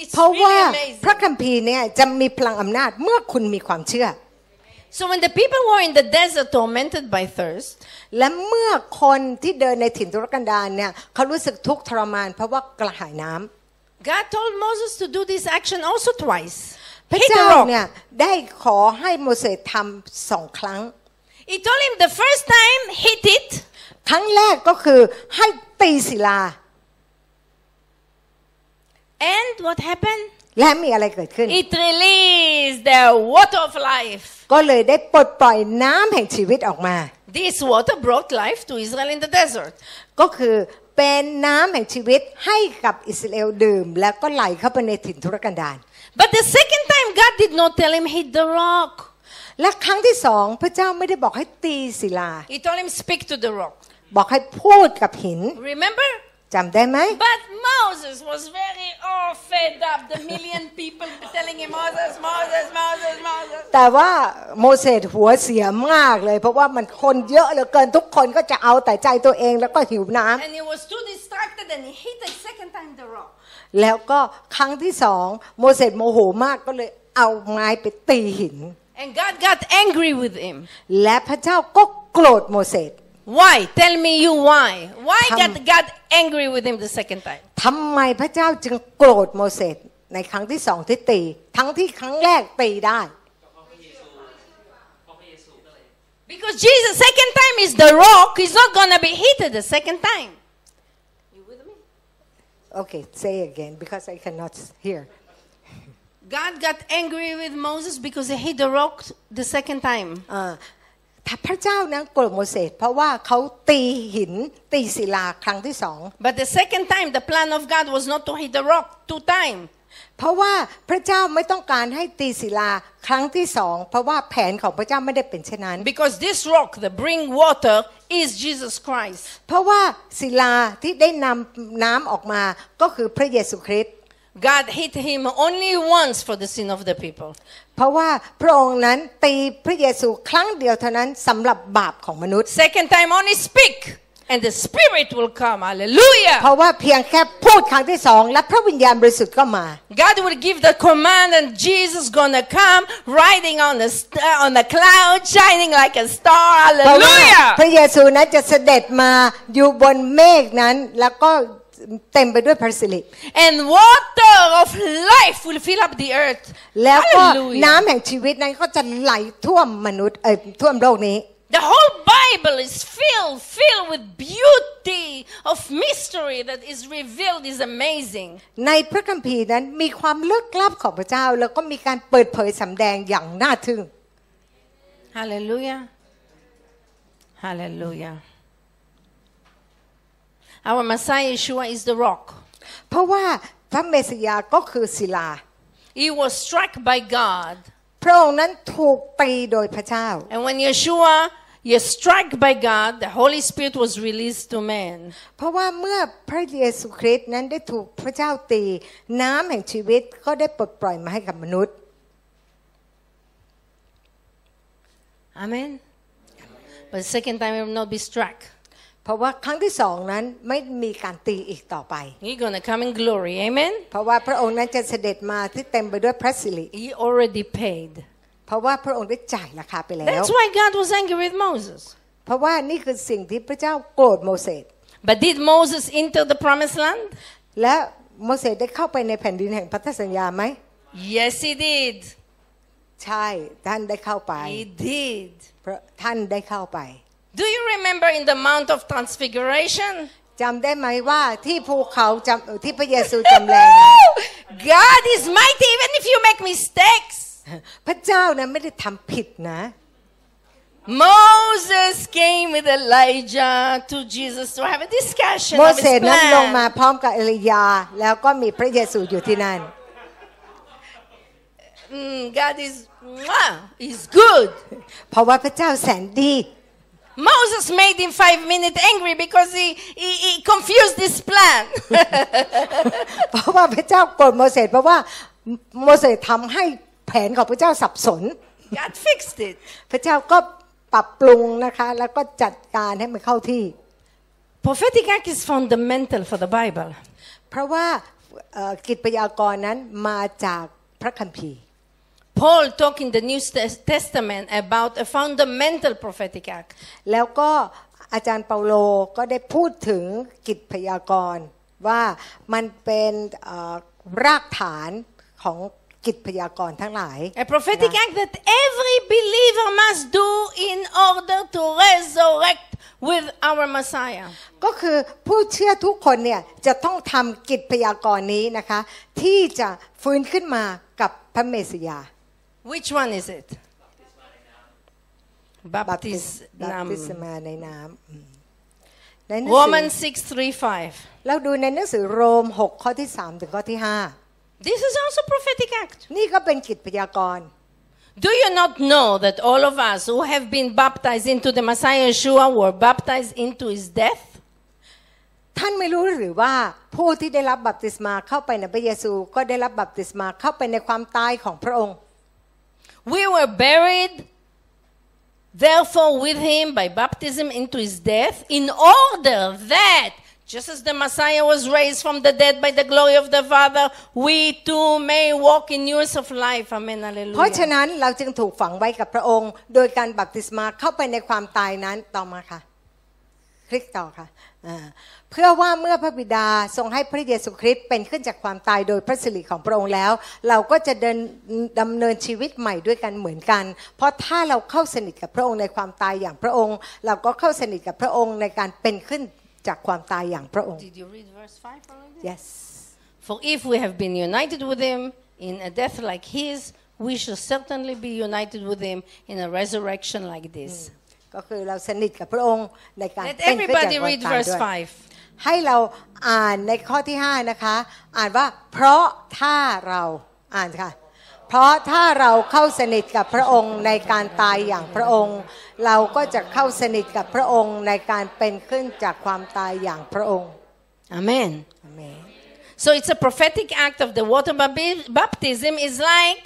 Speaker 3: It's
Speaker 1: เพราะว่า
Speaker 3: really amazing.
Speaker 1: พระคัมภีร์เนี่ยจะมีพลังอำนาจเมื่อคุณมีความเชื่อ
Speaker 3: So when the people were in the desert tormented by thirst,
Speaker 1: และเมื่อคนที่เดินในถิ่นทุรกันดารเนี่ยเขารู้สึกทุกข์ทรมาน เพราะว่ากระหายน้ำ
Speaker 3: God told Moses to do this action also twice.
Speaker 1: พระ
Speaker 3: Hit the
Speaker 1: เจ้า
Speaker 3: rock.
Speaker 1: เนี่ยได้ขอให้โมเสสทำสองครั้ง
Speaker 3: He told him the first time, hit it.
Speaker 1: ครั้งแรกก็คือให้ตีศิลา
Speaker 3: And what happened?
Speaker 1: และมีอะไรเกิดขึ้น
Speaker 3: It released the water of life.
Speaker 1: ก็เลยได้ปลดปล่อยน้ำแห่งชีวิตออกมา
Speaker 3: This water brought life to Israel in the desert.
Speaker 1: ก็คือเป็นน้ำแห่งชีวิตให้กับอิสราเอลดื่ม แล้วก็ไหลเข้าไปในถิ่นทุรกันดาร
Speaker 3: But the second time, God did not tell him, hit the rock.
Speaker 1: และครั้งที่สองพระเจ้าไม่ได้บอกให้ตีศิลา
Speaker 3: He told him, speak to the rock.
Speaker 1: บอกให้พูดกับหิน
Speaker 3: Remember?
Speaker 1: จำได้ไหม
Speaker 3: But Moses was very all fed up. The million people telling him, Moses, Moses, Moses, Moses.
Speaker 1: แต่ว่าโมเสสหัวเสียมากเลย เพราะว่ามันคนเยอะเหลือเกินทุกคนก็จะเอาแต่ใจตัวเองแล้วก็หิวน้ำ
Speaker 3: And he was too distracted and he hit the second time the rock.
Speaker 1: แล้วก็ครั้งที่สองโมเสสโมโหมากก็เลยเอาไม้ไปตีหิน
Speaker 3: And God got angry with him.
Speaker 1: และพระเจ้าก็โกรธโมเสส
Speaker 3: Why? Tell me you why. Why
Speaker 1: Come.
Speaker 3: God got angry with him the second time?
Speaker 1: ทำไมพระเจ้าจึงโกรธโมเสสในครั้งที่สองที่ตี ทั้งที่ครั้งแรกตีได้
Speaker 3: Because Jesus, second time is the rock. He's not going to be hit the second time. You with me?
Speaker 1: โอเค say again because I cannot hear
Speaker 3: God got angry with Moses because he hit the rock the second time.
Speaker 1: อ่าถ้าพระเจ้านั้นโกรธโมเสสเพราะว่าเขาตีหินตีศิลาครั้งที่สอง
Speaker 3: But the second time, the plan of God was not to hit the rock two times.
Speaker 1: เพราะว่าพระเจ้าไม่ต้องการให้ตีศิลาครั้งที่สองเพราะว่าแผนของพระเจ้าไม่ได้เป็นเช่นนั้น
Speaker 3: Because this rock that bring water is Jesus Christ.
Speaker 1: เพราะว่าศิลาที่ได้นำน้ำออกมาก็คือพระเยซูคริสต์
Speaker 3: God hit him only once for the sin of the people.
Speaker 1: เพราะว่าพระองค์นั้นตีพระเยซูครั้งเดียวเท่านั้นสำหรับบาปของมนุษย์
Speaker 3: Second time only speak and the spirit will come. Hallelujah.
Speaker 1: เพราะว่าเพียงแค่พูดครั้งที่สองและพระวิญญาณบริสุทธิ์ก็มา
Speaker 3: God will give the command and Jesus gonna come riding on the st- uh, on the cloud shining like a star.
Speaker 1: เพราะว่า
Speaker 3: Hallelujah.
Speaker 1: พระเยซูนั้นจะเสด็จมาอยู่บนเมฆนั้นแล้วก็เต็มไปด้วยพระสิริ
Speaker 3: And water of life will fill up the earth.
Speaker 1: แล้วก็
Speaker 3: Hallelujah.
Speaker 1: น้ำแห่งชีวิตนั้นก็จะไหลท่วมมนุษย์เอ่อท่วมโลกนี้
Speaker 3: The whole Bible is filled, filled with beauty of mystery that is revealed is amazing.
Speaker 1: ในพระคัมภีร์นั้นมีความลึกลับของพระเจ้า แล้วก็มีการเปิดเผยสำแดงอย่างน่าทึ่ง
Speaker 3: Hallelujah. Hallelujah. Our Messiah Yeshua is the rock.
Speaker 1: เพราะว่าพระเมสสยาก็คือศิลา
Speaker 3: He was struck by God.
Speaker 1: พระองค์นั้นถูกตีโดยพระเจ้า
Speaker 3: And when Yeshua is struck by God, the Holy Spirit was released to man.
Speaker 1: เพราะว่าเมื่อพระเยซูคริสต์นั้นได้ถูกพระเจ้าตี น้ำแห่งชีวิตก็ได้ปลดปล่อยมาให้กับมนุษย์
Speaker 3: Amen. But second time he will not be struck.
Speaker 1: เพราะว่าครั้งที่สองนั้นไม่มีการตีอีกต่อไป
Speaker 3: He's gonna come in glory. Amen.
Speaker 1: เพราะว่าพระองค์นั้นจะเสด็จมาที่เต็มไปด้วยพระสิริ
Speaker 3: He already paid.
Speaker 1: เพราะว่าพระองค์ได้จ่ายราคาไปแล้ว
Speaker 3: That's why God was angry with Moses.
Speaker 1: เพราะว่านี่คือสิ่งที่พระเจ้าโกรธโมเสส
Speaker 3: But did Moses enter the promised land?
Speaker 1: และโมเสสได้เข้าไปในแผ่นดินแห่งพันธสัญญาไหม
Speaker 3: Yes, he did.
Speaker 1: ใช่ท่านได้เข้าไป
Speaker 3: He did.
Speaker 1: เพราะท่านได้เข้าไป
Speaker 3: Do you remember in the Mount of Transfiguration?
Speaker 1: จำได้ไหมว่าที่ภูเขาจำเอ่อที่พระเยซูจำแรง นั้น
Speaker 3: God is mighty even if you make mistakes.
Speaker 1: พระเจ้านะไม่ได้ทำผิดนะ
Speaker 3: Moses came with Elijah to Jesus to have a discussion
Speaker 1: โม
Speaker 3: of
Speaker 1: เส
Speaker 3: his
Speaker 1: สนั้นลงมา
Speaker 3: plan.
Speaker 1: พร้อมกับเอลียา แล้วก็มีพระเยซูอยู่ที่นั่น
Speaker 3: Mm, God is, mwah, is good.
Speaker 1: เพราะว่าพระเจ้าแสนดี
Speaker 3: Moses made him five minutes angry because he, he, he confused his plan.
Speaker 1: เพราะว่าพระเจ้าโกรธโมเสสเพราะว่าโมเสสทำให้แผนของพระเจ้าสับสน
Speaker 3: God fixed it.
Speaker 1: พระเจ้าก็ปรับปรุงนะคะ แล้วก็จัดการให้มันเข้าที่
Speaker 3: Prophetic act is fundamental for the Bible.
Speaker 1: เพราะว่าเอ่อกิจพยากรณ์นั้นมาจากพระคัมภีร์
Speaker 3: Paul talked in the New Tes- Testament about a fundamental prophetic act.
Speaker 1: แล้วก็อาจารย์เปาโลก็ได้พูดถึงกิจพยากรณ์ว่ามันเป็นเอ่อรากฐานของกิจพยากรณ์ทั้งหลาย
Speaker 3: A prophetic act that every believer must do in order to resurrect with our Messiah.
Speaker 1: ก็คือผู้เชื่อทุกคนเนี่ยจะต้องทำกิจพยากรณ์นี้นะคะ ที่จะฟื้นขึ้นมากับพระเมสสยา
Speaker 3: Which one is it?
Speaker 1: บัพติส
Speaker 3: Baptist
Speaker 1: บัพติศ
Speaker 3: Nam.
Speaker 1: มาในน้ำอืมในหนังสือ
Speaker 3: Romans 635.
Speaker 1: เราดูในหนังสือโรม 6 ข้อที่ 3 ถึงข้อที่
Speaker 3: This is also prophetic act.
Speaker 1: 5 นี่ก็เป็นกิจพยากรณ์
Speaker 3: Do you not know that all of us who have been baptized into the Messiah Yeshua were baptized into his death?
Speaker 1: ท่านไม่รู้หรือว่าผู้ที่ได้รับบัพติศมาเข้าไปในพระเยซู ก็ได้รับบัพติศมาเข้าไปในความตายของพระองค์
Speaker 3: We were buried, therefore, with him by baptism into his death, in order that, just as the Messiah was raised from the dead by the glory of the Father, we too may walk in newness of life. Amen.
Speaker 1: เพราะฉะ
Speaker 3: Hallelujah.
Speaker 1: นั้นเราจึงถูกฝังไว้กับพระองค์ โดยการบัพติศมาเข้าไปในความตายนั้นต่อมาค่ะ คลิกต่อค่ะอ่าเพื่อว่าเมื่อพระบิดาทรงให้พระเยซูคริสต์เป็นขึ้นจากความตายโดยพระสิริของพระองค์แล้ว เราก็จะเดินดำเนินชีวิตใหม่ด้วยกันเหมือนกัน เพราะถ้าเราเข้าสนิทกับพระองค์ในความตายอย่างพระองค์ เราก็เข้าสนิทกับพระองค์ในการเป็นขึ้นจากความตายอย่างพระองค์
Speaker 3: Did you read verse 5 already?
Speaker 1: yes
Speaker 3: For if we have been united with him in a death like his, we shall certainly be united with him in a resurrection like this.
Speaker 1: ก็คือเราสนิทกับพระองค์ในการ
Speaker 3: Let
Speaker 1: เป็นขึ้นจากค
Speaker 3: everybody
Speaker 1: วาม
Speaker 3: read
Speaker 1: ตาย
Speaker 3: verse
Speaker 1: ด้วย
Speaker 3: 5.
Speaker 1: ให้เราอ่านในข้อที่ 5 นะคะ อ่านว่าเพราะถ้าเราอ่านค่ะ เพราะถ้าเราเข้าสนิทกับพระองค์ในการตายอย่างพระองค์ เราก็จะเข้าสนิทกับพระองค์ในการเป็นขึ้นจากความตายอย่างพระองค์
Speaker 3: Amen.
Speaker 1: อาเมน
Speaker 3: So it's a prophetic act of the water bapti- baptism is like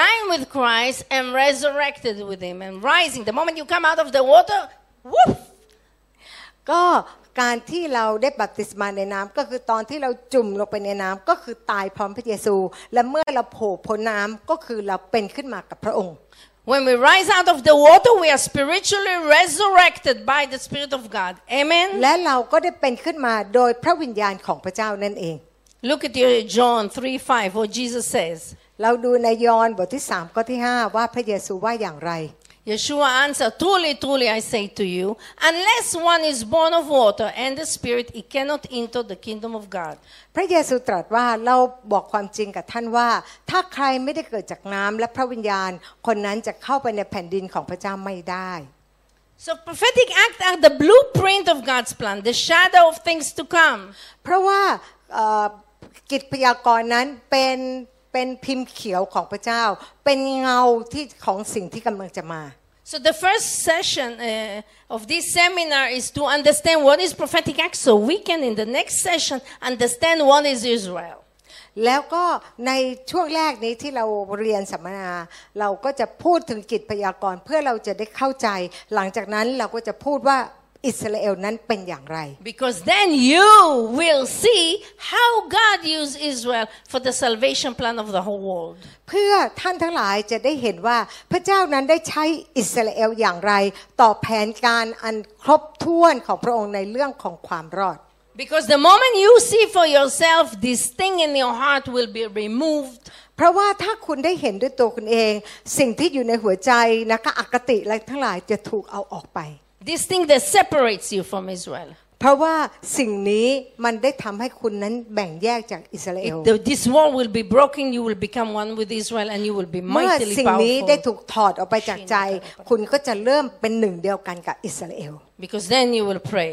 Speaker 3: dying with Christ and resurrected with him and rising. The moment you come out of the water, woof,
Speaker 1: ก็การที่เราได้บัพติศมาในน้ำก็คือตอนที่เราจุ่มลงไปในน้ำก็คือตายพร้อมพระเยซู และเมื่อเราโผล่พ้นน้ำก็คือเราเป็นขึ้นมากับพระองค์
Speaker 3: when we rise out of the water, we are spiritually resurrected by the Spirit of God. Amen.
Speaker 1: และเราก็ได้เป็นขึ้นมาโดยพระวิญญาณของพระเจ้านั่นเอง
Speaker 3: Look at your John 3 5, what Jesus says.
Speaker 1: เราดูในยอห์นบทที่3ข้อที่ 5 ว่าพระเยซูว่าอย่างไร
Speaker 3: Yeshua answered, Truly, truly, I say to you, unless one is born of water and the Spirit, he cannot enter the kingdom of God.
Speaker 1: พระเยซูตรัสว่าเราบอกความจริงกับท่านว่า ถ้าใครไม่ได้เกิดจากน้ำและพระวิญญาณ คนนั้นจะเข้าไปในแผ่นดินของพระเจ้าไม่ได้
Speaker 3: So prophetic acts are the blueprint of God's plan, the shadow of things to come.
Speaker 1: เพราะว่าเอ่อกิจพยากรณ์นั้นเป็นเป็นพิมพ์เขียวของพระเจ้า เป็นเงาที่ของสิ่งที่กำลังจะมา
Speaker 3: So the first session uh, of this seminar is to understand what is prophetic act, so we can in the next session understand what is Israel.
Speaker 1: แล้วก็ในช่วงแรกนี้ที่เราเรียนสัมมนา เราก็จะพูดถึงกิจพยากรณ์เพื่อเราจะได้เข้าใจ หลังจากนั้นเราก็จะพูดว่าอิสราเอลนั้นเป็นอย่างไร
Speaker 3: Because then you will see how God used Israel for the salvation plan of the whole world.
Speaker 1: เพื่อท่านทั้งหลายจะได้เห็นว่าพระเจ้านั้นได้ใช้อิสราเอลอย่างไร ต่อแผนการอันครบถ้วนของพระองค์ในเรื่องของความรอด
Speaker 3: Because the moment you see for yourself, this thing in your heart will be removed.
Speaker 1: เพราะว่าถ้าคุณได้เห็นด้วยตัวคุณเอง สิ่งที่อยู่ในหัวใจนะคะอคติอะไรทั้งหลายจะถูกเอาออกไป
Speaker 3: This thing that separates you from Israel.
Speaker 1: เพราะว่าสิ่งนี้มันได้ทำให้คุณนั้นแบ่งแยกจากอิสราเอล
Speaker 3: It- the- this wall will be broken. You will become one with Israel, and you will be
Speaker 1: เมื่อ
Speaker 3: mightily
Speaker 1: สิ่งนี้ได้
Speaker 3: powerful.
Speaker 1: ถูกถอดออกไปจากใจ คุณก็จะเริ่มเป็นหนึ่งเดียวกันกับอิสราเอล
Speaker 3: Because then you will pray.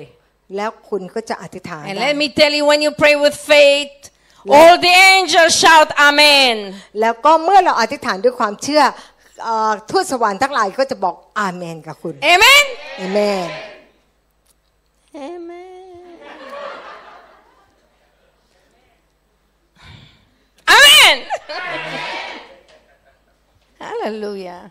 Speaker 1: แล้วคุณก็จะอธิษฐาน
Speaker 3: And let me tell you, when you pray with faith, all the angels shout Amen.
Speaker 1: แล้วก็เมื่อเราอธิษฐานด้วยความเชื่อเอ่อทูตสวรรค์ทั้งหลายก็จะบอกอาเมนกับคุณ
Speaker 3: Amen.
Speaker 1: เอเมน
Speaker 3: Amen. Amen. Hallelujah.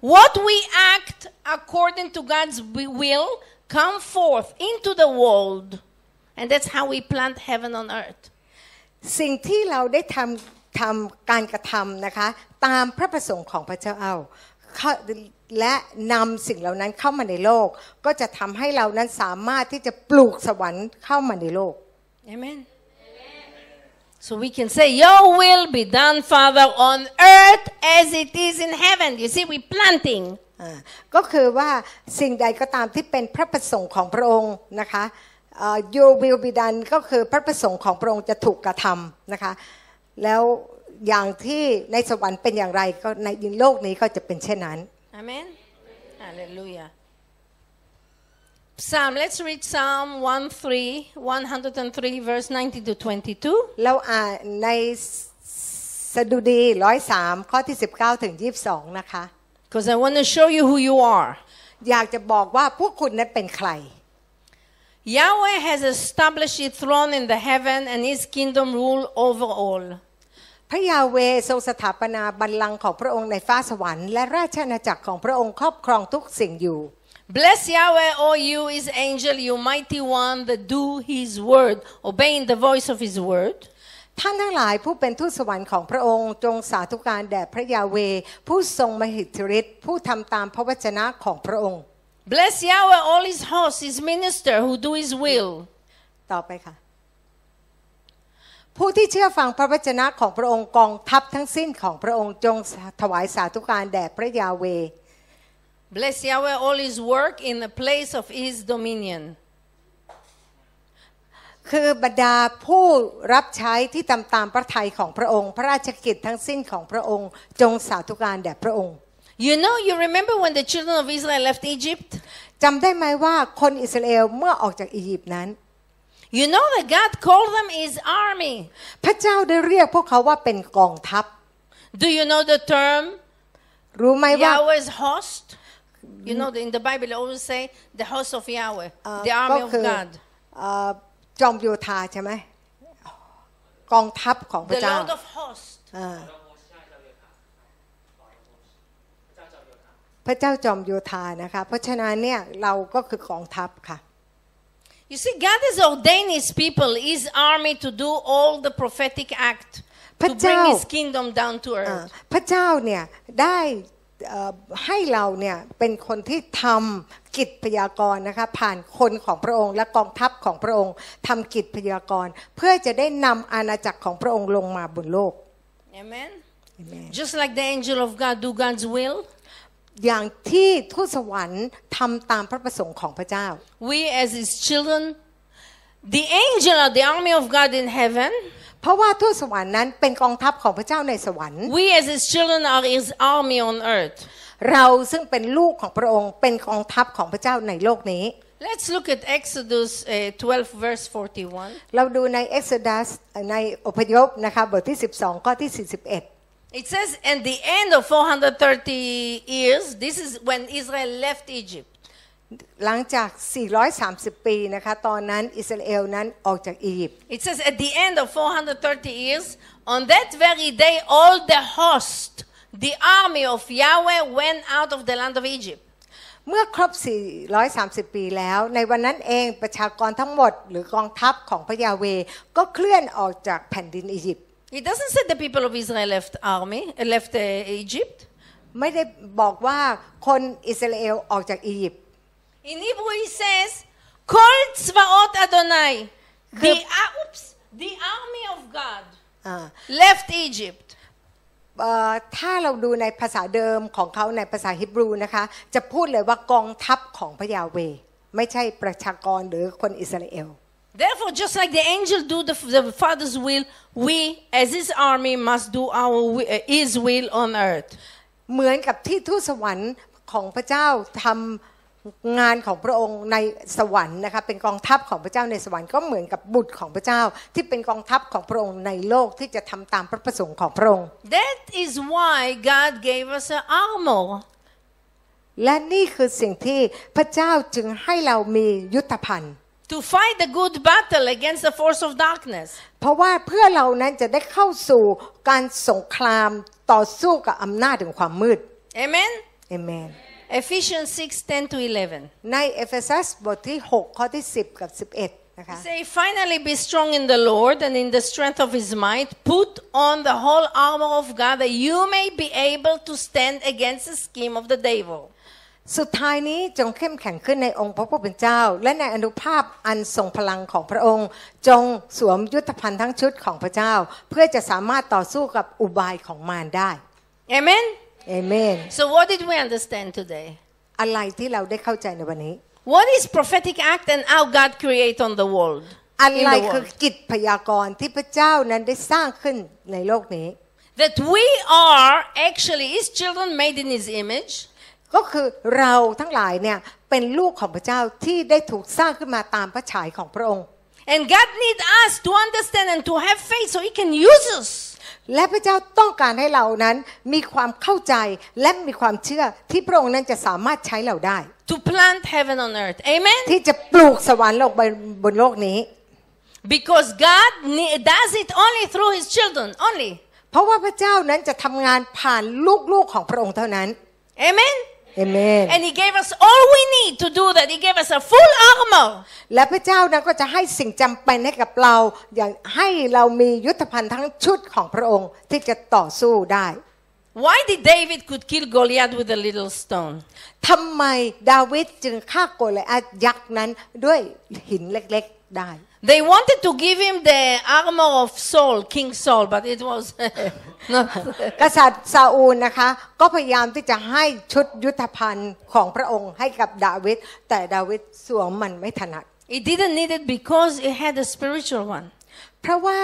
Speaker 3: What we act according to God's wi- will come forth into the world. And that's how we plant heaven on earth.
Speaker 1: สิ่งที่เราได้ทำทำการกระทำนะคะ ตามพระประสงค์ของพระเจ้าเอาเข้าและนำสิ่งเหล่านั้นเข้ามาในโลก ก็จะทำให้เรานั้นสามารถที่จะปลูกสวรรค์เข้ามาในโลก
Speaker 3: Amen. So we can say, Your will be done, Father, on earth as it is in heaven. You see, we're planting.
Speaker 1: อ่าก็คือว่าสิ่งใดก็ตามที่เป็นพระประสงค์ของพระองค์นะคะเอ่อ your will be done ก็คือพระประสงค์ของพระองค์จะถูกกระทำนะคะ แล้วอย่างที่ในสวรรค์เป็นอย่างไรก็ในโลกนี้ก็จะเป็นเช่นนั้น
Speaker 3: Amen. Hallelujah. Psalm, let's read Psalm 13, 103, verse 19 to 22.
Speaker 1: เราอ่านในสดุดี 103 ข้อที่ 19 ถึง 22 นะคะ
Speaker 3: Because I want to show you who you are.
Speaker 1: อยากจะบอกว่าพวกคุณนั้นเป็นใคร
Speaker 3: Yahweh has established his throne in the heaven and his kingdom rule over all.
Speaker 1: พระยาเวทรงสถาปนาบัลลังก์ของพระองค์ในฟ้าสวรรค์และราชอาณาจักรของพระองค์ครอบครองทุกสิ่งอยู่
Speaker 3: Bless Yahweh, O you, his angel, you mighty one that do his word, obeying the voice of his word.
Speaker 1: ท่านทั้งหลายผู้เป็นทูตสวรรค์ของพระองค์ จงสาธุการแด่พระยาเว ผู้ทรงมหิทธิฤทธิ์ผู้ทำตามพระวจนะของพระองค์
Speaker 3: Bless Yahweh, all his hosts, his minister who do his will.
Speaker 1: ต่อไปค่ะ ผู้ที่เชื่อฟังพระวจนะของพระองค์กองทัพทั้งสิ้นของพระองค์จงถวายสาธุการแด่พระยาเว
Speaker 3: Bless Yahweh, all his work in the place of his dominion.
Speaker 1: คือบรรดาผู้รับใช้ที่ตามตามพระทัยของพระองค์ พระราชกิจทั้งสิ้นของพระองค์ จงสาธุการแด่พระองค์
Speaker 3: You know, you remember when the children of Israel left Egypt?
Speaker 1: จำได้ไหมว่าคนอิสราเอลเมื่อออกจากอียิปต์นั้น
Speaker 3: You know that God called them his army.
Speaker 1: พระเจ้าได้เรียกพวกเขาว่าเป็นกองทัพ
Speaker 3: Do you know the term
Speaker 1: รู้ไหมว่า
Speaker 3: Yahweh's host? You know, in the Bible, they always say the host of Yahweh,
Speaker 1: เอ่อ
Speaker 3: the army of
Speaker 1: ก็คือ
Speaker 3: God,
Speaker 1: เอ่อจอมโยธาใช่ไหมกองทัพของพ
Speaker 3: the
Speaker 1: ระเจ้า
Speaker 3: Lord of hosts.
Speaker 1: เอ่อพระเจ้าจอมโยธานะคะเพราะฉะนั้นเนี่ยเราก็คือกองทัพค่ะ
Speaker 3: You see, God has ordained his people, his army, to do all the prophetic act to bring
Speaker 1: Pachao.
Speaker 3: his kingdom down to
Speaker 1: เอ่อ
Speaker 3: earth.
Speaker 1: พระเจ้าเนี่ยได้เอ่อให้เราเนี่ยเป็นคนที่ทำกิจพยากรณ์นะคะผ่านคนของพระองค์ และกองทัพของพระองค์ทำกิจพยากรณ์ เพื่อจะได้นำอาณาจักรของพระองค์ลงมาบนโลก
Speaker 3: Amen.
Speaker 1: Amen.
Speaker 3: Just like the angel of God do God's will,
Speaker 1: อย่างที่ทูตสวรรค์ทำตามพระประสงค์ของพระเจ้า
Speaker 3: we as his children, the angel of the army of God in heaven,
Speaker 1: เพราะว่าทูตสวรรค์นั้นเป็นกองทัพของพระเจ้าในสวรรค์
Speaker 3: we as his children are his army on earth.
Speaker 1: เราซึ่งเป็นลูกของพระองค์เป็นกองทัพของพระเจ้าในโลกนี้
Speaker 3: Let's look at Exodus uh, 12, verse 41.
Speaker 1: เราดูใน Exodus ในอพยพนะคะบทที่ 12 ข้อที่ 41
Speaker 3: It says, at the end of 430 years, this is when Israel left Egypt.
Speaker 1: หลังจาก 430 ปีนะคะ ตอนนั้นอิสราเอลนั้นออกจากอียิปต์
Speaker 3: It says, at the end of 430 years, on that very day, all the host, the army of Yahweh, went out of the land of Egypt.
Speaker 1: เมื่อครบ 430 ปีแล้ว ในวันนั้นเองประชากรทั้งหมด หรือกองทัพของพระยาเวก็เคลื่อนออกจากแผ่นดินอียิปต์
Speaker 3: It doesn't say the people of Israel left army, uh, left uh, Egypt.
Speaker 1: ไม่ได้บอกว่าคนอิสราเอลออกจากอียิปต์
Speaker 3: In Hebrew, it says, Kol Tzvaot Adonai, the,
Speaker 1: Good.
Speaker 3: uh, oops, the army of God,
Speaker 1: อ่า
Speaker 3: left Egypt.
Speaker 1: เอ่อถ้าเราดูในภาษาเดิมของเขาในภาษาฮิบรูนะคะ จะพูดเลยว่ากองทัพของพระยาเว ไม่ใช่ประชากรหรือคนอิสราเอล
Speaker 3: Therefore, just like the angel do the, the Father's will, we, as His army, must do our wi- uh, His will on earth.
Speaker 1: เหมือนกับที่ทูตสวรรค์ของพระเจ้าทำงานของพระองค์ในสวรรค์นะคะเป็นกองทัพของพระเจ้าในสวรรค์ก็เหมือนกับบุตรของพระเจ้า ที่เป็นกองทัพของพระองค์ในโลกที่จะทำตามพระประสงค์ของพระองค์
Speaker 3: That is why God gave us an armor.
Speaker 1: และนี่คือสิ่งที่พระเจ้าจึงให้เรามียุทธภัณฑ์
Speaker 3: to fight the good battle against the force of darkness.
Speaker 1: เพราะว่าเพื่อเรานั้นจะได้เข้าสู่การสงครามต่อสู้กับอำนาจถึงความมืด
Speaker 3: Amen.
Speaker 1: เอเมน
Speaker 3: Ephesians 6 10 to 11.
Speaker 1: ในเอเฟซัสบทที่ 6 ข้อที่ 10 กับ 11 นะคะ
Speaker 3: Say, finally be strong in the Lord and in the strength of his might. Put on the whole armor of God that you may be able to stand against the scheme of the devil.
Speaker 1: สุดท้ายนี้จงเข้มแข็งขึ้นในองค์พระผู้เป็นเจ้า และในอนุภาพอันทรงพลังของพระองค์ จงสวมยุทธภัณฑ์ทั้งชุดของพระเจ้า เพื่อจะสามารถต่อสู้กับอุบายของมารได้
Speaker 3: Amen.
Speaker 1: เอเมน
Speaker 3: So, what did we understand today?
Speaker 1: อะไรที่เราได้เข้าใจในวันนี้
Speaker 3: What is prophetic act and how God create on the world?
Speaker 1: อะไร
Speaker 3: In the
Speaker 1: คือ
Speaker 3: world.
Speaker 1: กิจพยากรณ์ที่พระเจ้านั้นได้สร้างขึ้นในโลกนี้
Speaker 3: That we are actually his children made in his image.
Speaker 1: ก็คือเราทั้งหลายเนี่ยเป็นลูกของพระเจ้าที่ได้ถูกสร้างขึ้นมาตามพระฉายของพระองค์
Speaker 3: And God needs us to understand and to have faith so He can use us.
Speaker 1: และพระเจ้าต้องการให้เรานั้นมีความเข้าใจและมีความเชื่อที่พระองค์นั้นจะสามารถใช้เราได้
Speaker 3: To plant heaven on earth. Amen?
Speaker 1: ที่จะปลูกสวรรค์ลงไปบนโลกนี้
Speaker 3: Because God ne- does it only through His children. Only.
Speaker 1: เพราะว่าพระเจ้านั้นจะทำงานผ่านลูกๆของพระองค์เท่านั้น
Speaker 3: Amen?
Speaker 1: เอเมน
Speaker 3: And He gave us all we need to do that. He gave us a full armor.
Speaker 1: และพระเจ้านั้นก็จะให้สิ่งจำเป็นให้กับเรา อย่างให้เรามียุทธภัณฑ์ทั้งชุดของพระองค์ที่จะต่อสู้ได้
Speaker 3: Why did David could kill Goliath with a little stone?
Speaker 1: ทำไมดาวิดจึงฆ่าโกลิอาธยักษ์นั้นด้วยหินเล็กๆได้
Speaker 3: They wanted to give him the armor of Saul, King Saul, but it was not.
Speaker 1: กษัตริย์ซาอูลนะคะ ก็พยายามที่จะให้ชุดยุทธภัณฑ์ของพระองค์ให้กับดาวิดแต่ดาวิดสวมมันไม่ถนัด
Speaker 3: He didn't need it because he had a spiritual one.
Speaker 1: เพราะว่า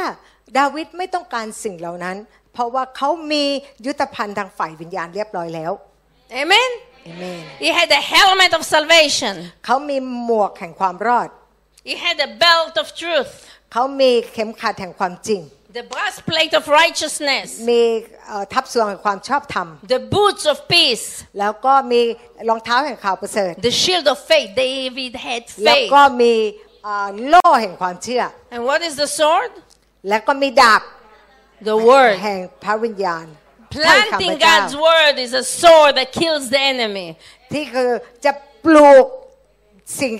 Speaker 1: ดาวิดไม่ต้องการสิ่งเหล่านั้น เพราะว่าเขามียุทธภัณฑ์ทางฝ่ายวิญญาณเรียบร้อยแล้ว
Speaker 3: Amen?
Speaker 1: เอเมน
Speaker 3: He had a helmet of salvation.
Speaker 1: เขามีหมวกแห่งความรอด
Speaker 3: He had a belt of truth,
Speaker 1: เขามีเข็มขัดแห่งความจริง
Speaker 3: the breastplate of righteousness,
Speaker 1: มีเอ่อทับทรวงแห่งความชอบธรรม
Speaker 3: the boots of peace,
Speaker 1: แล้วก็มีรองเท้าแห่งข่าวประเสริฐ
Speaker 3: the shield of faith. David had
Speaker 1: แล้ว
Speaker 3: faith.
Speaker 1: ก็มีเอ่อโล่แห่งความเชื่อ
Speaker 3: And what is the sword?
Speaker 1: แล้วก็มีดาบ
Speaker 3: The word.
Speaker 1: แห่งพระวิญญาณให้กับพ
Speaker 3: Planting
Speaker 1: ระเจ้า
Speaker 3: God's word is a sword that kills the enemy.
Speaker 1: ที่คือจะปลูกสิ่ง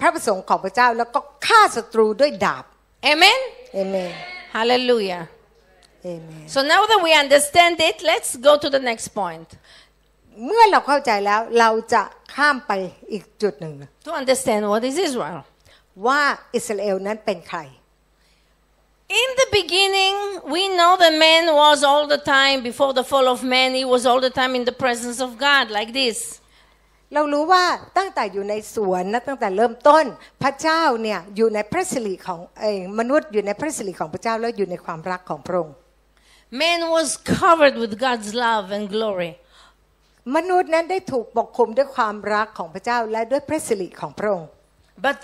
Speaker 1: พระประสงค์ของพระเจ้า แล้วก็ฆ่าศัตรูด้วยดาบ
Speaker 3: Amen?
Speaker 1: เอเมน
Speaker 3: Hallelujah.
Speaker 1: เอเมน
Speaker 3: So now that we understand it, let's go to the next point.
Speaker 1: เมื่อเราเข้าใจแล้วเราจะข้ามไปอีกจุดหนึ่ง
Speaker 3: To understand what is Israel.
Speaker 1: ว่าอิสราเอลนั้นเป็นใคร
Speaker 3: In the beginning, we know the man was all the time before the fall of man, he was all the time in the presence of God, like this.
Speaker 1: เรารู้ว่าตั้งแต่อยู่ในสวนนะตั้งแต่เริ่มต้น พระเจ้าเนี่ยอยู่ในพระสิริของเอยมนุษย์อยู่ในพระสิริของพระเจ้าแล้วอยู่ในความรักของพระองค์
Speaker 3: Man was covered with God's love and glory.
Speaker 1: มนุษย์นั้นได้ถูกปกคลุมด้วยความรักของพระเจ้าและด้วยพระสิริของพระองค์
Speaker 3: But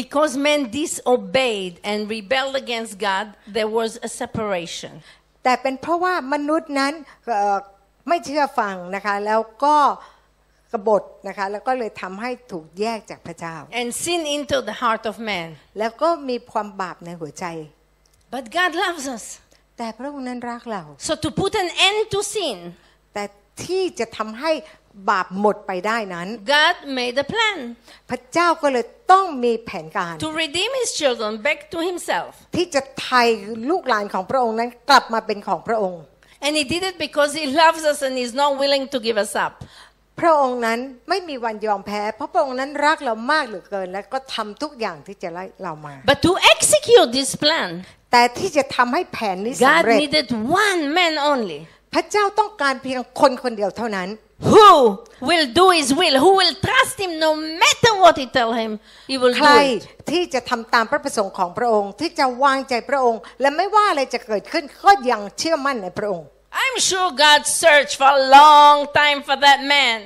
Speaker 3: because man disobeyed and rebelled against God, there was a separation.
Speaker 1: แต่เป็นเพราะว่ามนุษย์นั้นเอ่อไม่เชื่อฟังนะคะ แล้วก็กบฏนะคะ แล้วก็เลยทำให้ถูกแยกจากพระเจ้า
Speaker 3: And sin entered the heart of man.
Speaker 1: แล้วก็มีความบาปในหัวใจ
Speaker 3: But God loves us.
Speaker 1: แต่พระองค์นั้นรักเรา
Speaker 3: So to put an end to sin,
Speaker 1: แต่ที่จะทำให้บาปหมดไปได้นั้น
Speaker 3: God made a plan
Speaker 1: พระเจ้าก็เลยต้องมีแผนการ
Speaker 3: to redeem his children back to himself.
Speaker 1: ที่จะไถ่ลูกหลานของพระองค์นั้นกลับมาเป็นของพระองค์
Speaker 3: And he did it because he loves us and he's not willing to give us up.
Speaker 1: พระองค์นั้นไม่มีวันยอมแพ้ เพราะพระองค์นั้นรักเรามากเหลือเกิน และก็ทำทุกอย่างที่จะไล่เรามา
Speaker 3: But to execute this plan,
Speaker 1: แต่ที่จะทำให้แผนนี้
Speaker 3: God
Speaker 1: สำเร็จ
Speaker 3: needed one man only.
Speaker 1: พระเจ้าต้องการเพียงคนคนเดียวเท่านั้น
Speaker 3: Who will do his will? Who will trust him no matter what he tell him? He will
Speaker 1: ใคร
Speaker 3: do it.
Speaker 1: ที่จะทำตามพระประสงค์ของพระองค์ ที่จะวางใจพระองค์ และไม่ว่าอะไรจะเกิดขึ้นก็ยังเชื่อมั่นในพระองค์
Speaker 3: I'm sure God searched for a long time for that man.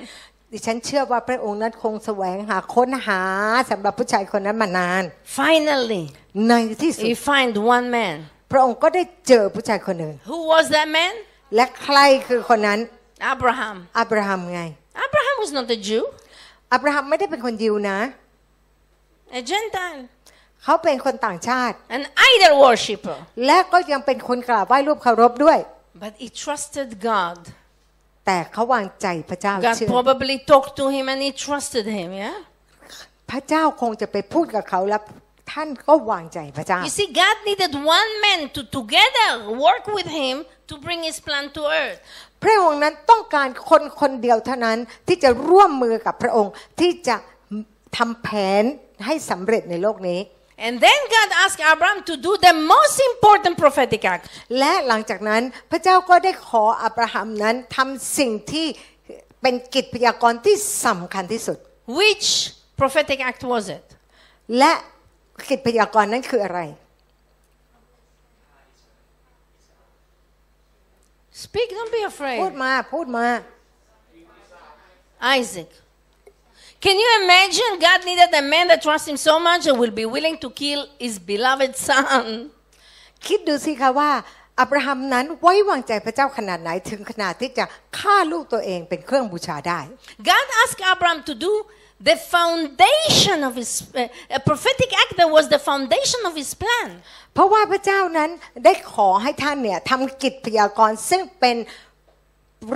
Speaker 1: ดิฉันเชื่อว่าพระองค์นั้นคงแสวงหาค้นหาสำหรับผู้ชายคนนั้นมานาน
Speaker 3: Finally,
Speaker 1: ในที่สุด
Speaker 3: he find one man.
Speaker 1: พระองค์ก็ได้เจอผู้ชายคนหนึ่ง
Speaker 3: Who was that man?
Speaker 1: และใครคือคนนั้น
Speaker 3: Abraham.
Speaker 1: อับราฮัมไง
Speaker 3: Abraham was not a Jew,
Speaker 1: อับราฮัมไม่ได้เป็นคนยิวนะ
Speaker 3: a Gentile,
Speaker 1: เขาเป็นคนต่างชาติ
Speaker 3: an idol worshipper.
Speaker 1: และก็ยังเป็นคนกราบไหว้รูปเคารพด้วย
Speaker 3: But he trusted God.
Speaker 1: แต่เขาวางใจพระเจ้า
Speaker 3: God
Speaker 1: เชื่อ
Speaker 3: probably talked to him and he trusted him, yeah?
Speaker 1: พระเจ้าคงจะไปพูดกับเขาแล้วท่านก็วางใจพระเจ้า
Speaker 3: You see, God needed one man to together work with him to bring his plan to earth.
Speaker 1: พระองค์นั้นต้องการคนคนเดียวเท่านั้นที่จะร่วมมือกับพระองค์ที่จะทำแผนให้สำเร็จในโลกนี้
Speaker 3: And then God asked Abraham to do the most important prophetic act.
Speaker 1: และหลังจากนั้นพระเจ้าก็ได้ขออับราฮัมนั้นทำสิ่งที่เป็นกิจพยากรณ์ที่สำคัญที่สุด
Speaker 3: Which prophetic act was it?
Speaker 1: และกิจพยากรณ์นั้นคืออะไร
Speaker 3: Speak, don't be
Speaker 1: พูด
Speaker 3: afraid.
Speaker 1: มาพูดมา
Speaker 3: Isaac. Can you imagine God needed a man that trusts him so much and will be willing to kill his beloved son?
Speaker 1: คิดดูสิคะว่า อับราฮัมนั้นไว้วางใจพระเจ้าขนาดไหนถึงขนาดที่จะฆ่าลูกตัวเองเป็นเครื่องบูชาได้
Speaker 3: God asked Abraham to do the foundation of his uh, a prophetic act that was the foundation of his plan.
Speaker 1: เพราะว่าพระเจ้านั้นได้ขอให้ท่านเนี่ยทำกิจพยากรณ์ซึ่งเป็น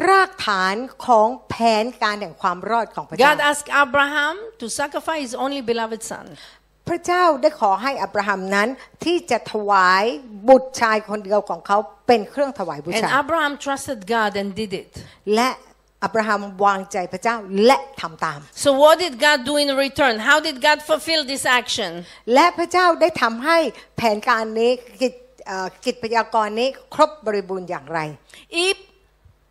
Speaker 1: รากฐานของแผนการแห่งความรอดของพระเจ้า
Speaker 3: God asked Abraham to sacrifice his only beloved son.
Speaker 1: พระเจ้าได้ขอให้อับราฮัมนั้นที่จะถวายบุตรชายคนเดียวของเขาเป็นเครื่องถวายบู
Speaker 3: And
Speaker 1: ชา
Speaker 3: Abraham trusted God and did it.
Speaker 1: และอับราฮัมวางใจพระเจ้าและทำตาม
Speaker 3: So what did God do in return? How did God fulfill this action?
Speaker 1: และพระเจ้าได้ทำให้แผนการนี้กิจเอ่อกิจพยากรณ์นี้ครบบริบูรณ์อย่างไร
Speaker 3: He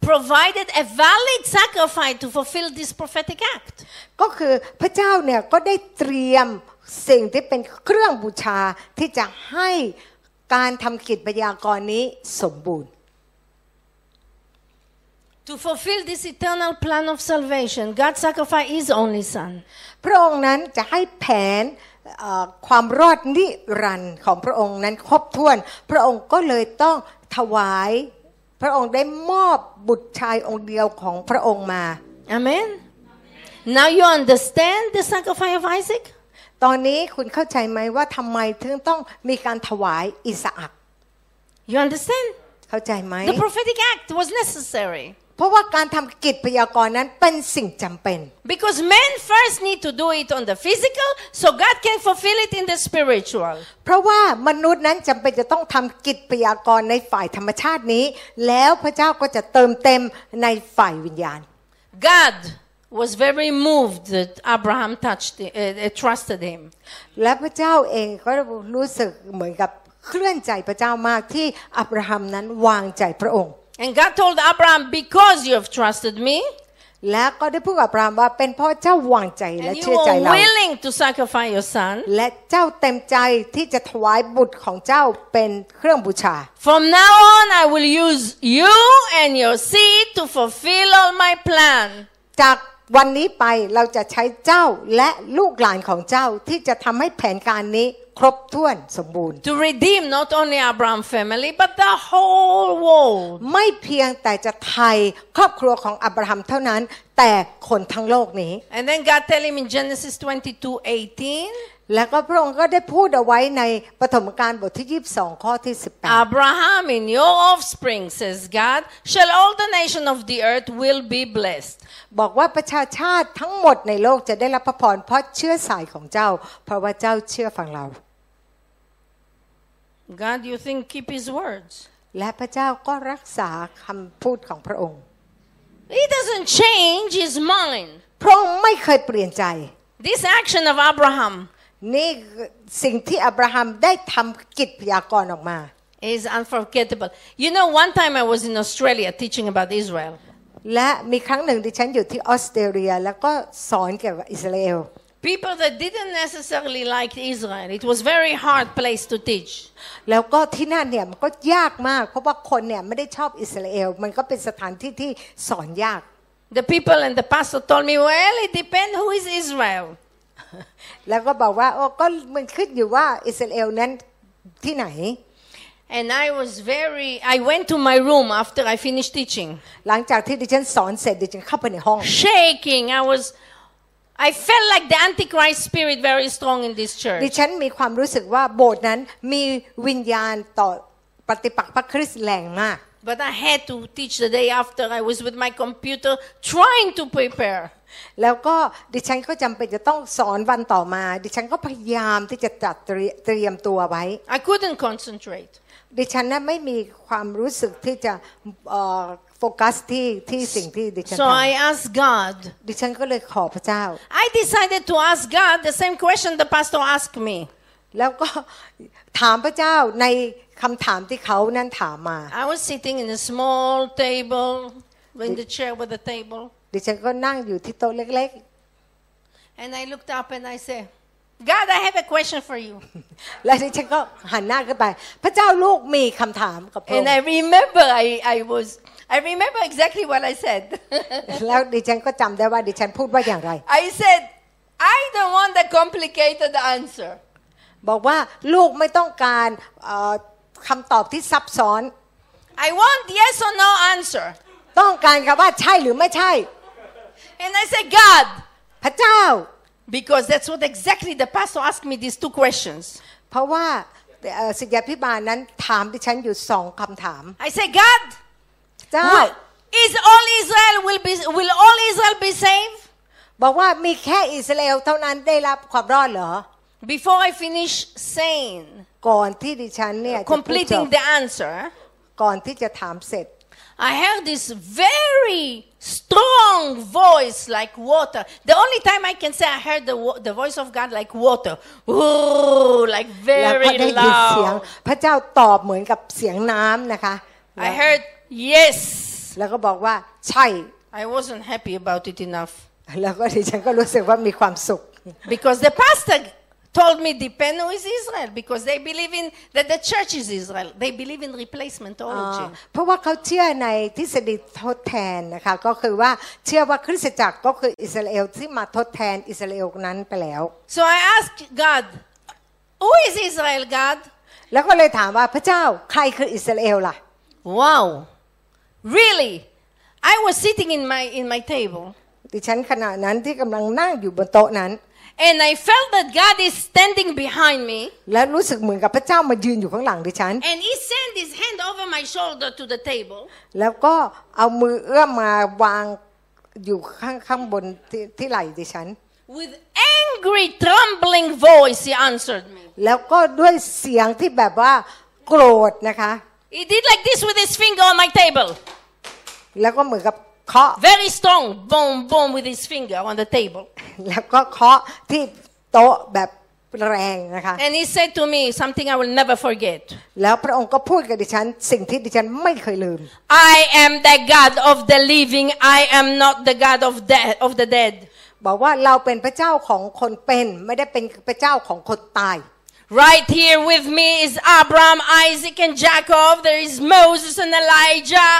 Speaker 3: provided a valid sacrifice to fulfill this prophetic act.
Speaker 1: ก็คือพระเจ้าเนี่ยก็ได้เตรียมสิ่งที่เป็นเครื่องบูชาที่จะให้การทำกิจพยากรณ์นี้สมบูรณ์
Speaker 3: To fulfill this eternal plan of salvation, God sacrificed his only son.
Speaker 1: พระองค์นั้นจะให้แผนเอ่อความรอดนิรันดร์ของพระองค์นั้นครบถ้วน พระองค์ก็เลยต้องถวาย พระองค์ได้มอบบุตรชายองค์เดียวของพระองค์มา
Speaker 3: Amen. Now you understand the sacrifice of Isaac?
Speaker 1: ตอนนี้คุณเข้าใจไหมว่าทำไมถึงต้องมีการถวายอิสอัก
Speaker 3: You understand?
Speaker 1: เข้าใจไหม
Speaker 3: The prophetic act was necessary.
Speaker 1: เพราะว่าการทำกิจพยากรณ์นั้นเป็นสิ่งจำเป็น
Speaker 3: Because men first need to do it on the physical, so God can fulfill it in the spiritual.
Speaker 1: เพราะว่ามนุษย์นั้นจำเป็นจะต้องทำกิจพยากรณ์ในฝ่ายธรรมชาตินี้ แล้วพระเจ้าก็จะเติมเต็มในฝ่ายวิญญาณ
Speaker 3: God was very moved that Abraham touched, uh, uh, trusted him.
Speaker 1: และพระเจ้าเองก็รู้สึกเหมือนกับเคลื่อนใจพระเจ้ามากที่อับราฮัมนั้นวางใจพระองค์
Speaker 3: And God told Abraham, because you have trusted me,
Speaker 1: และก็ได้พูดกับอับราฮัมว่าเป็นเพราะเจ้าวางใจและ
Speaker 3: and you
Speaker 1: เชื่อใจ
Speaker 3: were
Speaker 1: เรา
Speaker 3: willing to sacrifice your son,
Speaker 1: และเจ้าเต็มใจที่จะถวายบุตรของเจ้าเป็นเครื่องบูชา
Speaker 3: from now on I will use you and your seed to fulfill all my plan.
Speaker 1: จากวันนี้ไปเราจะใช้เจ้าและลูกหลานของเจ้าที่จะทำให้แผนการนี้ครบถ้วนสมบูรณ์
Speaker 3: To redeem not only Abraham family, but the whole world.
Speaker 1: ไม่เพียงแต่จะไทยครอบครัวของอับราฮัมเท่านั้น แต่คนทั้งโลกนี้
Speaker 3: And then God tell him in Genesis 22, 18,
Speaker 1: แล้วก็พระองค์ก็ได้พูดเอาไว้ในปฐมกาลบทที่ 22 ข้อที่
Speaker 3: Abraham in your offspring, says God, shall all the nation of the earth will be blessed.
Speaker 1: 18 บอกว่าประชาชาติทั้งหมดในโลกจะได้รับพระพรเพราะเชื่อสายของเจ้า เพราะว่าเจ้าเชื่อฟังเรา
Speaker 3: God, you think keep his words.
Speaker 1: และพระเจ้าก็รักษาคำพูดของพระองค์
Speaker 3: He doesn't change his mind.
Speaker 1: พระองค์ไม่เคยเปลี่ยนใจ
Speaker 3: This action of Abraham
Speaker 1: นี่คือสิ่งที่อับราฮัมได้ทำกิจพยากรณ์ออกมา
Speaker 3: is unforgettable. You know, one time I was in Australia teaching about Israel,
Speaker 1: และมีครั้งหนึ่งดิฉันอยู่ที่ออสเตรเลีย แล้วก็สอนเกี่ยวกับอิสราเอล
Speaker 3: people that didn't necessarily like Israel. It was very hard place to teach.
Speaker 1: แล้วก็ที่นั่นเนี่ยมันก็ยากมาก เพราะว่าคนเนี่ยไม่ได้ชอบอิสราเอล มันก็เป็นสถานที่ที่สอนยาก
Speaker 3: The people and the pastor told me, well, it depends who is Israel.
Speaker 1: แล้วก็บอกว่าโอ้ก็มันขึ้นอยู่ว่าอิสราเอลนั้นที่ไหน
Speaker 3: And I was very, I went to my room after I finished teaching,
Speaker 1: หลังจากที่ดิฉันสอนเสร็จดิฉันเข้าไปในห้อง
Speaker 3: shaking. I was, I felt like the Antichrist spirit very strong in this
Speaker 1: ดิ
Speaker 3: church.
Speaker 1: ฉันมีความรู้สึกว่าโบสถ์นั้นมีวิญญาณต่อปฏิปักษ์พระคริสต์แรงมาก
Speaker 3: But I had to teach the day after. I was with my computer trying to prepare.
Speaker 1: แล้วก็ดิฉันก็จำเป็นจะต้องสอนวันต่อมา ดิฉันก็พยายามที่จะจัดเตรียเตรียมตัวไว้
Speaker 3: I couldn't concentrate.
Speaker 1: ดิฉันนั้นไม่มีความรู้สึกที่จะเอ่อโฟกัสที่ที่สิ่งที่ดิฉัน
Speaker 3: So
Speaker 1: ท
Speaker 3: I asked God.
Speaker 1: ำดิฉันก็เลยขอพระเจ้า
Speaker 3: I decided to ask God the same question the pastor asked me.
Speaker 1: แล้วก็ ถามพระเจ้าในคำถามที่เขานั่นถามมา
Speaker 3: I was sitting in a small table, in the chair with a table.
Speaker 1: ดิฉันก็นั่งอยู่ที่โต๊ะเล็ก
Speaker 3: And I looked up and I said, God, I have a question for you.
Speaker 1: ๆ และดิฉันก็หันหน้าขึ้นไป พระเจ้าลูกมีคำถามกับพระอง
Speaker 3: And
Speaker 1: ค์
Speaker 3: I remember I, I was, I remember exactly what I said.
Speaker 1: แล้วดิฉันก็จำได้ว่าดิฉันพูดว่าอย่างไร
Speaker 3: I said, I don't want the complicated answer.
Speaker 1: บอกว่าลูกไม่ต้องการเอ่อคำตอบที่ซับซ้อน
Speaker 3: I want yes or no answer.
Speaker 1: ต้องการคำว่าใช่หรือไม่ใช่
Speaker 3: And I said, God,
Speaker 1: พระเจ้า
Speaker 3: because that's what exactly the pastor asked me these two questions.
Speaker 1: เพราะว่าเอ่อศิษยาพิบาลนั้นถามดิฉันอยู่สองคำถาม
Speaker 3: I said, God,
Speaker 1: เจ้า
Speaker 3: will- is all Israel will be will all Israel be saved?
Speaker 1: บอกว่ามีแค่อิสราเอลเท่านั้นได้รับความรอดเหรอ
Speaker 3: Before I finish saying,
Speaker 1: ก่อนที่ดิฉันเนี่ยจะพูดจบ
Speaker 3: completing the answer,
Speaker 1: ก่อนที่จะถามเสร็จ
Speaker 3: I heard this very strong voice like water. The only time I can say I heard the, wo- the voice of God like water. Ooh, like
Speaker 1: แล้วก็
Speaker 3: very
Speaker 1: ได้ยินเสียง
Speaker 3: loud.
Speaker 1: พระเจ้าตอบเหมือนกับเสียงน้ำนะคะ
Speaker 3: I heard yes.
Speaker 1: แล้วก็บอกว่าใช่
Speaker 3: I wasn't happy about it enough
Speaker 1: แล้วก็ดิฉันก็รู้สึกว่ามีความสุข
Speaker 3: because the pastor told me depend who is Israel because they believe in that the church is Israel. They believe in replacementology.
Speaker 1: เพราะว่าเขาเชื่อในทฤษฎีทดแทนนะคะก็คือว่าเชื่อว่าคริสตจักรก็คืออิสราเอลที่มาทดแทนอิสราเอลนั้นไปแล้ว
Speaker 3: So I asked God, who is Israel, God?
Speaker 1: แล้วก็เลยถามว่าพระเจ้าใครคืออิสราเอลล่ะ
Speaker 3: Wow. Really? I was sitting in my in my table
Speaker 1: ดิฉันขณะนั้นที่กำลังนั่งอยู่บนโต๊ะนั้น
Speaker 3: and I felt that God is standing behind me
Speaker 1: และรู้สึกเหมือนกับพระเจ้ามายืนอยู่ข้างหลังดิฉัน
Speaker 3: and he sent his hand over my shoulder to the table
Speaker 1: แล้วก็เอามือเอื้อมมาวางอยู่ข้างข้างบนที่ที่ไหล่ดิฉัน
Speaker 3: with angry trembling voice he answered me.
Speaker 1: แล้วก็ด้วยเสียงที่แบบว่าโกรธนะคะ
Speaker 3: He did like this with his finger on my table.
Speaker 1: แล้วก็เหมือนกับเคาะ
Speaker 3: Very strong. Boom boom with his finger on the table.
Speaker 1: แล้วก็เคาะที่โต๊ะแบบแรงนะคะ
Speaker 3: And he said to me something I will never forget.
Speaker 1: แล้วพระองค์ก็พูดกับดิฉัน สิ่งที่ดิฉันไม่เคยลืม
Speaker 3: I am the God of the living. I am not the God of the, of the dead.
Speaker 1: บอกว่าเราเป็นพระเจ้าของคนเป็น ไม่ได้เป็นพระเจ้าของคนตาย
Speaker 3: Right here with me is Abraham, Isaac, and Jacob. There is Moses and Elijah.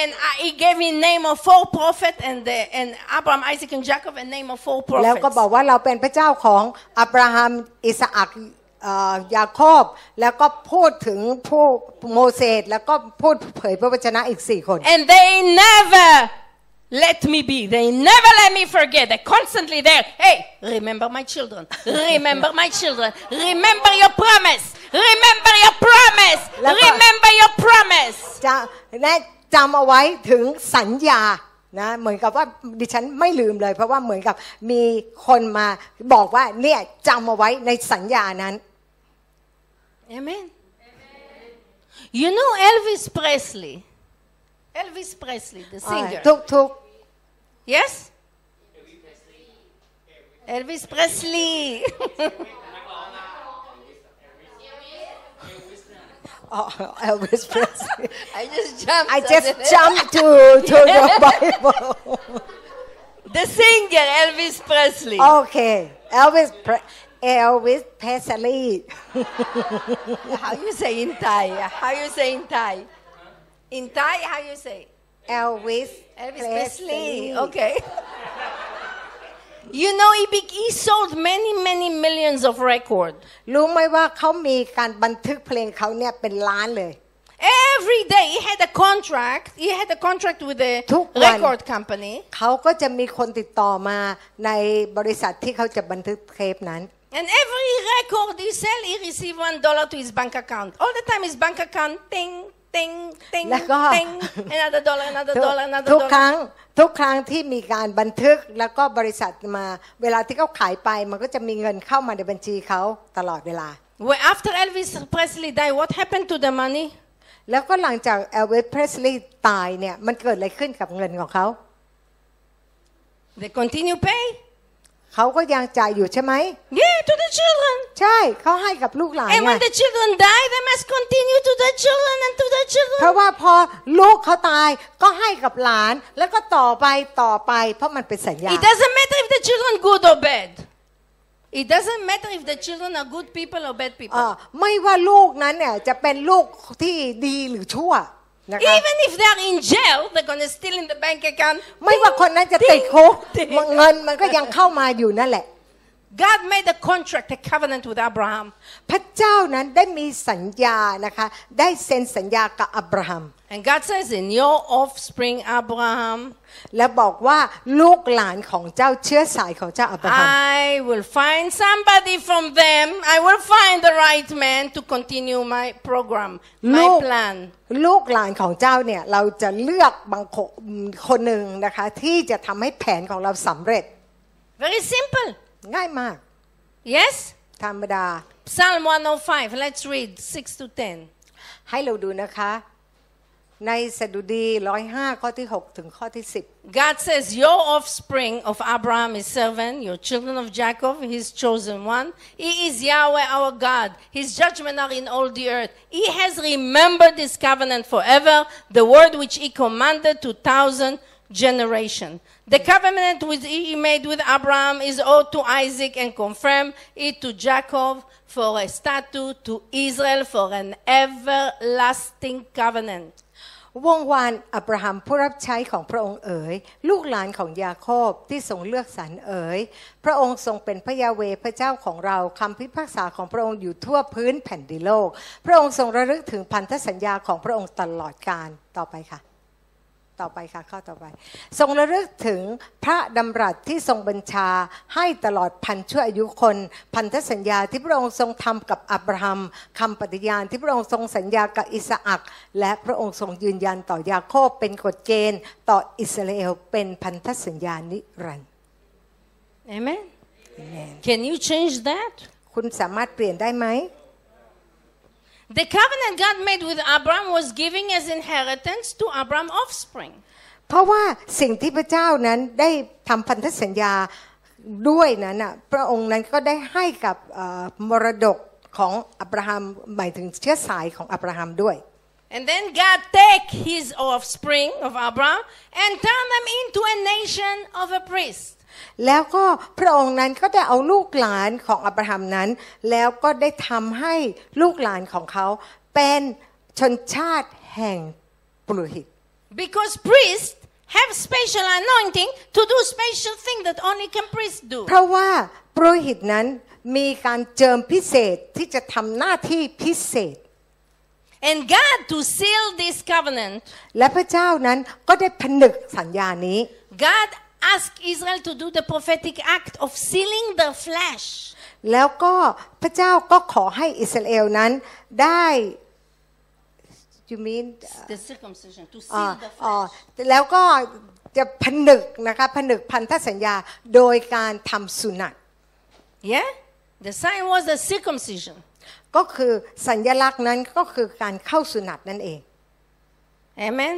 Speaker 3: And I, he gave me name of four prophets and, the, and Abraham, Isaac, and Jacob, and name of four
Speaker 1: แล้วก็บอก
Speaker 3: prophets.
Speaker 1: ว่าเราเป็นพระเจ้าของอับราฮัมอิสอักเอ่อยาโคอบแล้วก็พูดถึงผู้โมเสสแล้วก็พูดเผยพระวจนะอีกสี่คน
Speaker 3: And they never let me be. They never let me forget. They're constantly there. Hey, remember my children. Remember my children. Remember your promise. Remember your promise.
Speaker 1: Lapa.
Speaker 3: Remember your promise.
Speaker 1: จะและจำเอาไว้ถึงสัญญานะเหมือนกับว่าดิฉันไม่ลืมเลย เพราะว่าเหมือนกับมีคนมาบอกว่าเนี่ยจำเอาไว้ในสัญญานั้น
Speaker 3: Amen. You know Elvis Presley. Elvis Presley, the singer.
Speaker 1: ทุกทุก
Speaker 3: yes? Elvis Presley.
Speaker 1: ๆ oh, Elvis Presley.
Speaker 3: I just jumped.
Speaker 1: I
Speaker 3: on
Speaker 1: just
Speaker 3: the-
Speaker 1: jumped to, to the Bible.
Speaker 3: The singer Elvis Presley.
Speaker 1: Okay, Elvis Pre- Elvis Presley.
Speaker 3: How you say in Thai? How you say in Thai? In Thai, how you say?
Speaker 1: Elvis
Speaker 3: Elvis Presley. Okay. You know, he, be- he sold many, many millions of records.
Speaker 1: รู้ไหมว่าเขามีการบันทึกเพลงเขาเนี่ยเป็นล้านเลย
Speaker 3: Every day, he had a contract. He had a contract with a
Speaker 1: Took one.
Speaker 3: record company,
Speaker 1: เขาก็จะมีคนติดต่อมาในบริษัทที่เขาจะบันทึกเทปนั้น
Speaker 3: and every record he sell, he receive one dollar to his bank account. All the time, his bank account, ting, ting, ting,
Speaker 1: Là có.
Speaker 3: ting, another dollar, another
Speaker 1: ทุก
Speaker 3: dollar, another
Speaker 1: ทุก
Speaker 3: dollar.
Speaker 1: ครั้งทุกครั้งที่มีการบันทึกแล้วก็บริษัทมา เวลาที่เขาขายไปมันก็จะมีเงินเข้ามาในบัญชีเขาตลอดเวลา
Speaker 3: Well, after Elvis Presley died, what happened to the money?
Speaker 1: แล้วก็หลังจากเอลวิสเพรสลีย์ตายเนี่ยมันเกิดอะไรขึ้นกับเงินของเขา
Speaker 3: They continue pay?
Speaker 1: เขาก็ยังจ่ายอยู่ใช่ไหม
Speaker 3: Yeah, to the children.
Speaker 1: ใช่เขาให้กับลูกหลาน
Speaker 3: And
Speaker 1: ไง
Speaker 3: when the children die, they must continue to the children and to the
Speaker 1: เพ
Speaker 3: children.
Speaker 1: ราะว่าพอลูกเขาตายก็ให้กับหลาน แล้วก็ต่อไปต่อไป เพราะมันเป็นสัญญา
Speaker 3: It doesn't matter if the children good or bad. It doesn't matter if the children are good people or bad
Speaker 1: เอ่
Speaker 3: people.
Speaker 1: อไม่ว่าลูกนั้นเนี่ยจะเป็นลูกที่ดีหรือชั่วนะคะ
Speaker 3: Even if they are in jail, they're gonna steal in the bank account.
Speaker 1: ไม่ว่าคนนั้นจะติดคุกเงินมันก็ยังเข้ามาอยู่นั่นแหละ
Speaker 3: God made a contract, a covenant with Abraham.
Speaker 1: พระเจ้านั้นได้มีสัญญานะคะ ได้เซ็นสัญญากับอับราฮัม
Speaker 3: And God says, In your offspring, Abraham,
Speaker 1: และบอกว่าลูกหลานของเจ้าเชื้อสายของเจ้าอับราฮัม
Speaker 3: I will find somebody from them. I will find the right man to continue my program,
Speaker 1: ลู
Speaker 3: my
Speaker 1: ก
Speaker 3: plan.
Speaker 1: ลูกหลานของเจ้าเนี่ยเราจะเลือกบางคนคนหนึ่งนะคะ ที่จะทำให้แผนของเราสำเร็จ
Speaker 3: Very simple.
Speaker 1: ง่ายมาก
Speaker 3: Yes?
Speaker 1: ธรรมดา
Speaker 3: Psalm 105. Let's read 6 to 10.
Speaker 1: ให้เราดูนะคะ ในสดุดี 105 ข้อที่ 6 ถึงข้อที่ 10
Speaker 3: God says, Your offspring of Abraham, his servant, your children of Jacob, his chosen one. He is Yahweh our God. His judgments are in all the earth. He has remembered his covenant forever, the word which he commanded to thousand generation. The covenant which he made with Abraham is owed to Isaac and confirmed it to Jacob for a statute, to Israel for an everlasting covenant.
Speaker 1: วงวานอับราฮัมผู้รับใช้ของพระองค์เอ๋ย ลูกหลานของยาโคบที่ทรงเลือกสรรเอ๋ย พระองค์ทรงเป็นพระยาเวห์พระเจ้าของเราคำพิพากษาของพระองค์อยู่ทั่วพื้นแผ่นดินโลก พระองค์ทรงระลึกถึงพันธสัญญาของพระองค์ตลอดกาลต่อไปค่ะ ต่อไปค่ะข้อต่อไป ทรงระลึกถึงพระดำรัสที่ทรงบัญชาให้ตลอดพันชั่วอายุคน พันธสัญญาที่พระองค์ทรงทำกับอับราฮัมคำปฏิญาณที่พระองค์ทรงสัญญากับอิสอักและพระองค์ทรงยืนยันต่อยาโคบเป็นกฎเกณฑ์ ต่ออิสราเอลเป็นพันธสัญญานิรันดร์
Speaker 3: Amen. Can you change that?
Speaker 1: คุณสามารถเปลี่ยนได้ไหม
Speaker 3: The covenant God made with Abram was giving as inheritance to Abram's offspring.
Speaker 1: เพราะว่าสิ่งที่พระเจ้านั้นได้ทำพันธสัญญาด้วยนั้นน่ะพระองค์นั้นก็ได้ให้กับเอ่อมรดกของอับราฮัมหมายถึงเชื้อสายของอับราฮัมด้วย
Speaker 3: And then God take his offspring of Abram and turn them into a nation of a priest.
Speaker 1: แล้วก็พระองค์นั้นก็ได้เอาลูกหลานของอับราฮัมนั้น แล้วก็ได้ทำให้ลูกหลานของเขาเป็นชนชาติแห่งปุโรหิต
Speaker 3: Because priests have special anointing to do special thing that only can priests do.
Speaker 1: เพราะว่าปุโรหิตนั้นมีการเจิมพิเศษที่จะทำหน้าที่พิเศษ
Speaker 3: And God to seal this covenant,
Speaker 1: และพระเจ้านั้นก็ได้ผนึกสัญญานี้
Speaker 3: God asked Israel to do the prophetic act of sealing their flesh.
Speaker 1: แล้วก็พระเจ้าก็ขอให้อิสราเอลนั้นได้ you mean
Speaker 3: The circumcision to seal
Speaker 1: อ่า
Speaker 3: the flesh.
Speaker 1: อ่าแล้วก็จะผนึกนะคะผนึกพันธสัญญาโดยการทำสุนัต
Speaker 3: Yeah? The sign was the circumcision.
Speaker 1: ก็คือสัญญลักษณ์นั้นก็คือการเข้าสุนัตนั่นเอง
Speaker 3: Amen.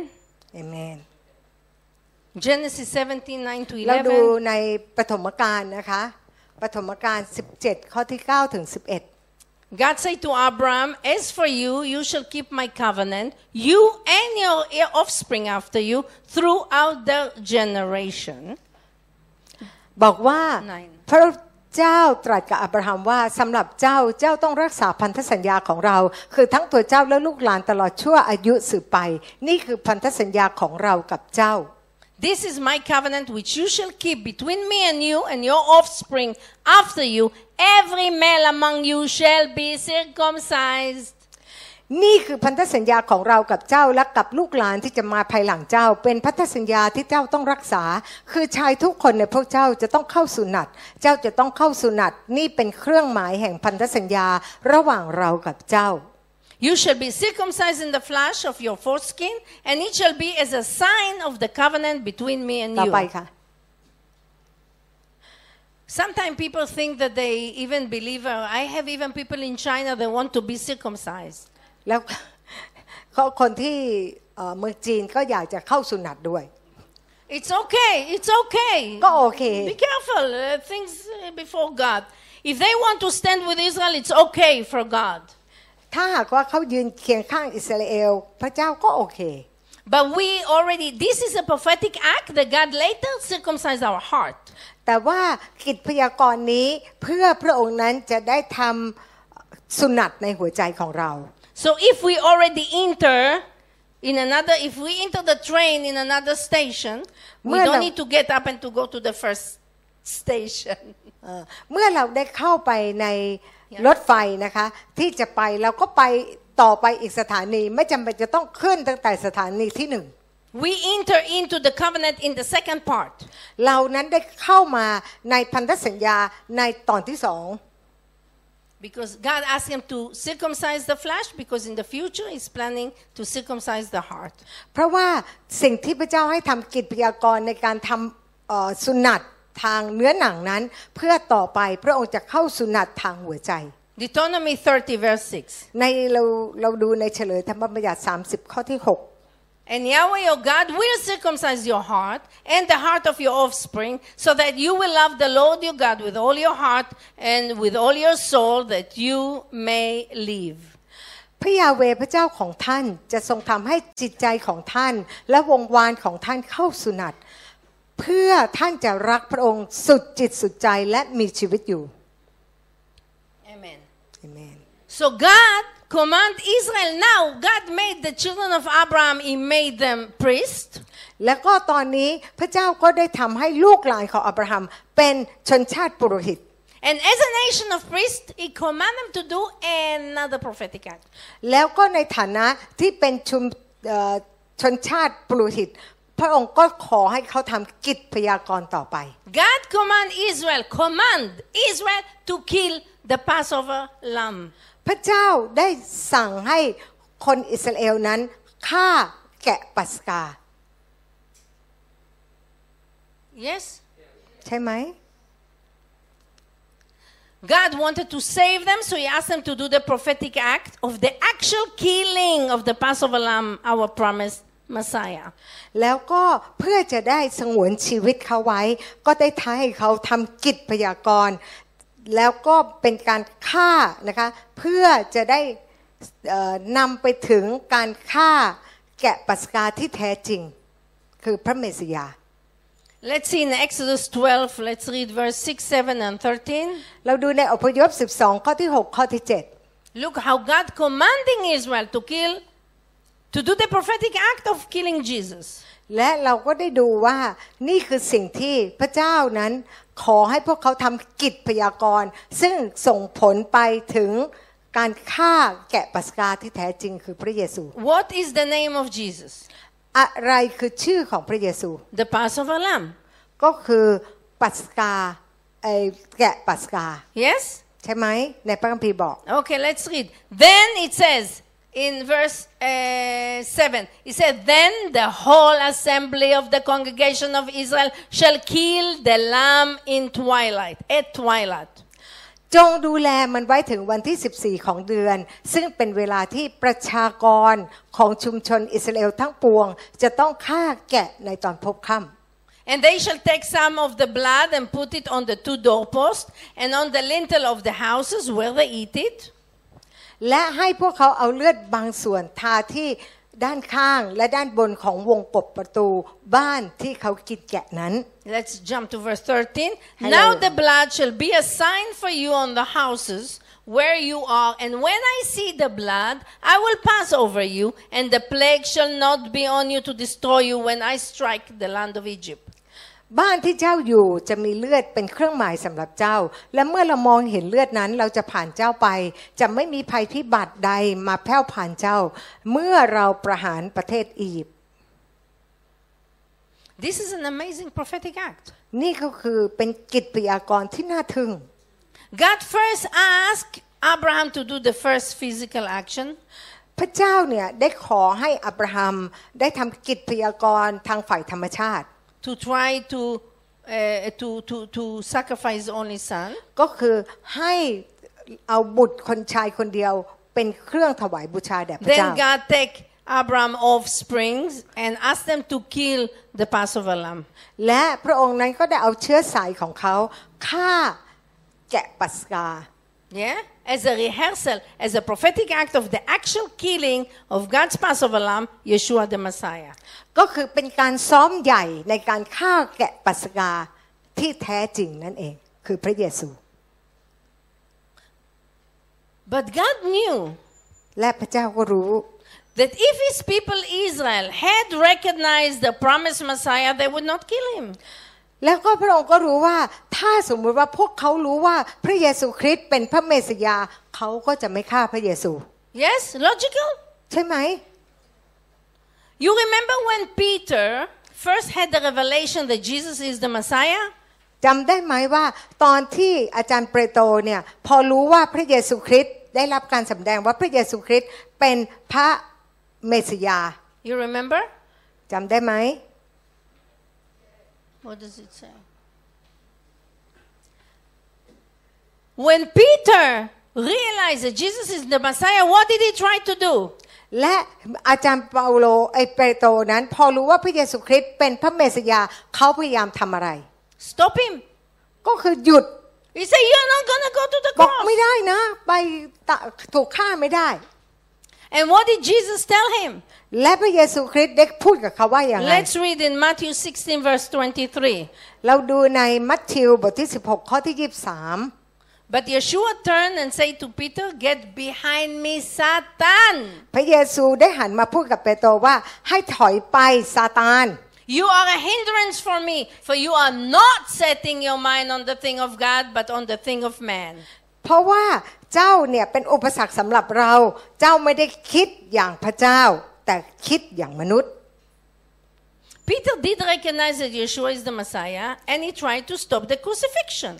Speaker 1: เอเมน
Speaker 3: Genesis 17, 9 to
Speaker 1: เราดู
Speaker 3: 11.
Speaker 1: ในปฐมกาลนะคะปฐมกาล17 ข้อที่ 9 ถึง 11
Speaker 3: God said to Abram, As for you, you shall keep my covenant, you and your offspring after you, throughout the generation.
Speaker 1: บอกว่า
Speaker 3: ไหน
Speaker 1: พระเจ้าตรัสกับอับราฮัมว่าสำหรับเจ้าเจ้าต้องรักษาพันธสัญญาของเรา คือทั้งตัวเจ้าและลูกหลานตลอดชั่วอายุสืบไป นี่คือพันธสัญญาของเรากับเจ้า
Speaker 3: This is my covenant which you shall keep between me and you and your offspring after you. Every male among you shall be circumcised.
Speaker 1: นี่คือพันธสัญญาของเรากับเจ้าและกับลูกหลานที่จะมาภายหลังเจ้า เป็นพันธสัญญาที่เจ้าต้องรักษา คือชายทุกคนในพวกเจ้าจะต้องเข้าสุนัตเจ้าจะต้องเข้าสุนัตนี่เป็นเครื่องหมายแห่งพันธสัญญาระหว่างเรากับเจ้า
Speaker 3: You shall be circumcised in the flesh of your foreskin, and it shall be as a sign of the covenant between me and
Speaker 1: ต่อ
Speaker 3: you.
Speaker 1: ไปค่ะ
Speaker 3: Sometimes people think that they even believe, uh, I have even people in China that want to be circumcised.
Speaker 1: แล้ว ก็คนที่เอ่อเมืองจีนก็อยากจะเข้าสุนัตด้วย
Speaker 3: It's okay, it's okay.
Speaker 1: ก็โอเค
Speaker 3: Be careful, uh, things uh, before God. If they want to stand with Israel, it's okay for God.
Speaker 1: ถ้าหากว่าเขายืนเคียงข้างอิสราเอล พระเจ้าก็โอเค
Speaker 3: But we already, this is a prophetic act that God later circumcised our heart.
Speaker 1: แต่ว่ากิจพยากรณ์นี้เพื่อพระองค์นั้นจะได้ทำสุนัตในหัวใจของเรา
Speaker 3: So if we already enter in another, if we enter the train in another station, we
Speaker 1: Well,
Speaker 3: don't
Speaker 1: now-
Speaker 3: need to get up and to go to the first station.
Speaker 1: เอ่อเมื่อเราได้เข้าไปในรถไฟนะคะ ที่จะไปเราก็ไปต่อไปอีกสถานีไม่จำเป็นจะต้องขึ้นตั้งแต่สถานีที่หนึ่ง
Speaker 3: We enter into the covenant in the second part.
Speaker 1: เรานั้นได้เข้ามาในพันธสัญญาในตอนที่สอง
Speaker 3: Because God asked him to circumcise the flesh, because in the future he's planning to circumcise the heart.
Speaker 1: เพราะว่าสิ่งที่พระเจ้าให้ทำกิจพยากรณ์ในการทำเอ่อสุนัตทางเนื้อหนังนั้น เพื่อต่อไปพระองค์จะเข้าสุนัตทางหัวใจ
Speaker 3: Deuteronomy 30, verse 6.
Speaker 1: ในเราเราดูในเฉลยธรรมบัญญัติ 30 ข้อที่ 6
Speaker 3: And Yahweh your God will circumcise your heart and the heart of your offspring, so that you will love the Lord your God with all your heart and with all your soul, that you may live.
Speaker 1: พระยาเวห์พระเจ้าของท่านจะทรงทำให้จิตใจของท่าน และวงวานของท่านเข้าสุนัตเพื่อท่านจะรักพระองค์สุดจิตสุดใจและมีชีวิตอยู่
Speaker 3: Amen.
Speaker 1: เอเมน
Speaker 3: So God command Israel now. God made the children of Abraham, He made them priests.
Speaker 1: แล้วก็ตอนนี้พระเจ้าก็ได้ทำให้ลูกหลานของอับราฮัม เป็นชนชาติปุโรหิต
Speaker 3: And as a nation of priests, He command them to do another prophetic act.
Speaker 1: แล้วก็ในฐานะที่เป็นชุมเอ่อชนชาติปุโรหิต พระองค์ก็ขอให้เขาทำกิจพยากรณ์ต่อไป
Speaker 3: God command Israel, command Israel to kill the Passover lamb.
Speaker 1: พระเจ้าได้สั่งให้คนอิสราเอลนั้นฆ่าแกะปัสกา
Speaker 3: Yes?
Speaker 1: ใช่ไหม
Speaker 3: God wanted to save them, so He asked them to do the prophetic act of the actual killing of the Passover lamb, our promised Messiah.
Speaker 1: แล้วก็เพื่อจะได้สงวนชีวิตเขาไว้ ก็ได้ท้าให้เขาทำกิจพยากรณ์ แล้วก็เป็นการฆ่านะคะเพื่อจะได้เอ่อนำไปถึงการฆ่าแกะปัสกาที่แท้จริง คือพระเมสสิยา
Speaker 3: Let's see in Exodus 12, let's read verse 6, 7, and 13.
Speaker 1: เราดูในอพยพ 12 ข้อที่ 6 ข้อที่ 7
Speaker 3: Look how God commanding Israel to kill, to do the prophetic act of killing Jesus.
Speaker 1: และเราก็ได้ดูว่านี่คือสิ่งที่พระเจ้านั้นขอให้พวกเขาทำกิจพยากรณ์ ซึ่งส่งผลไปถึงการฆ่าแกะปัสกาที่แท้จริงคือพระเยซู
Speaker 3: What is the name of Jesus?
Speaker 1: อะไรคือชื่อของพระเยซู
Speaker 3: The Passover lamb.
Speaker 1: ก็คือปัสกาไอ้แกะปัสกา
Speaker 3: Yes?
Speaker 1: ใช่ไหมในพระคัมภีร์บอก
Speaker 3: Okay, let's read. Then it says in verse uh, 7, it said, Then the whole assembly of the congregation of Israel shall kill the lamb in twilight, at twilight.
Speaker 1: จงดูแลมันไว้ถึงวันที่ 14 ของเดือน ซึ่งเป็นเวลาที่ประชากรของชุมชนอิสราเอลทั้งปวง จะต้องฆ่าแกะในตอนพบค่ำ
Speaker 3: And they shall take some of the blood and put it on the two doorposts and on the lintel of the houses where they eat it.
Speaker 1: และให้พวกเขาเอาเลือดบางส่วนทาที่ด้านข้างและด้านบนของวงกบประตูบ้านที่เขากินแกะนั้น
Speaker 3: Let's jump to verse 13.
Speaker 1: Hello.
Speaker 3: Now the blood shall be a sign for you on the houses where you are, and when I see the blood, I will pass over you, and the plague shall not be on you to destroy you when I strike the land of Egypt.
Speaker 1: บ้านที่เจ้าอยู่จะมีเลือดเป็นเครื่องหมายสำหรับเจ้า และเมื่อเรามองเห็นเลือดนั้นเราจะผ่านเจ้าไป จะไม่มีภัยพิบัติใดมาแผ่วผ่านเจ้า เมื่อเราประหารประเทศอียิปต์
Speaker 3: This is an amazing prophetic act.
Speaker 1: นี่ก็คือเป็นกิจปยากรที่น่าทึ่ง
Speaker 3: God first asked Abraham to do the first physical action.
Speaker 1: พระเจ้าเนี่ยได้ขอให้อับราฮัมได้ทำกิจพยากรณ์ทางฝ่ายธรรมชาติ
Speaker 3: to try to uh, to, to to sacrifice his only son
Speaker 1: ก็คือให้เอาบุตรคนชายคนเดียวเป็นเครื่องถวายบูชาแด่พระ
Speaker 3: then
Speaker 1: เจ้า
Speaker 3: god take abram offspring and ask them to kill the passover lamb
Speaker 1: และพระองค์นั้นก็ได้เอาเชื้อสายของเขาฆ่าแกะปัสกา
Speaker 3: yeah as a rehearsal as a prophetic act of the actual killing of god's passover lamb yeshua the messiah
Speaker 1: ก็คือเป็นการซ้อมใหญ่ในการฆ่าแกะปัสกาที่แท้จริงนั่นเอง คือพระเยซู
Speaker 3: but god knew
Speaker 1: และพระเจ้าก็รู้
Speaker 3: that if his people israel had recognized the promised messiah they would not kill him
Speaker 1: แล้วก็พระองค์ก็รู้ว่าถ้าสมมุติว่าพวกเขารู้ว่าพระเยซูคริสต์เป็นพระเมสสยาเขาก็จะไม่ฆ่าพระเยซู
Speaker 3: yes logical
Speaker 1: ใช่ไหม
Speaker 3: You remember when Peter first had the revelation that Jesus is the Messiah?
Speaker 1: จำได้ไหมว่า ตอนที่อาจารย์เปโตรเนี่ยพอรู้ว่าพระเยซูคริสต์ได้รับการสำแดงว่าพระเยซูคริสต์เป็นพระเมสสยา
Speaker 3: You remember?
Speaker 1: จำได้ไหม
Speaker 3: What does it say? When Peter realized that Jesus is the Messiah, what did he try to do?
Speaker 1: และอาจารย์เปาโลไอเปโตรนั้น พอรู้ว่าพระเยซูคริสต์เป็นพระเมสสยาเขาพยายามทำอะไร
Speaker 3: Stop him.
Speaker 1: ก็คือหยุด
Speaker 3: He said, You're not going to go to the
Speaker 1: บอกไม่
Speaker 3: cross.
Speaker 1: ได้นะ ไปตะถูกฆ่าไม่ได้
Speaker 3: And what did Jesus tell him?
Speaker 1: และพระเยซูคริสต์ได้พูดกับเขาว่าอย่างไร
Speaker 3: Let's read in Matthew 16, verse 23.
Speaker 1: เราดูในมัทธิวบทที่ 16 ข้อที่ 23
Speaker 3: But Yeshua turned and said to Peter, Get behind me, Satan.
Speaker 1: พระเยซูได้หันมาพูดกับเปโตรว่าให้ถอยไปซาตาน
Speaker 3: You are a hindrance for me, for you are not setting your mind on the thing of God, but on the thing of man.
Speaker 1: เพราะว่าเจ้าเนี่ยเป็นอุปสรรคสำหรับเรา เจ้าไม่ได้คิดอย่างพระเจ้า แต่คิดอย่างมนุษย์
Speaker 3: Peter did recognize that Yeshua is the Messiah, and he tried to stop the crucifixion.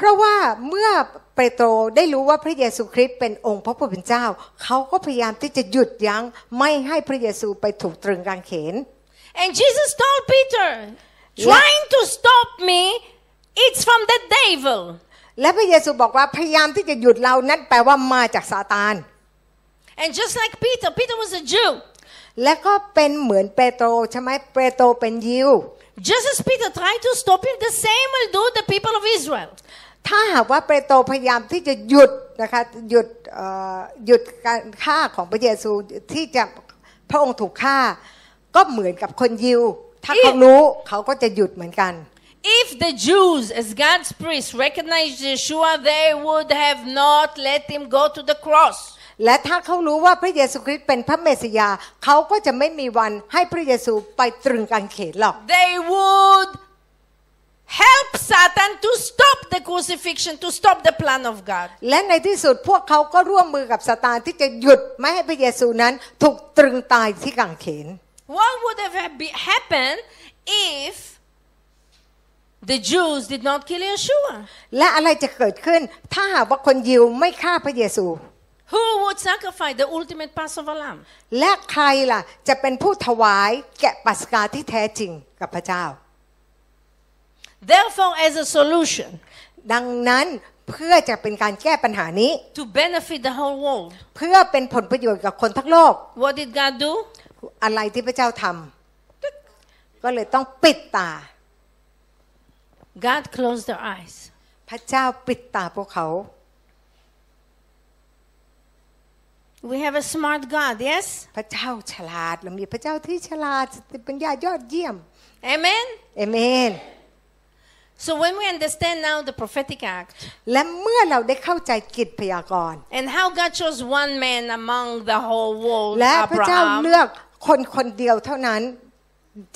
Speaker 1: เพราะว่าเมื่อเปโตรได้รู้ว่าพระเยซูคริสต์เป็นองค์พระผู้เป็นเจ้า เขาก็พยายามที่จะหยุดยั้งไม่ให้พระเยซูไปถูกตรึงกางเขน
Speaker 3: And Jesus told Peter, Trying to stop me, it's from the devil.
Speaker 1: และพระเยซูบอกว่าพยายามที่จะหยุดเรานั้นแปลว่ามาจากซาตาน
Speaker 3: And just like Peter, Peter was a Jew.
Speaker 1: และก็เป็นเหมือนเปโตรใช่ไหมเปโตรเป็นยิว
Speaker 3: Just as Peter tried to stop him, the same will do the people of Israel.
Speaker 1: ถ้าหากว่าเปโตรพยายามที่จะหยุดนะคะหยุดเอ่อหยุดการฆ่าของพระเยซูที่จะพระองค์ถูกฆ่า ก็เหมือนกับคนยิว ถ้าเขารู้เขาก็จะหยุดเหมือนกัน
Speaker 3: If the Jews, as God's priests, recognized Yeshua, they would have not let him go to the cross.
Speaker 1: และถ้าเขารู้ว่าพระเยซูคริสต์เป็นพระเมสสยาเขาก็จะไม่มีวันให้พระเยซูไปตรึงกางเขนหรอก
Speaker 3: They would help Satan to stop the crucifixion, to stop the plan of God.
Speaker 1: และในที่สุดพวกเขาก็ร่วมมือกับซาตานที่จะหยุดไม่ให้พระเยซูนั้นถูกตรึงตายที่กางเขน
Speaker 3: What would have be- happened if the Jews did not kill Yeshua?
Speaker 1: และอะไรจะเกิดขึ้น ถ้าหากว่าคนยิวไม่ฆ่าพระเยซู
Speaker 3: Who would sacrifice the ultimate Passover lamb?
Speaker 1: และใครล่ะจะเป็นผู้ถวายแกะปัสกาที่แท้จริงกับพระเจ้า
Speaker 3: Therefore, as a solution
Speaker 1: ดังนั้นเพื่อจะเป็นการแก้ปัญหานี้
Speaker 3: to benefit the whole world,
Speaker 1: เพื่อเป็นผลประโยชน์กับคนทั้งโลก
Speaker 3: what did God do?
Speaker 1: อะไรที่พระเจ้าทำก็เลยต้องปิดตา
Speaker 3: God closed their eyes.
Speaker 1: พระเจ้าปิดตาพวกเขา
Speaker 3: We have a smart God, yes?
Speaker 1: พระเจ้าฉลาดเรามีพระเจ้าที่ฉลาดสติปัญญายอดเยี่ยม
Speaker 3: Amen?
Speaker 1: เอเมน
Speaker 3: So when we understand now the prophetic act
Speaker 1: และเมื่อเราได้เข้าใจกิจพยากรณ์
Speaker 3: and how God chose one man among the whole world,
Speaker 1: และพระเจ้า
Speaker 3: Abraham,
Speaker 1: เลือกคนคนเดียวเท่านั้น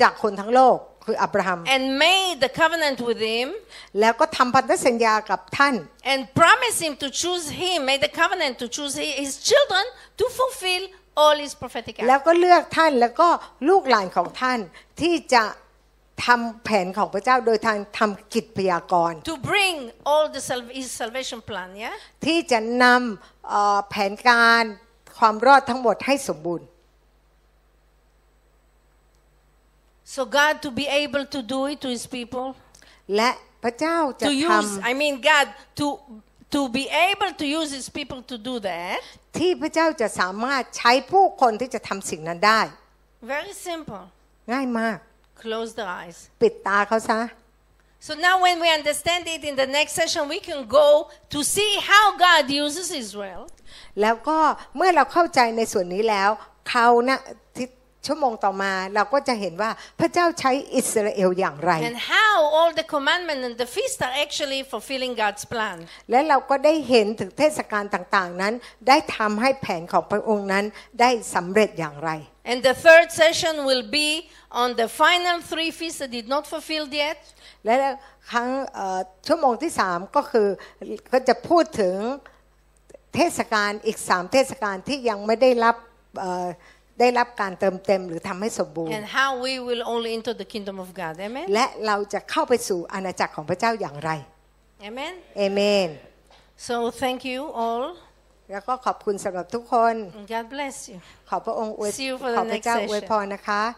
Speaker 1: จากคนทั้งโลกคืออับราฮัม
Speaker 3: and made the covenant with him
Speaker 1: แล้วก็ทำพันธสัญญากับท่าน
Speaker 3: and promised him to choose him, made the covenant to choose hi- his children to fulfill all his prophetic
Speaker 1: แล้ว
Speaker 3: acts.
Speaker 1: ก็เลือกท่านแล้วก็ลูกหลานของท่านที่จะทำแผนของพระเจ้าโดยทางทำกิจพยากรณ์
Speaker 3: To bring all the sal- his salvation plan, yeah?
Speaker 1: ที่จะนำเอ่อแผนการความรอดทั้งหมดให้สมบูรณ์
Speaker 3: So God to be able to do it to his people,
Speaker 1: และพระเจ้าจะ
Speaker 3: to
Speaker 1: ท
Speaker 3: use, I mean God to to be able to use his people to do that.
Speaker 1: ำที่พระเจ้าจะสามารถใช้ผู้คนที่จะทำสิ่งนั้นได้
Speaker 3: Very simple.
Speaker 1: ง่ายมาก
Speaker 3: Close the eyes.
Speaker 1: ปิดตาเขาซะ
Speaker 3: So now when we understand it in the next session we can go to see how God uses Israel
Speaker 1: แล้วก็เมื่อเราเข้าใจในส่วนนี้แล้วเขานะที่ชั่วโมงต่อมาเราก็จะเห็นว่าพระเจ้าใช้อิสราเอลอย่างไร
Speaker 3: and how all the commandments and the feast are actually fulfilling God's plan.
Speaker 1: และเราก็ได้เห็นถึงเทศกาลต่างๆนั้น ได้ทำให้แผนของพระองค์นั้นได้สำเร็จอย่างไร
Speaker 3: And the third session will be on the final three feasts that did not fulfill yet
Speaker 1: และครั้งเอ่อชั่วโมงที่ 3 ก็คือก็จะพูดถึงเทศกาลอีก 3 เทศกาลที่ยังไม่ได้รับเอ่อได้รับการเติมเต็มหรือทำให้สมบูรณ์
Speaker 3: and how we will all enter the kingdom of God. Amen.
Speaker 1: และเราจะเข้าไปสู่อาณาจักรของพระเจ้าอย่างไร
Speaker 3: Amen.
Speaker 1: เอเมน
Speaker 3: So thank you all
Speaker 1: แล้วก็ขอบคุณสำหรับทุกคน
Speaker 3: and God bless you.
Speaker 1: ขอพระองค์อวย
Speaker 3: See you for the
Speaker 1: ขอพระเจ้า
Speaker 3: next session.
Speaker 1: อวยพรนะคะ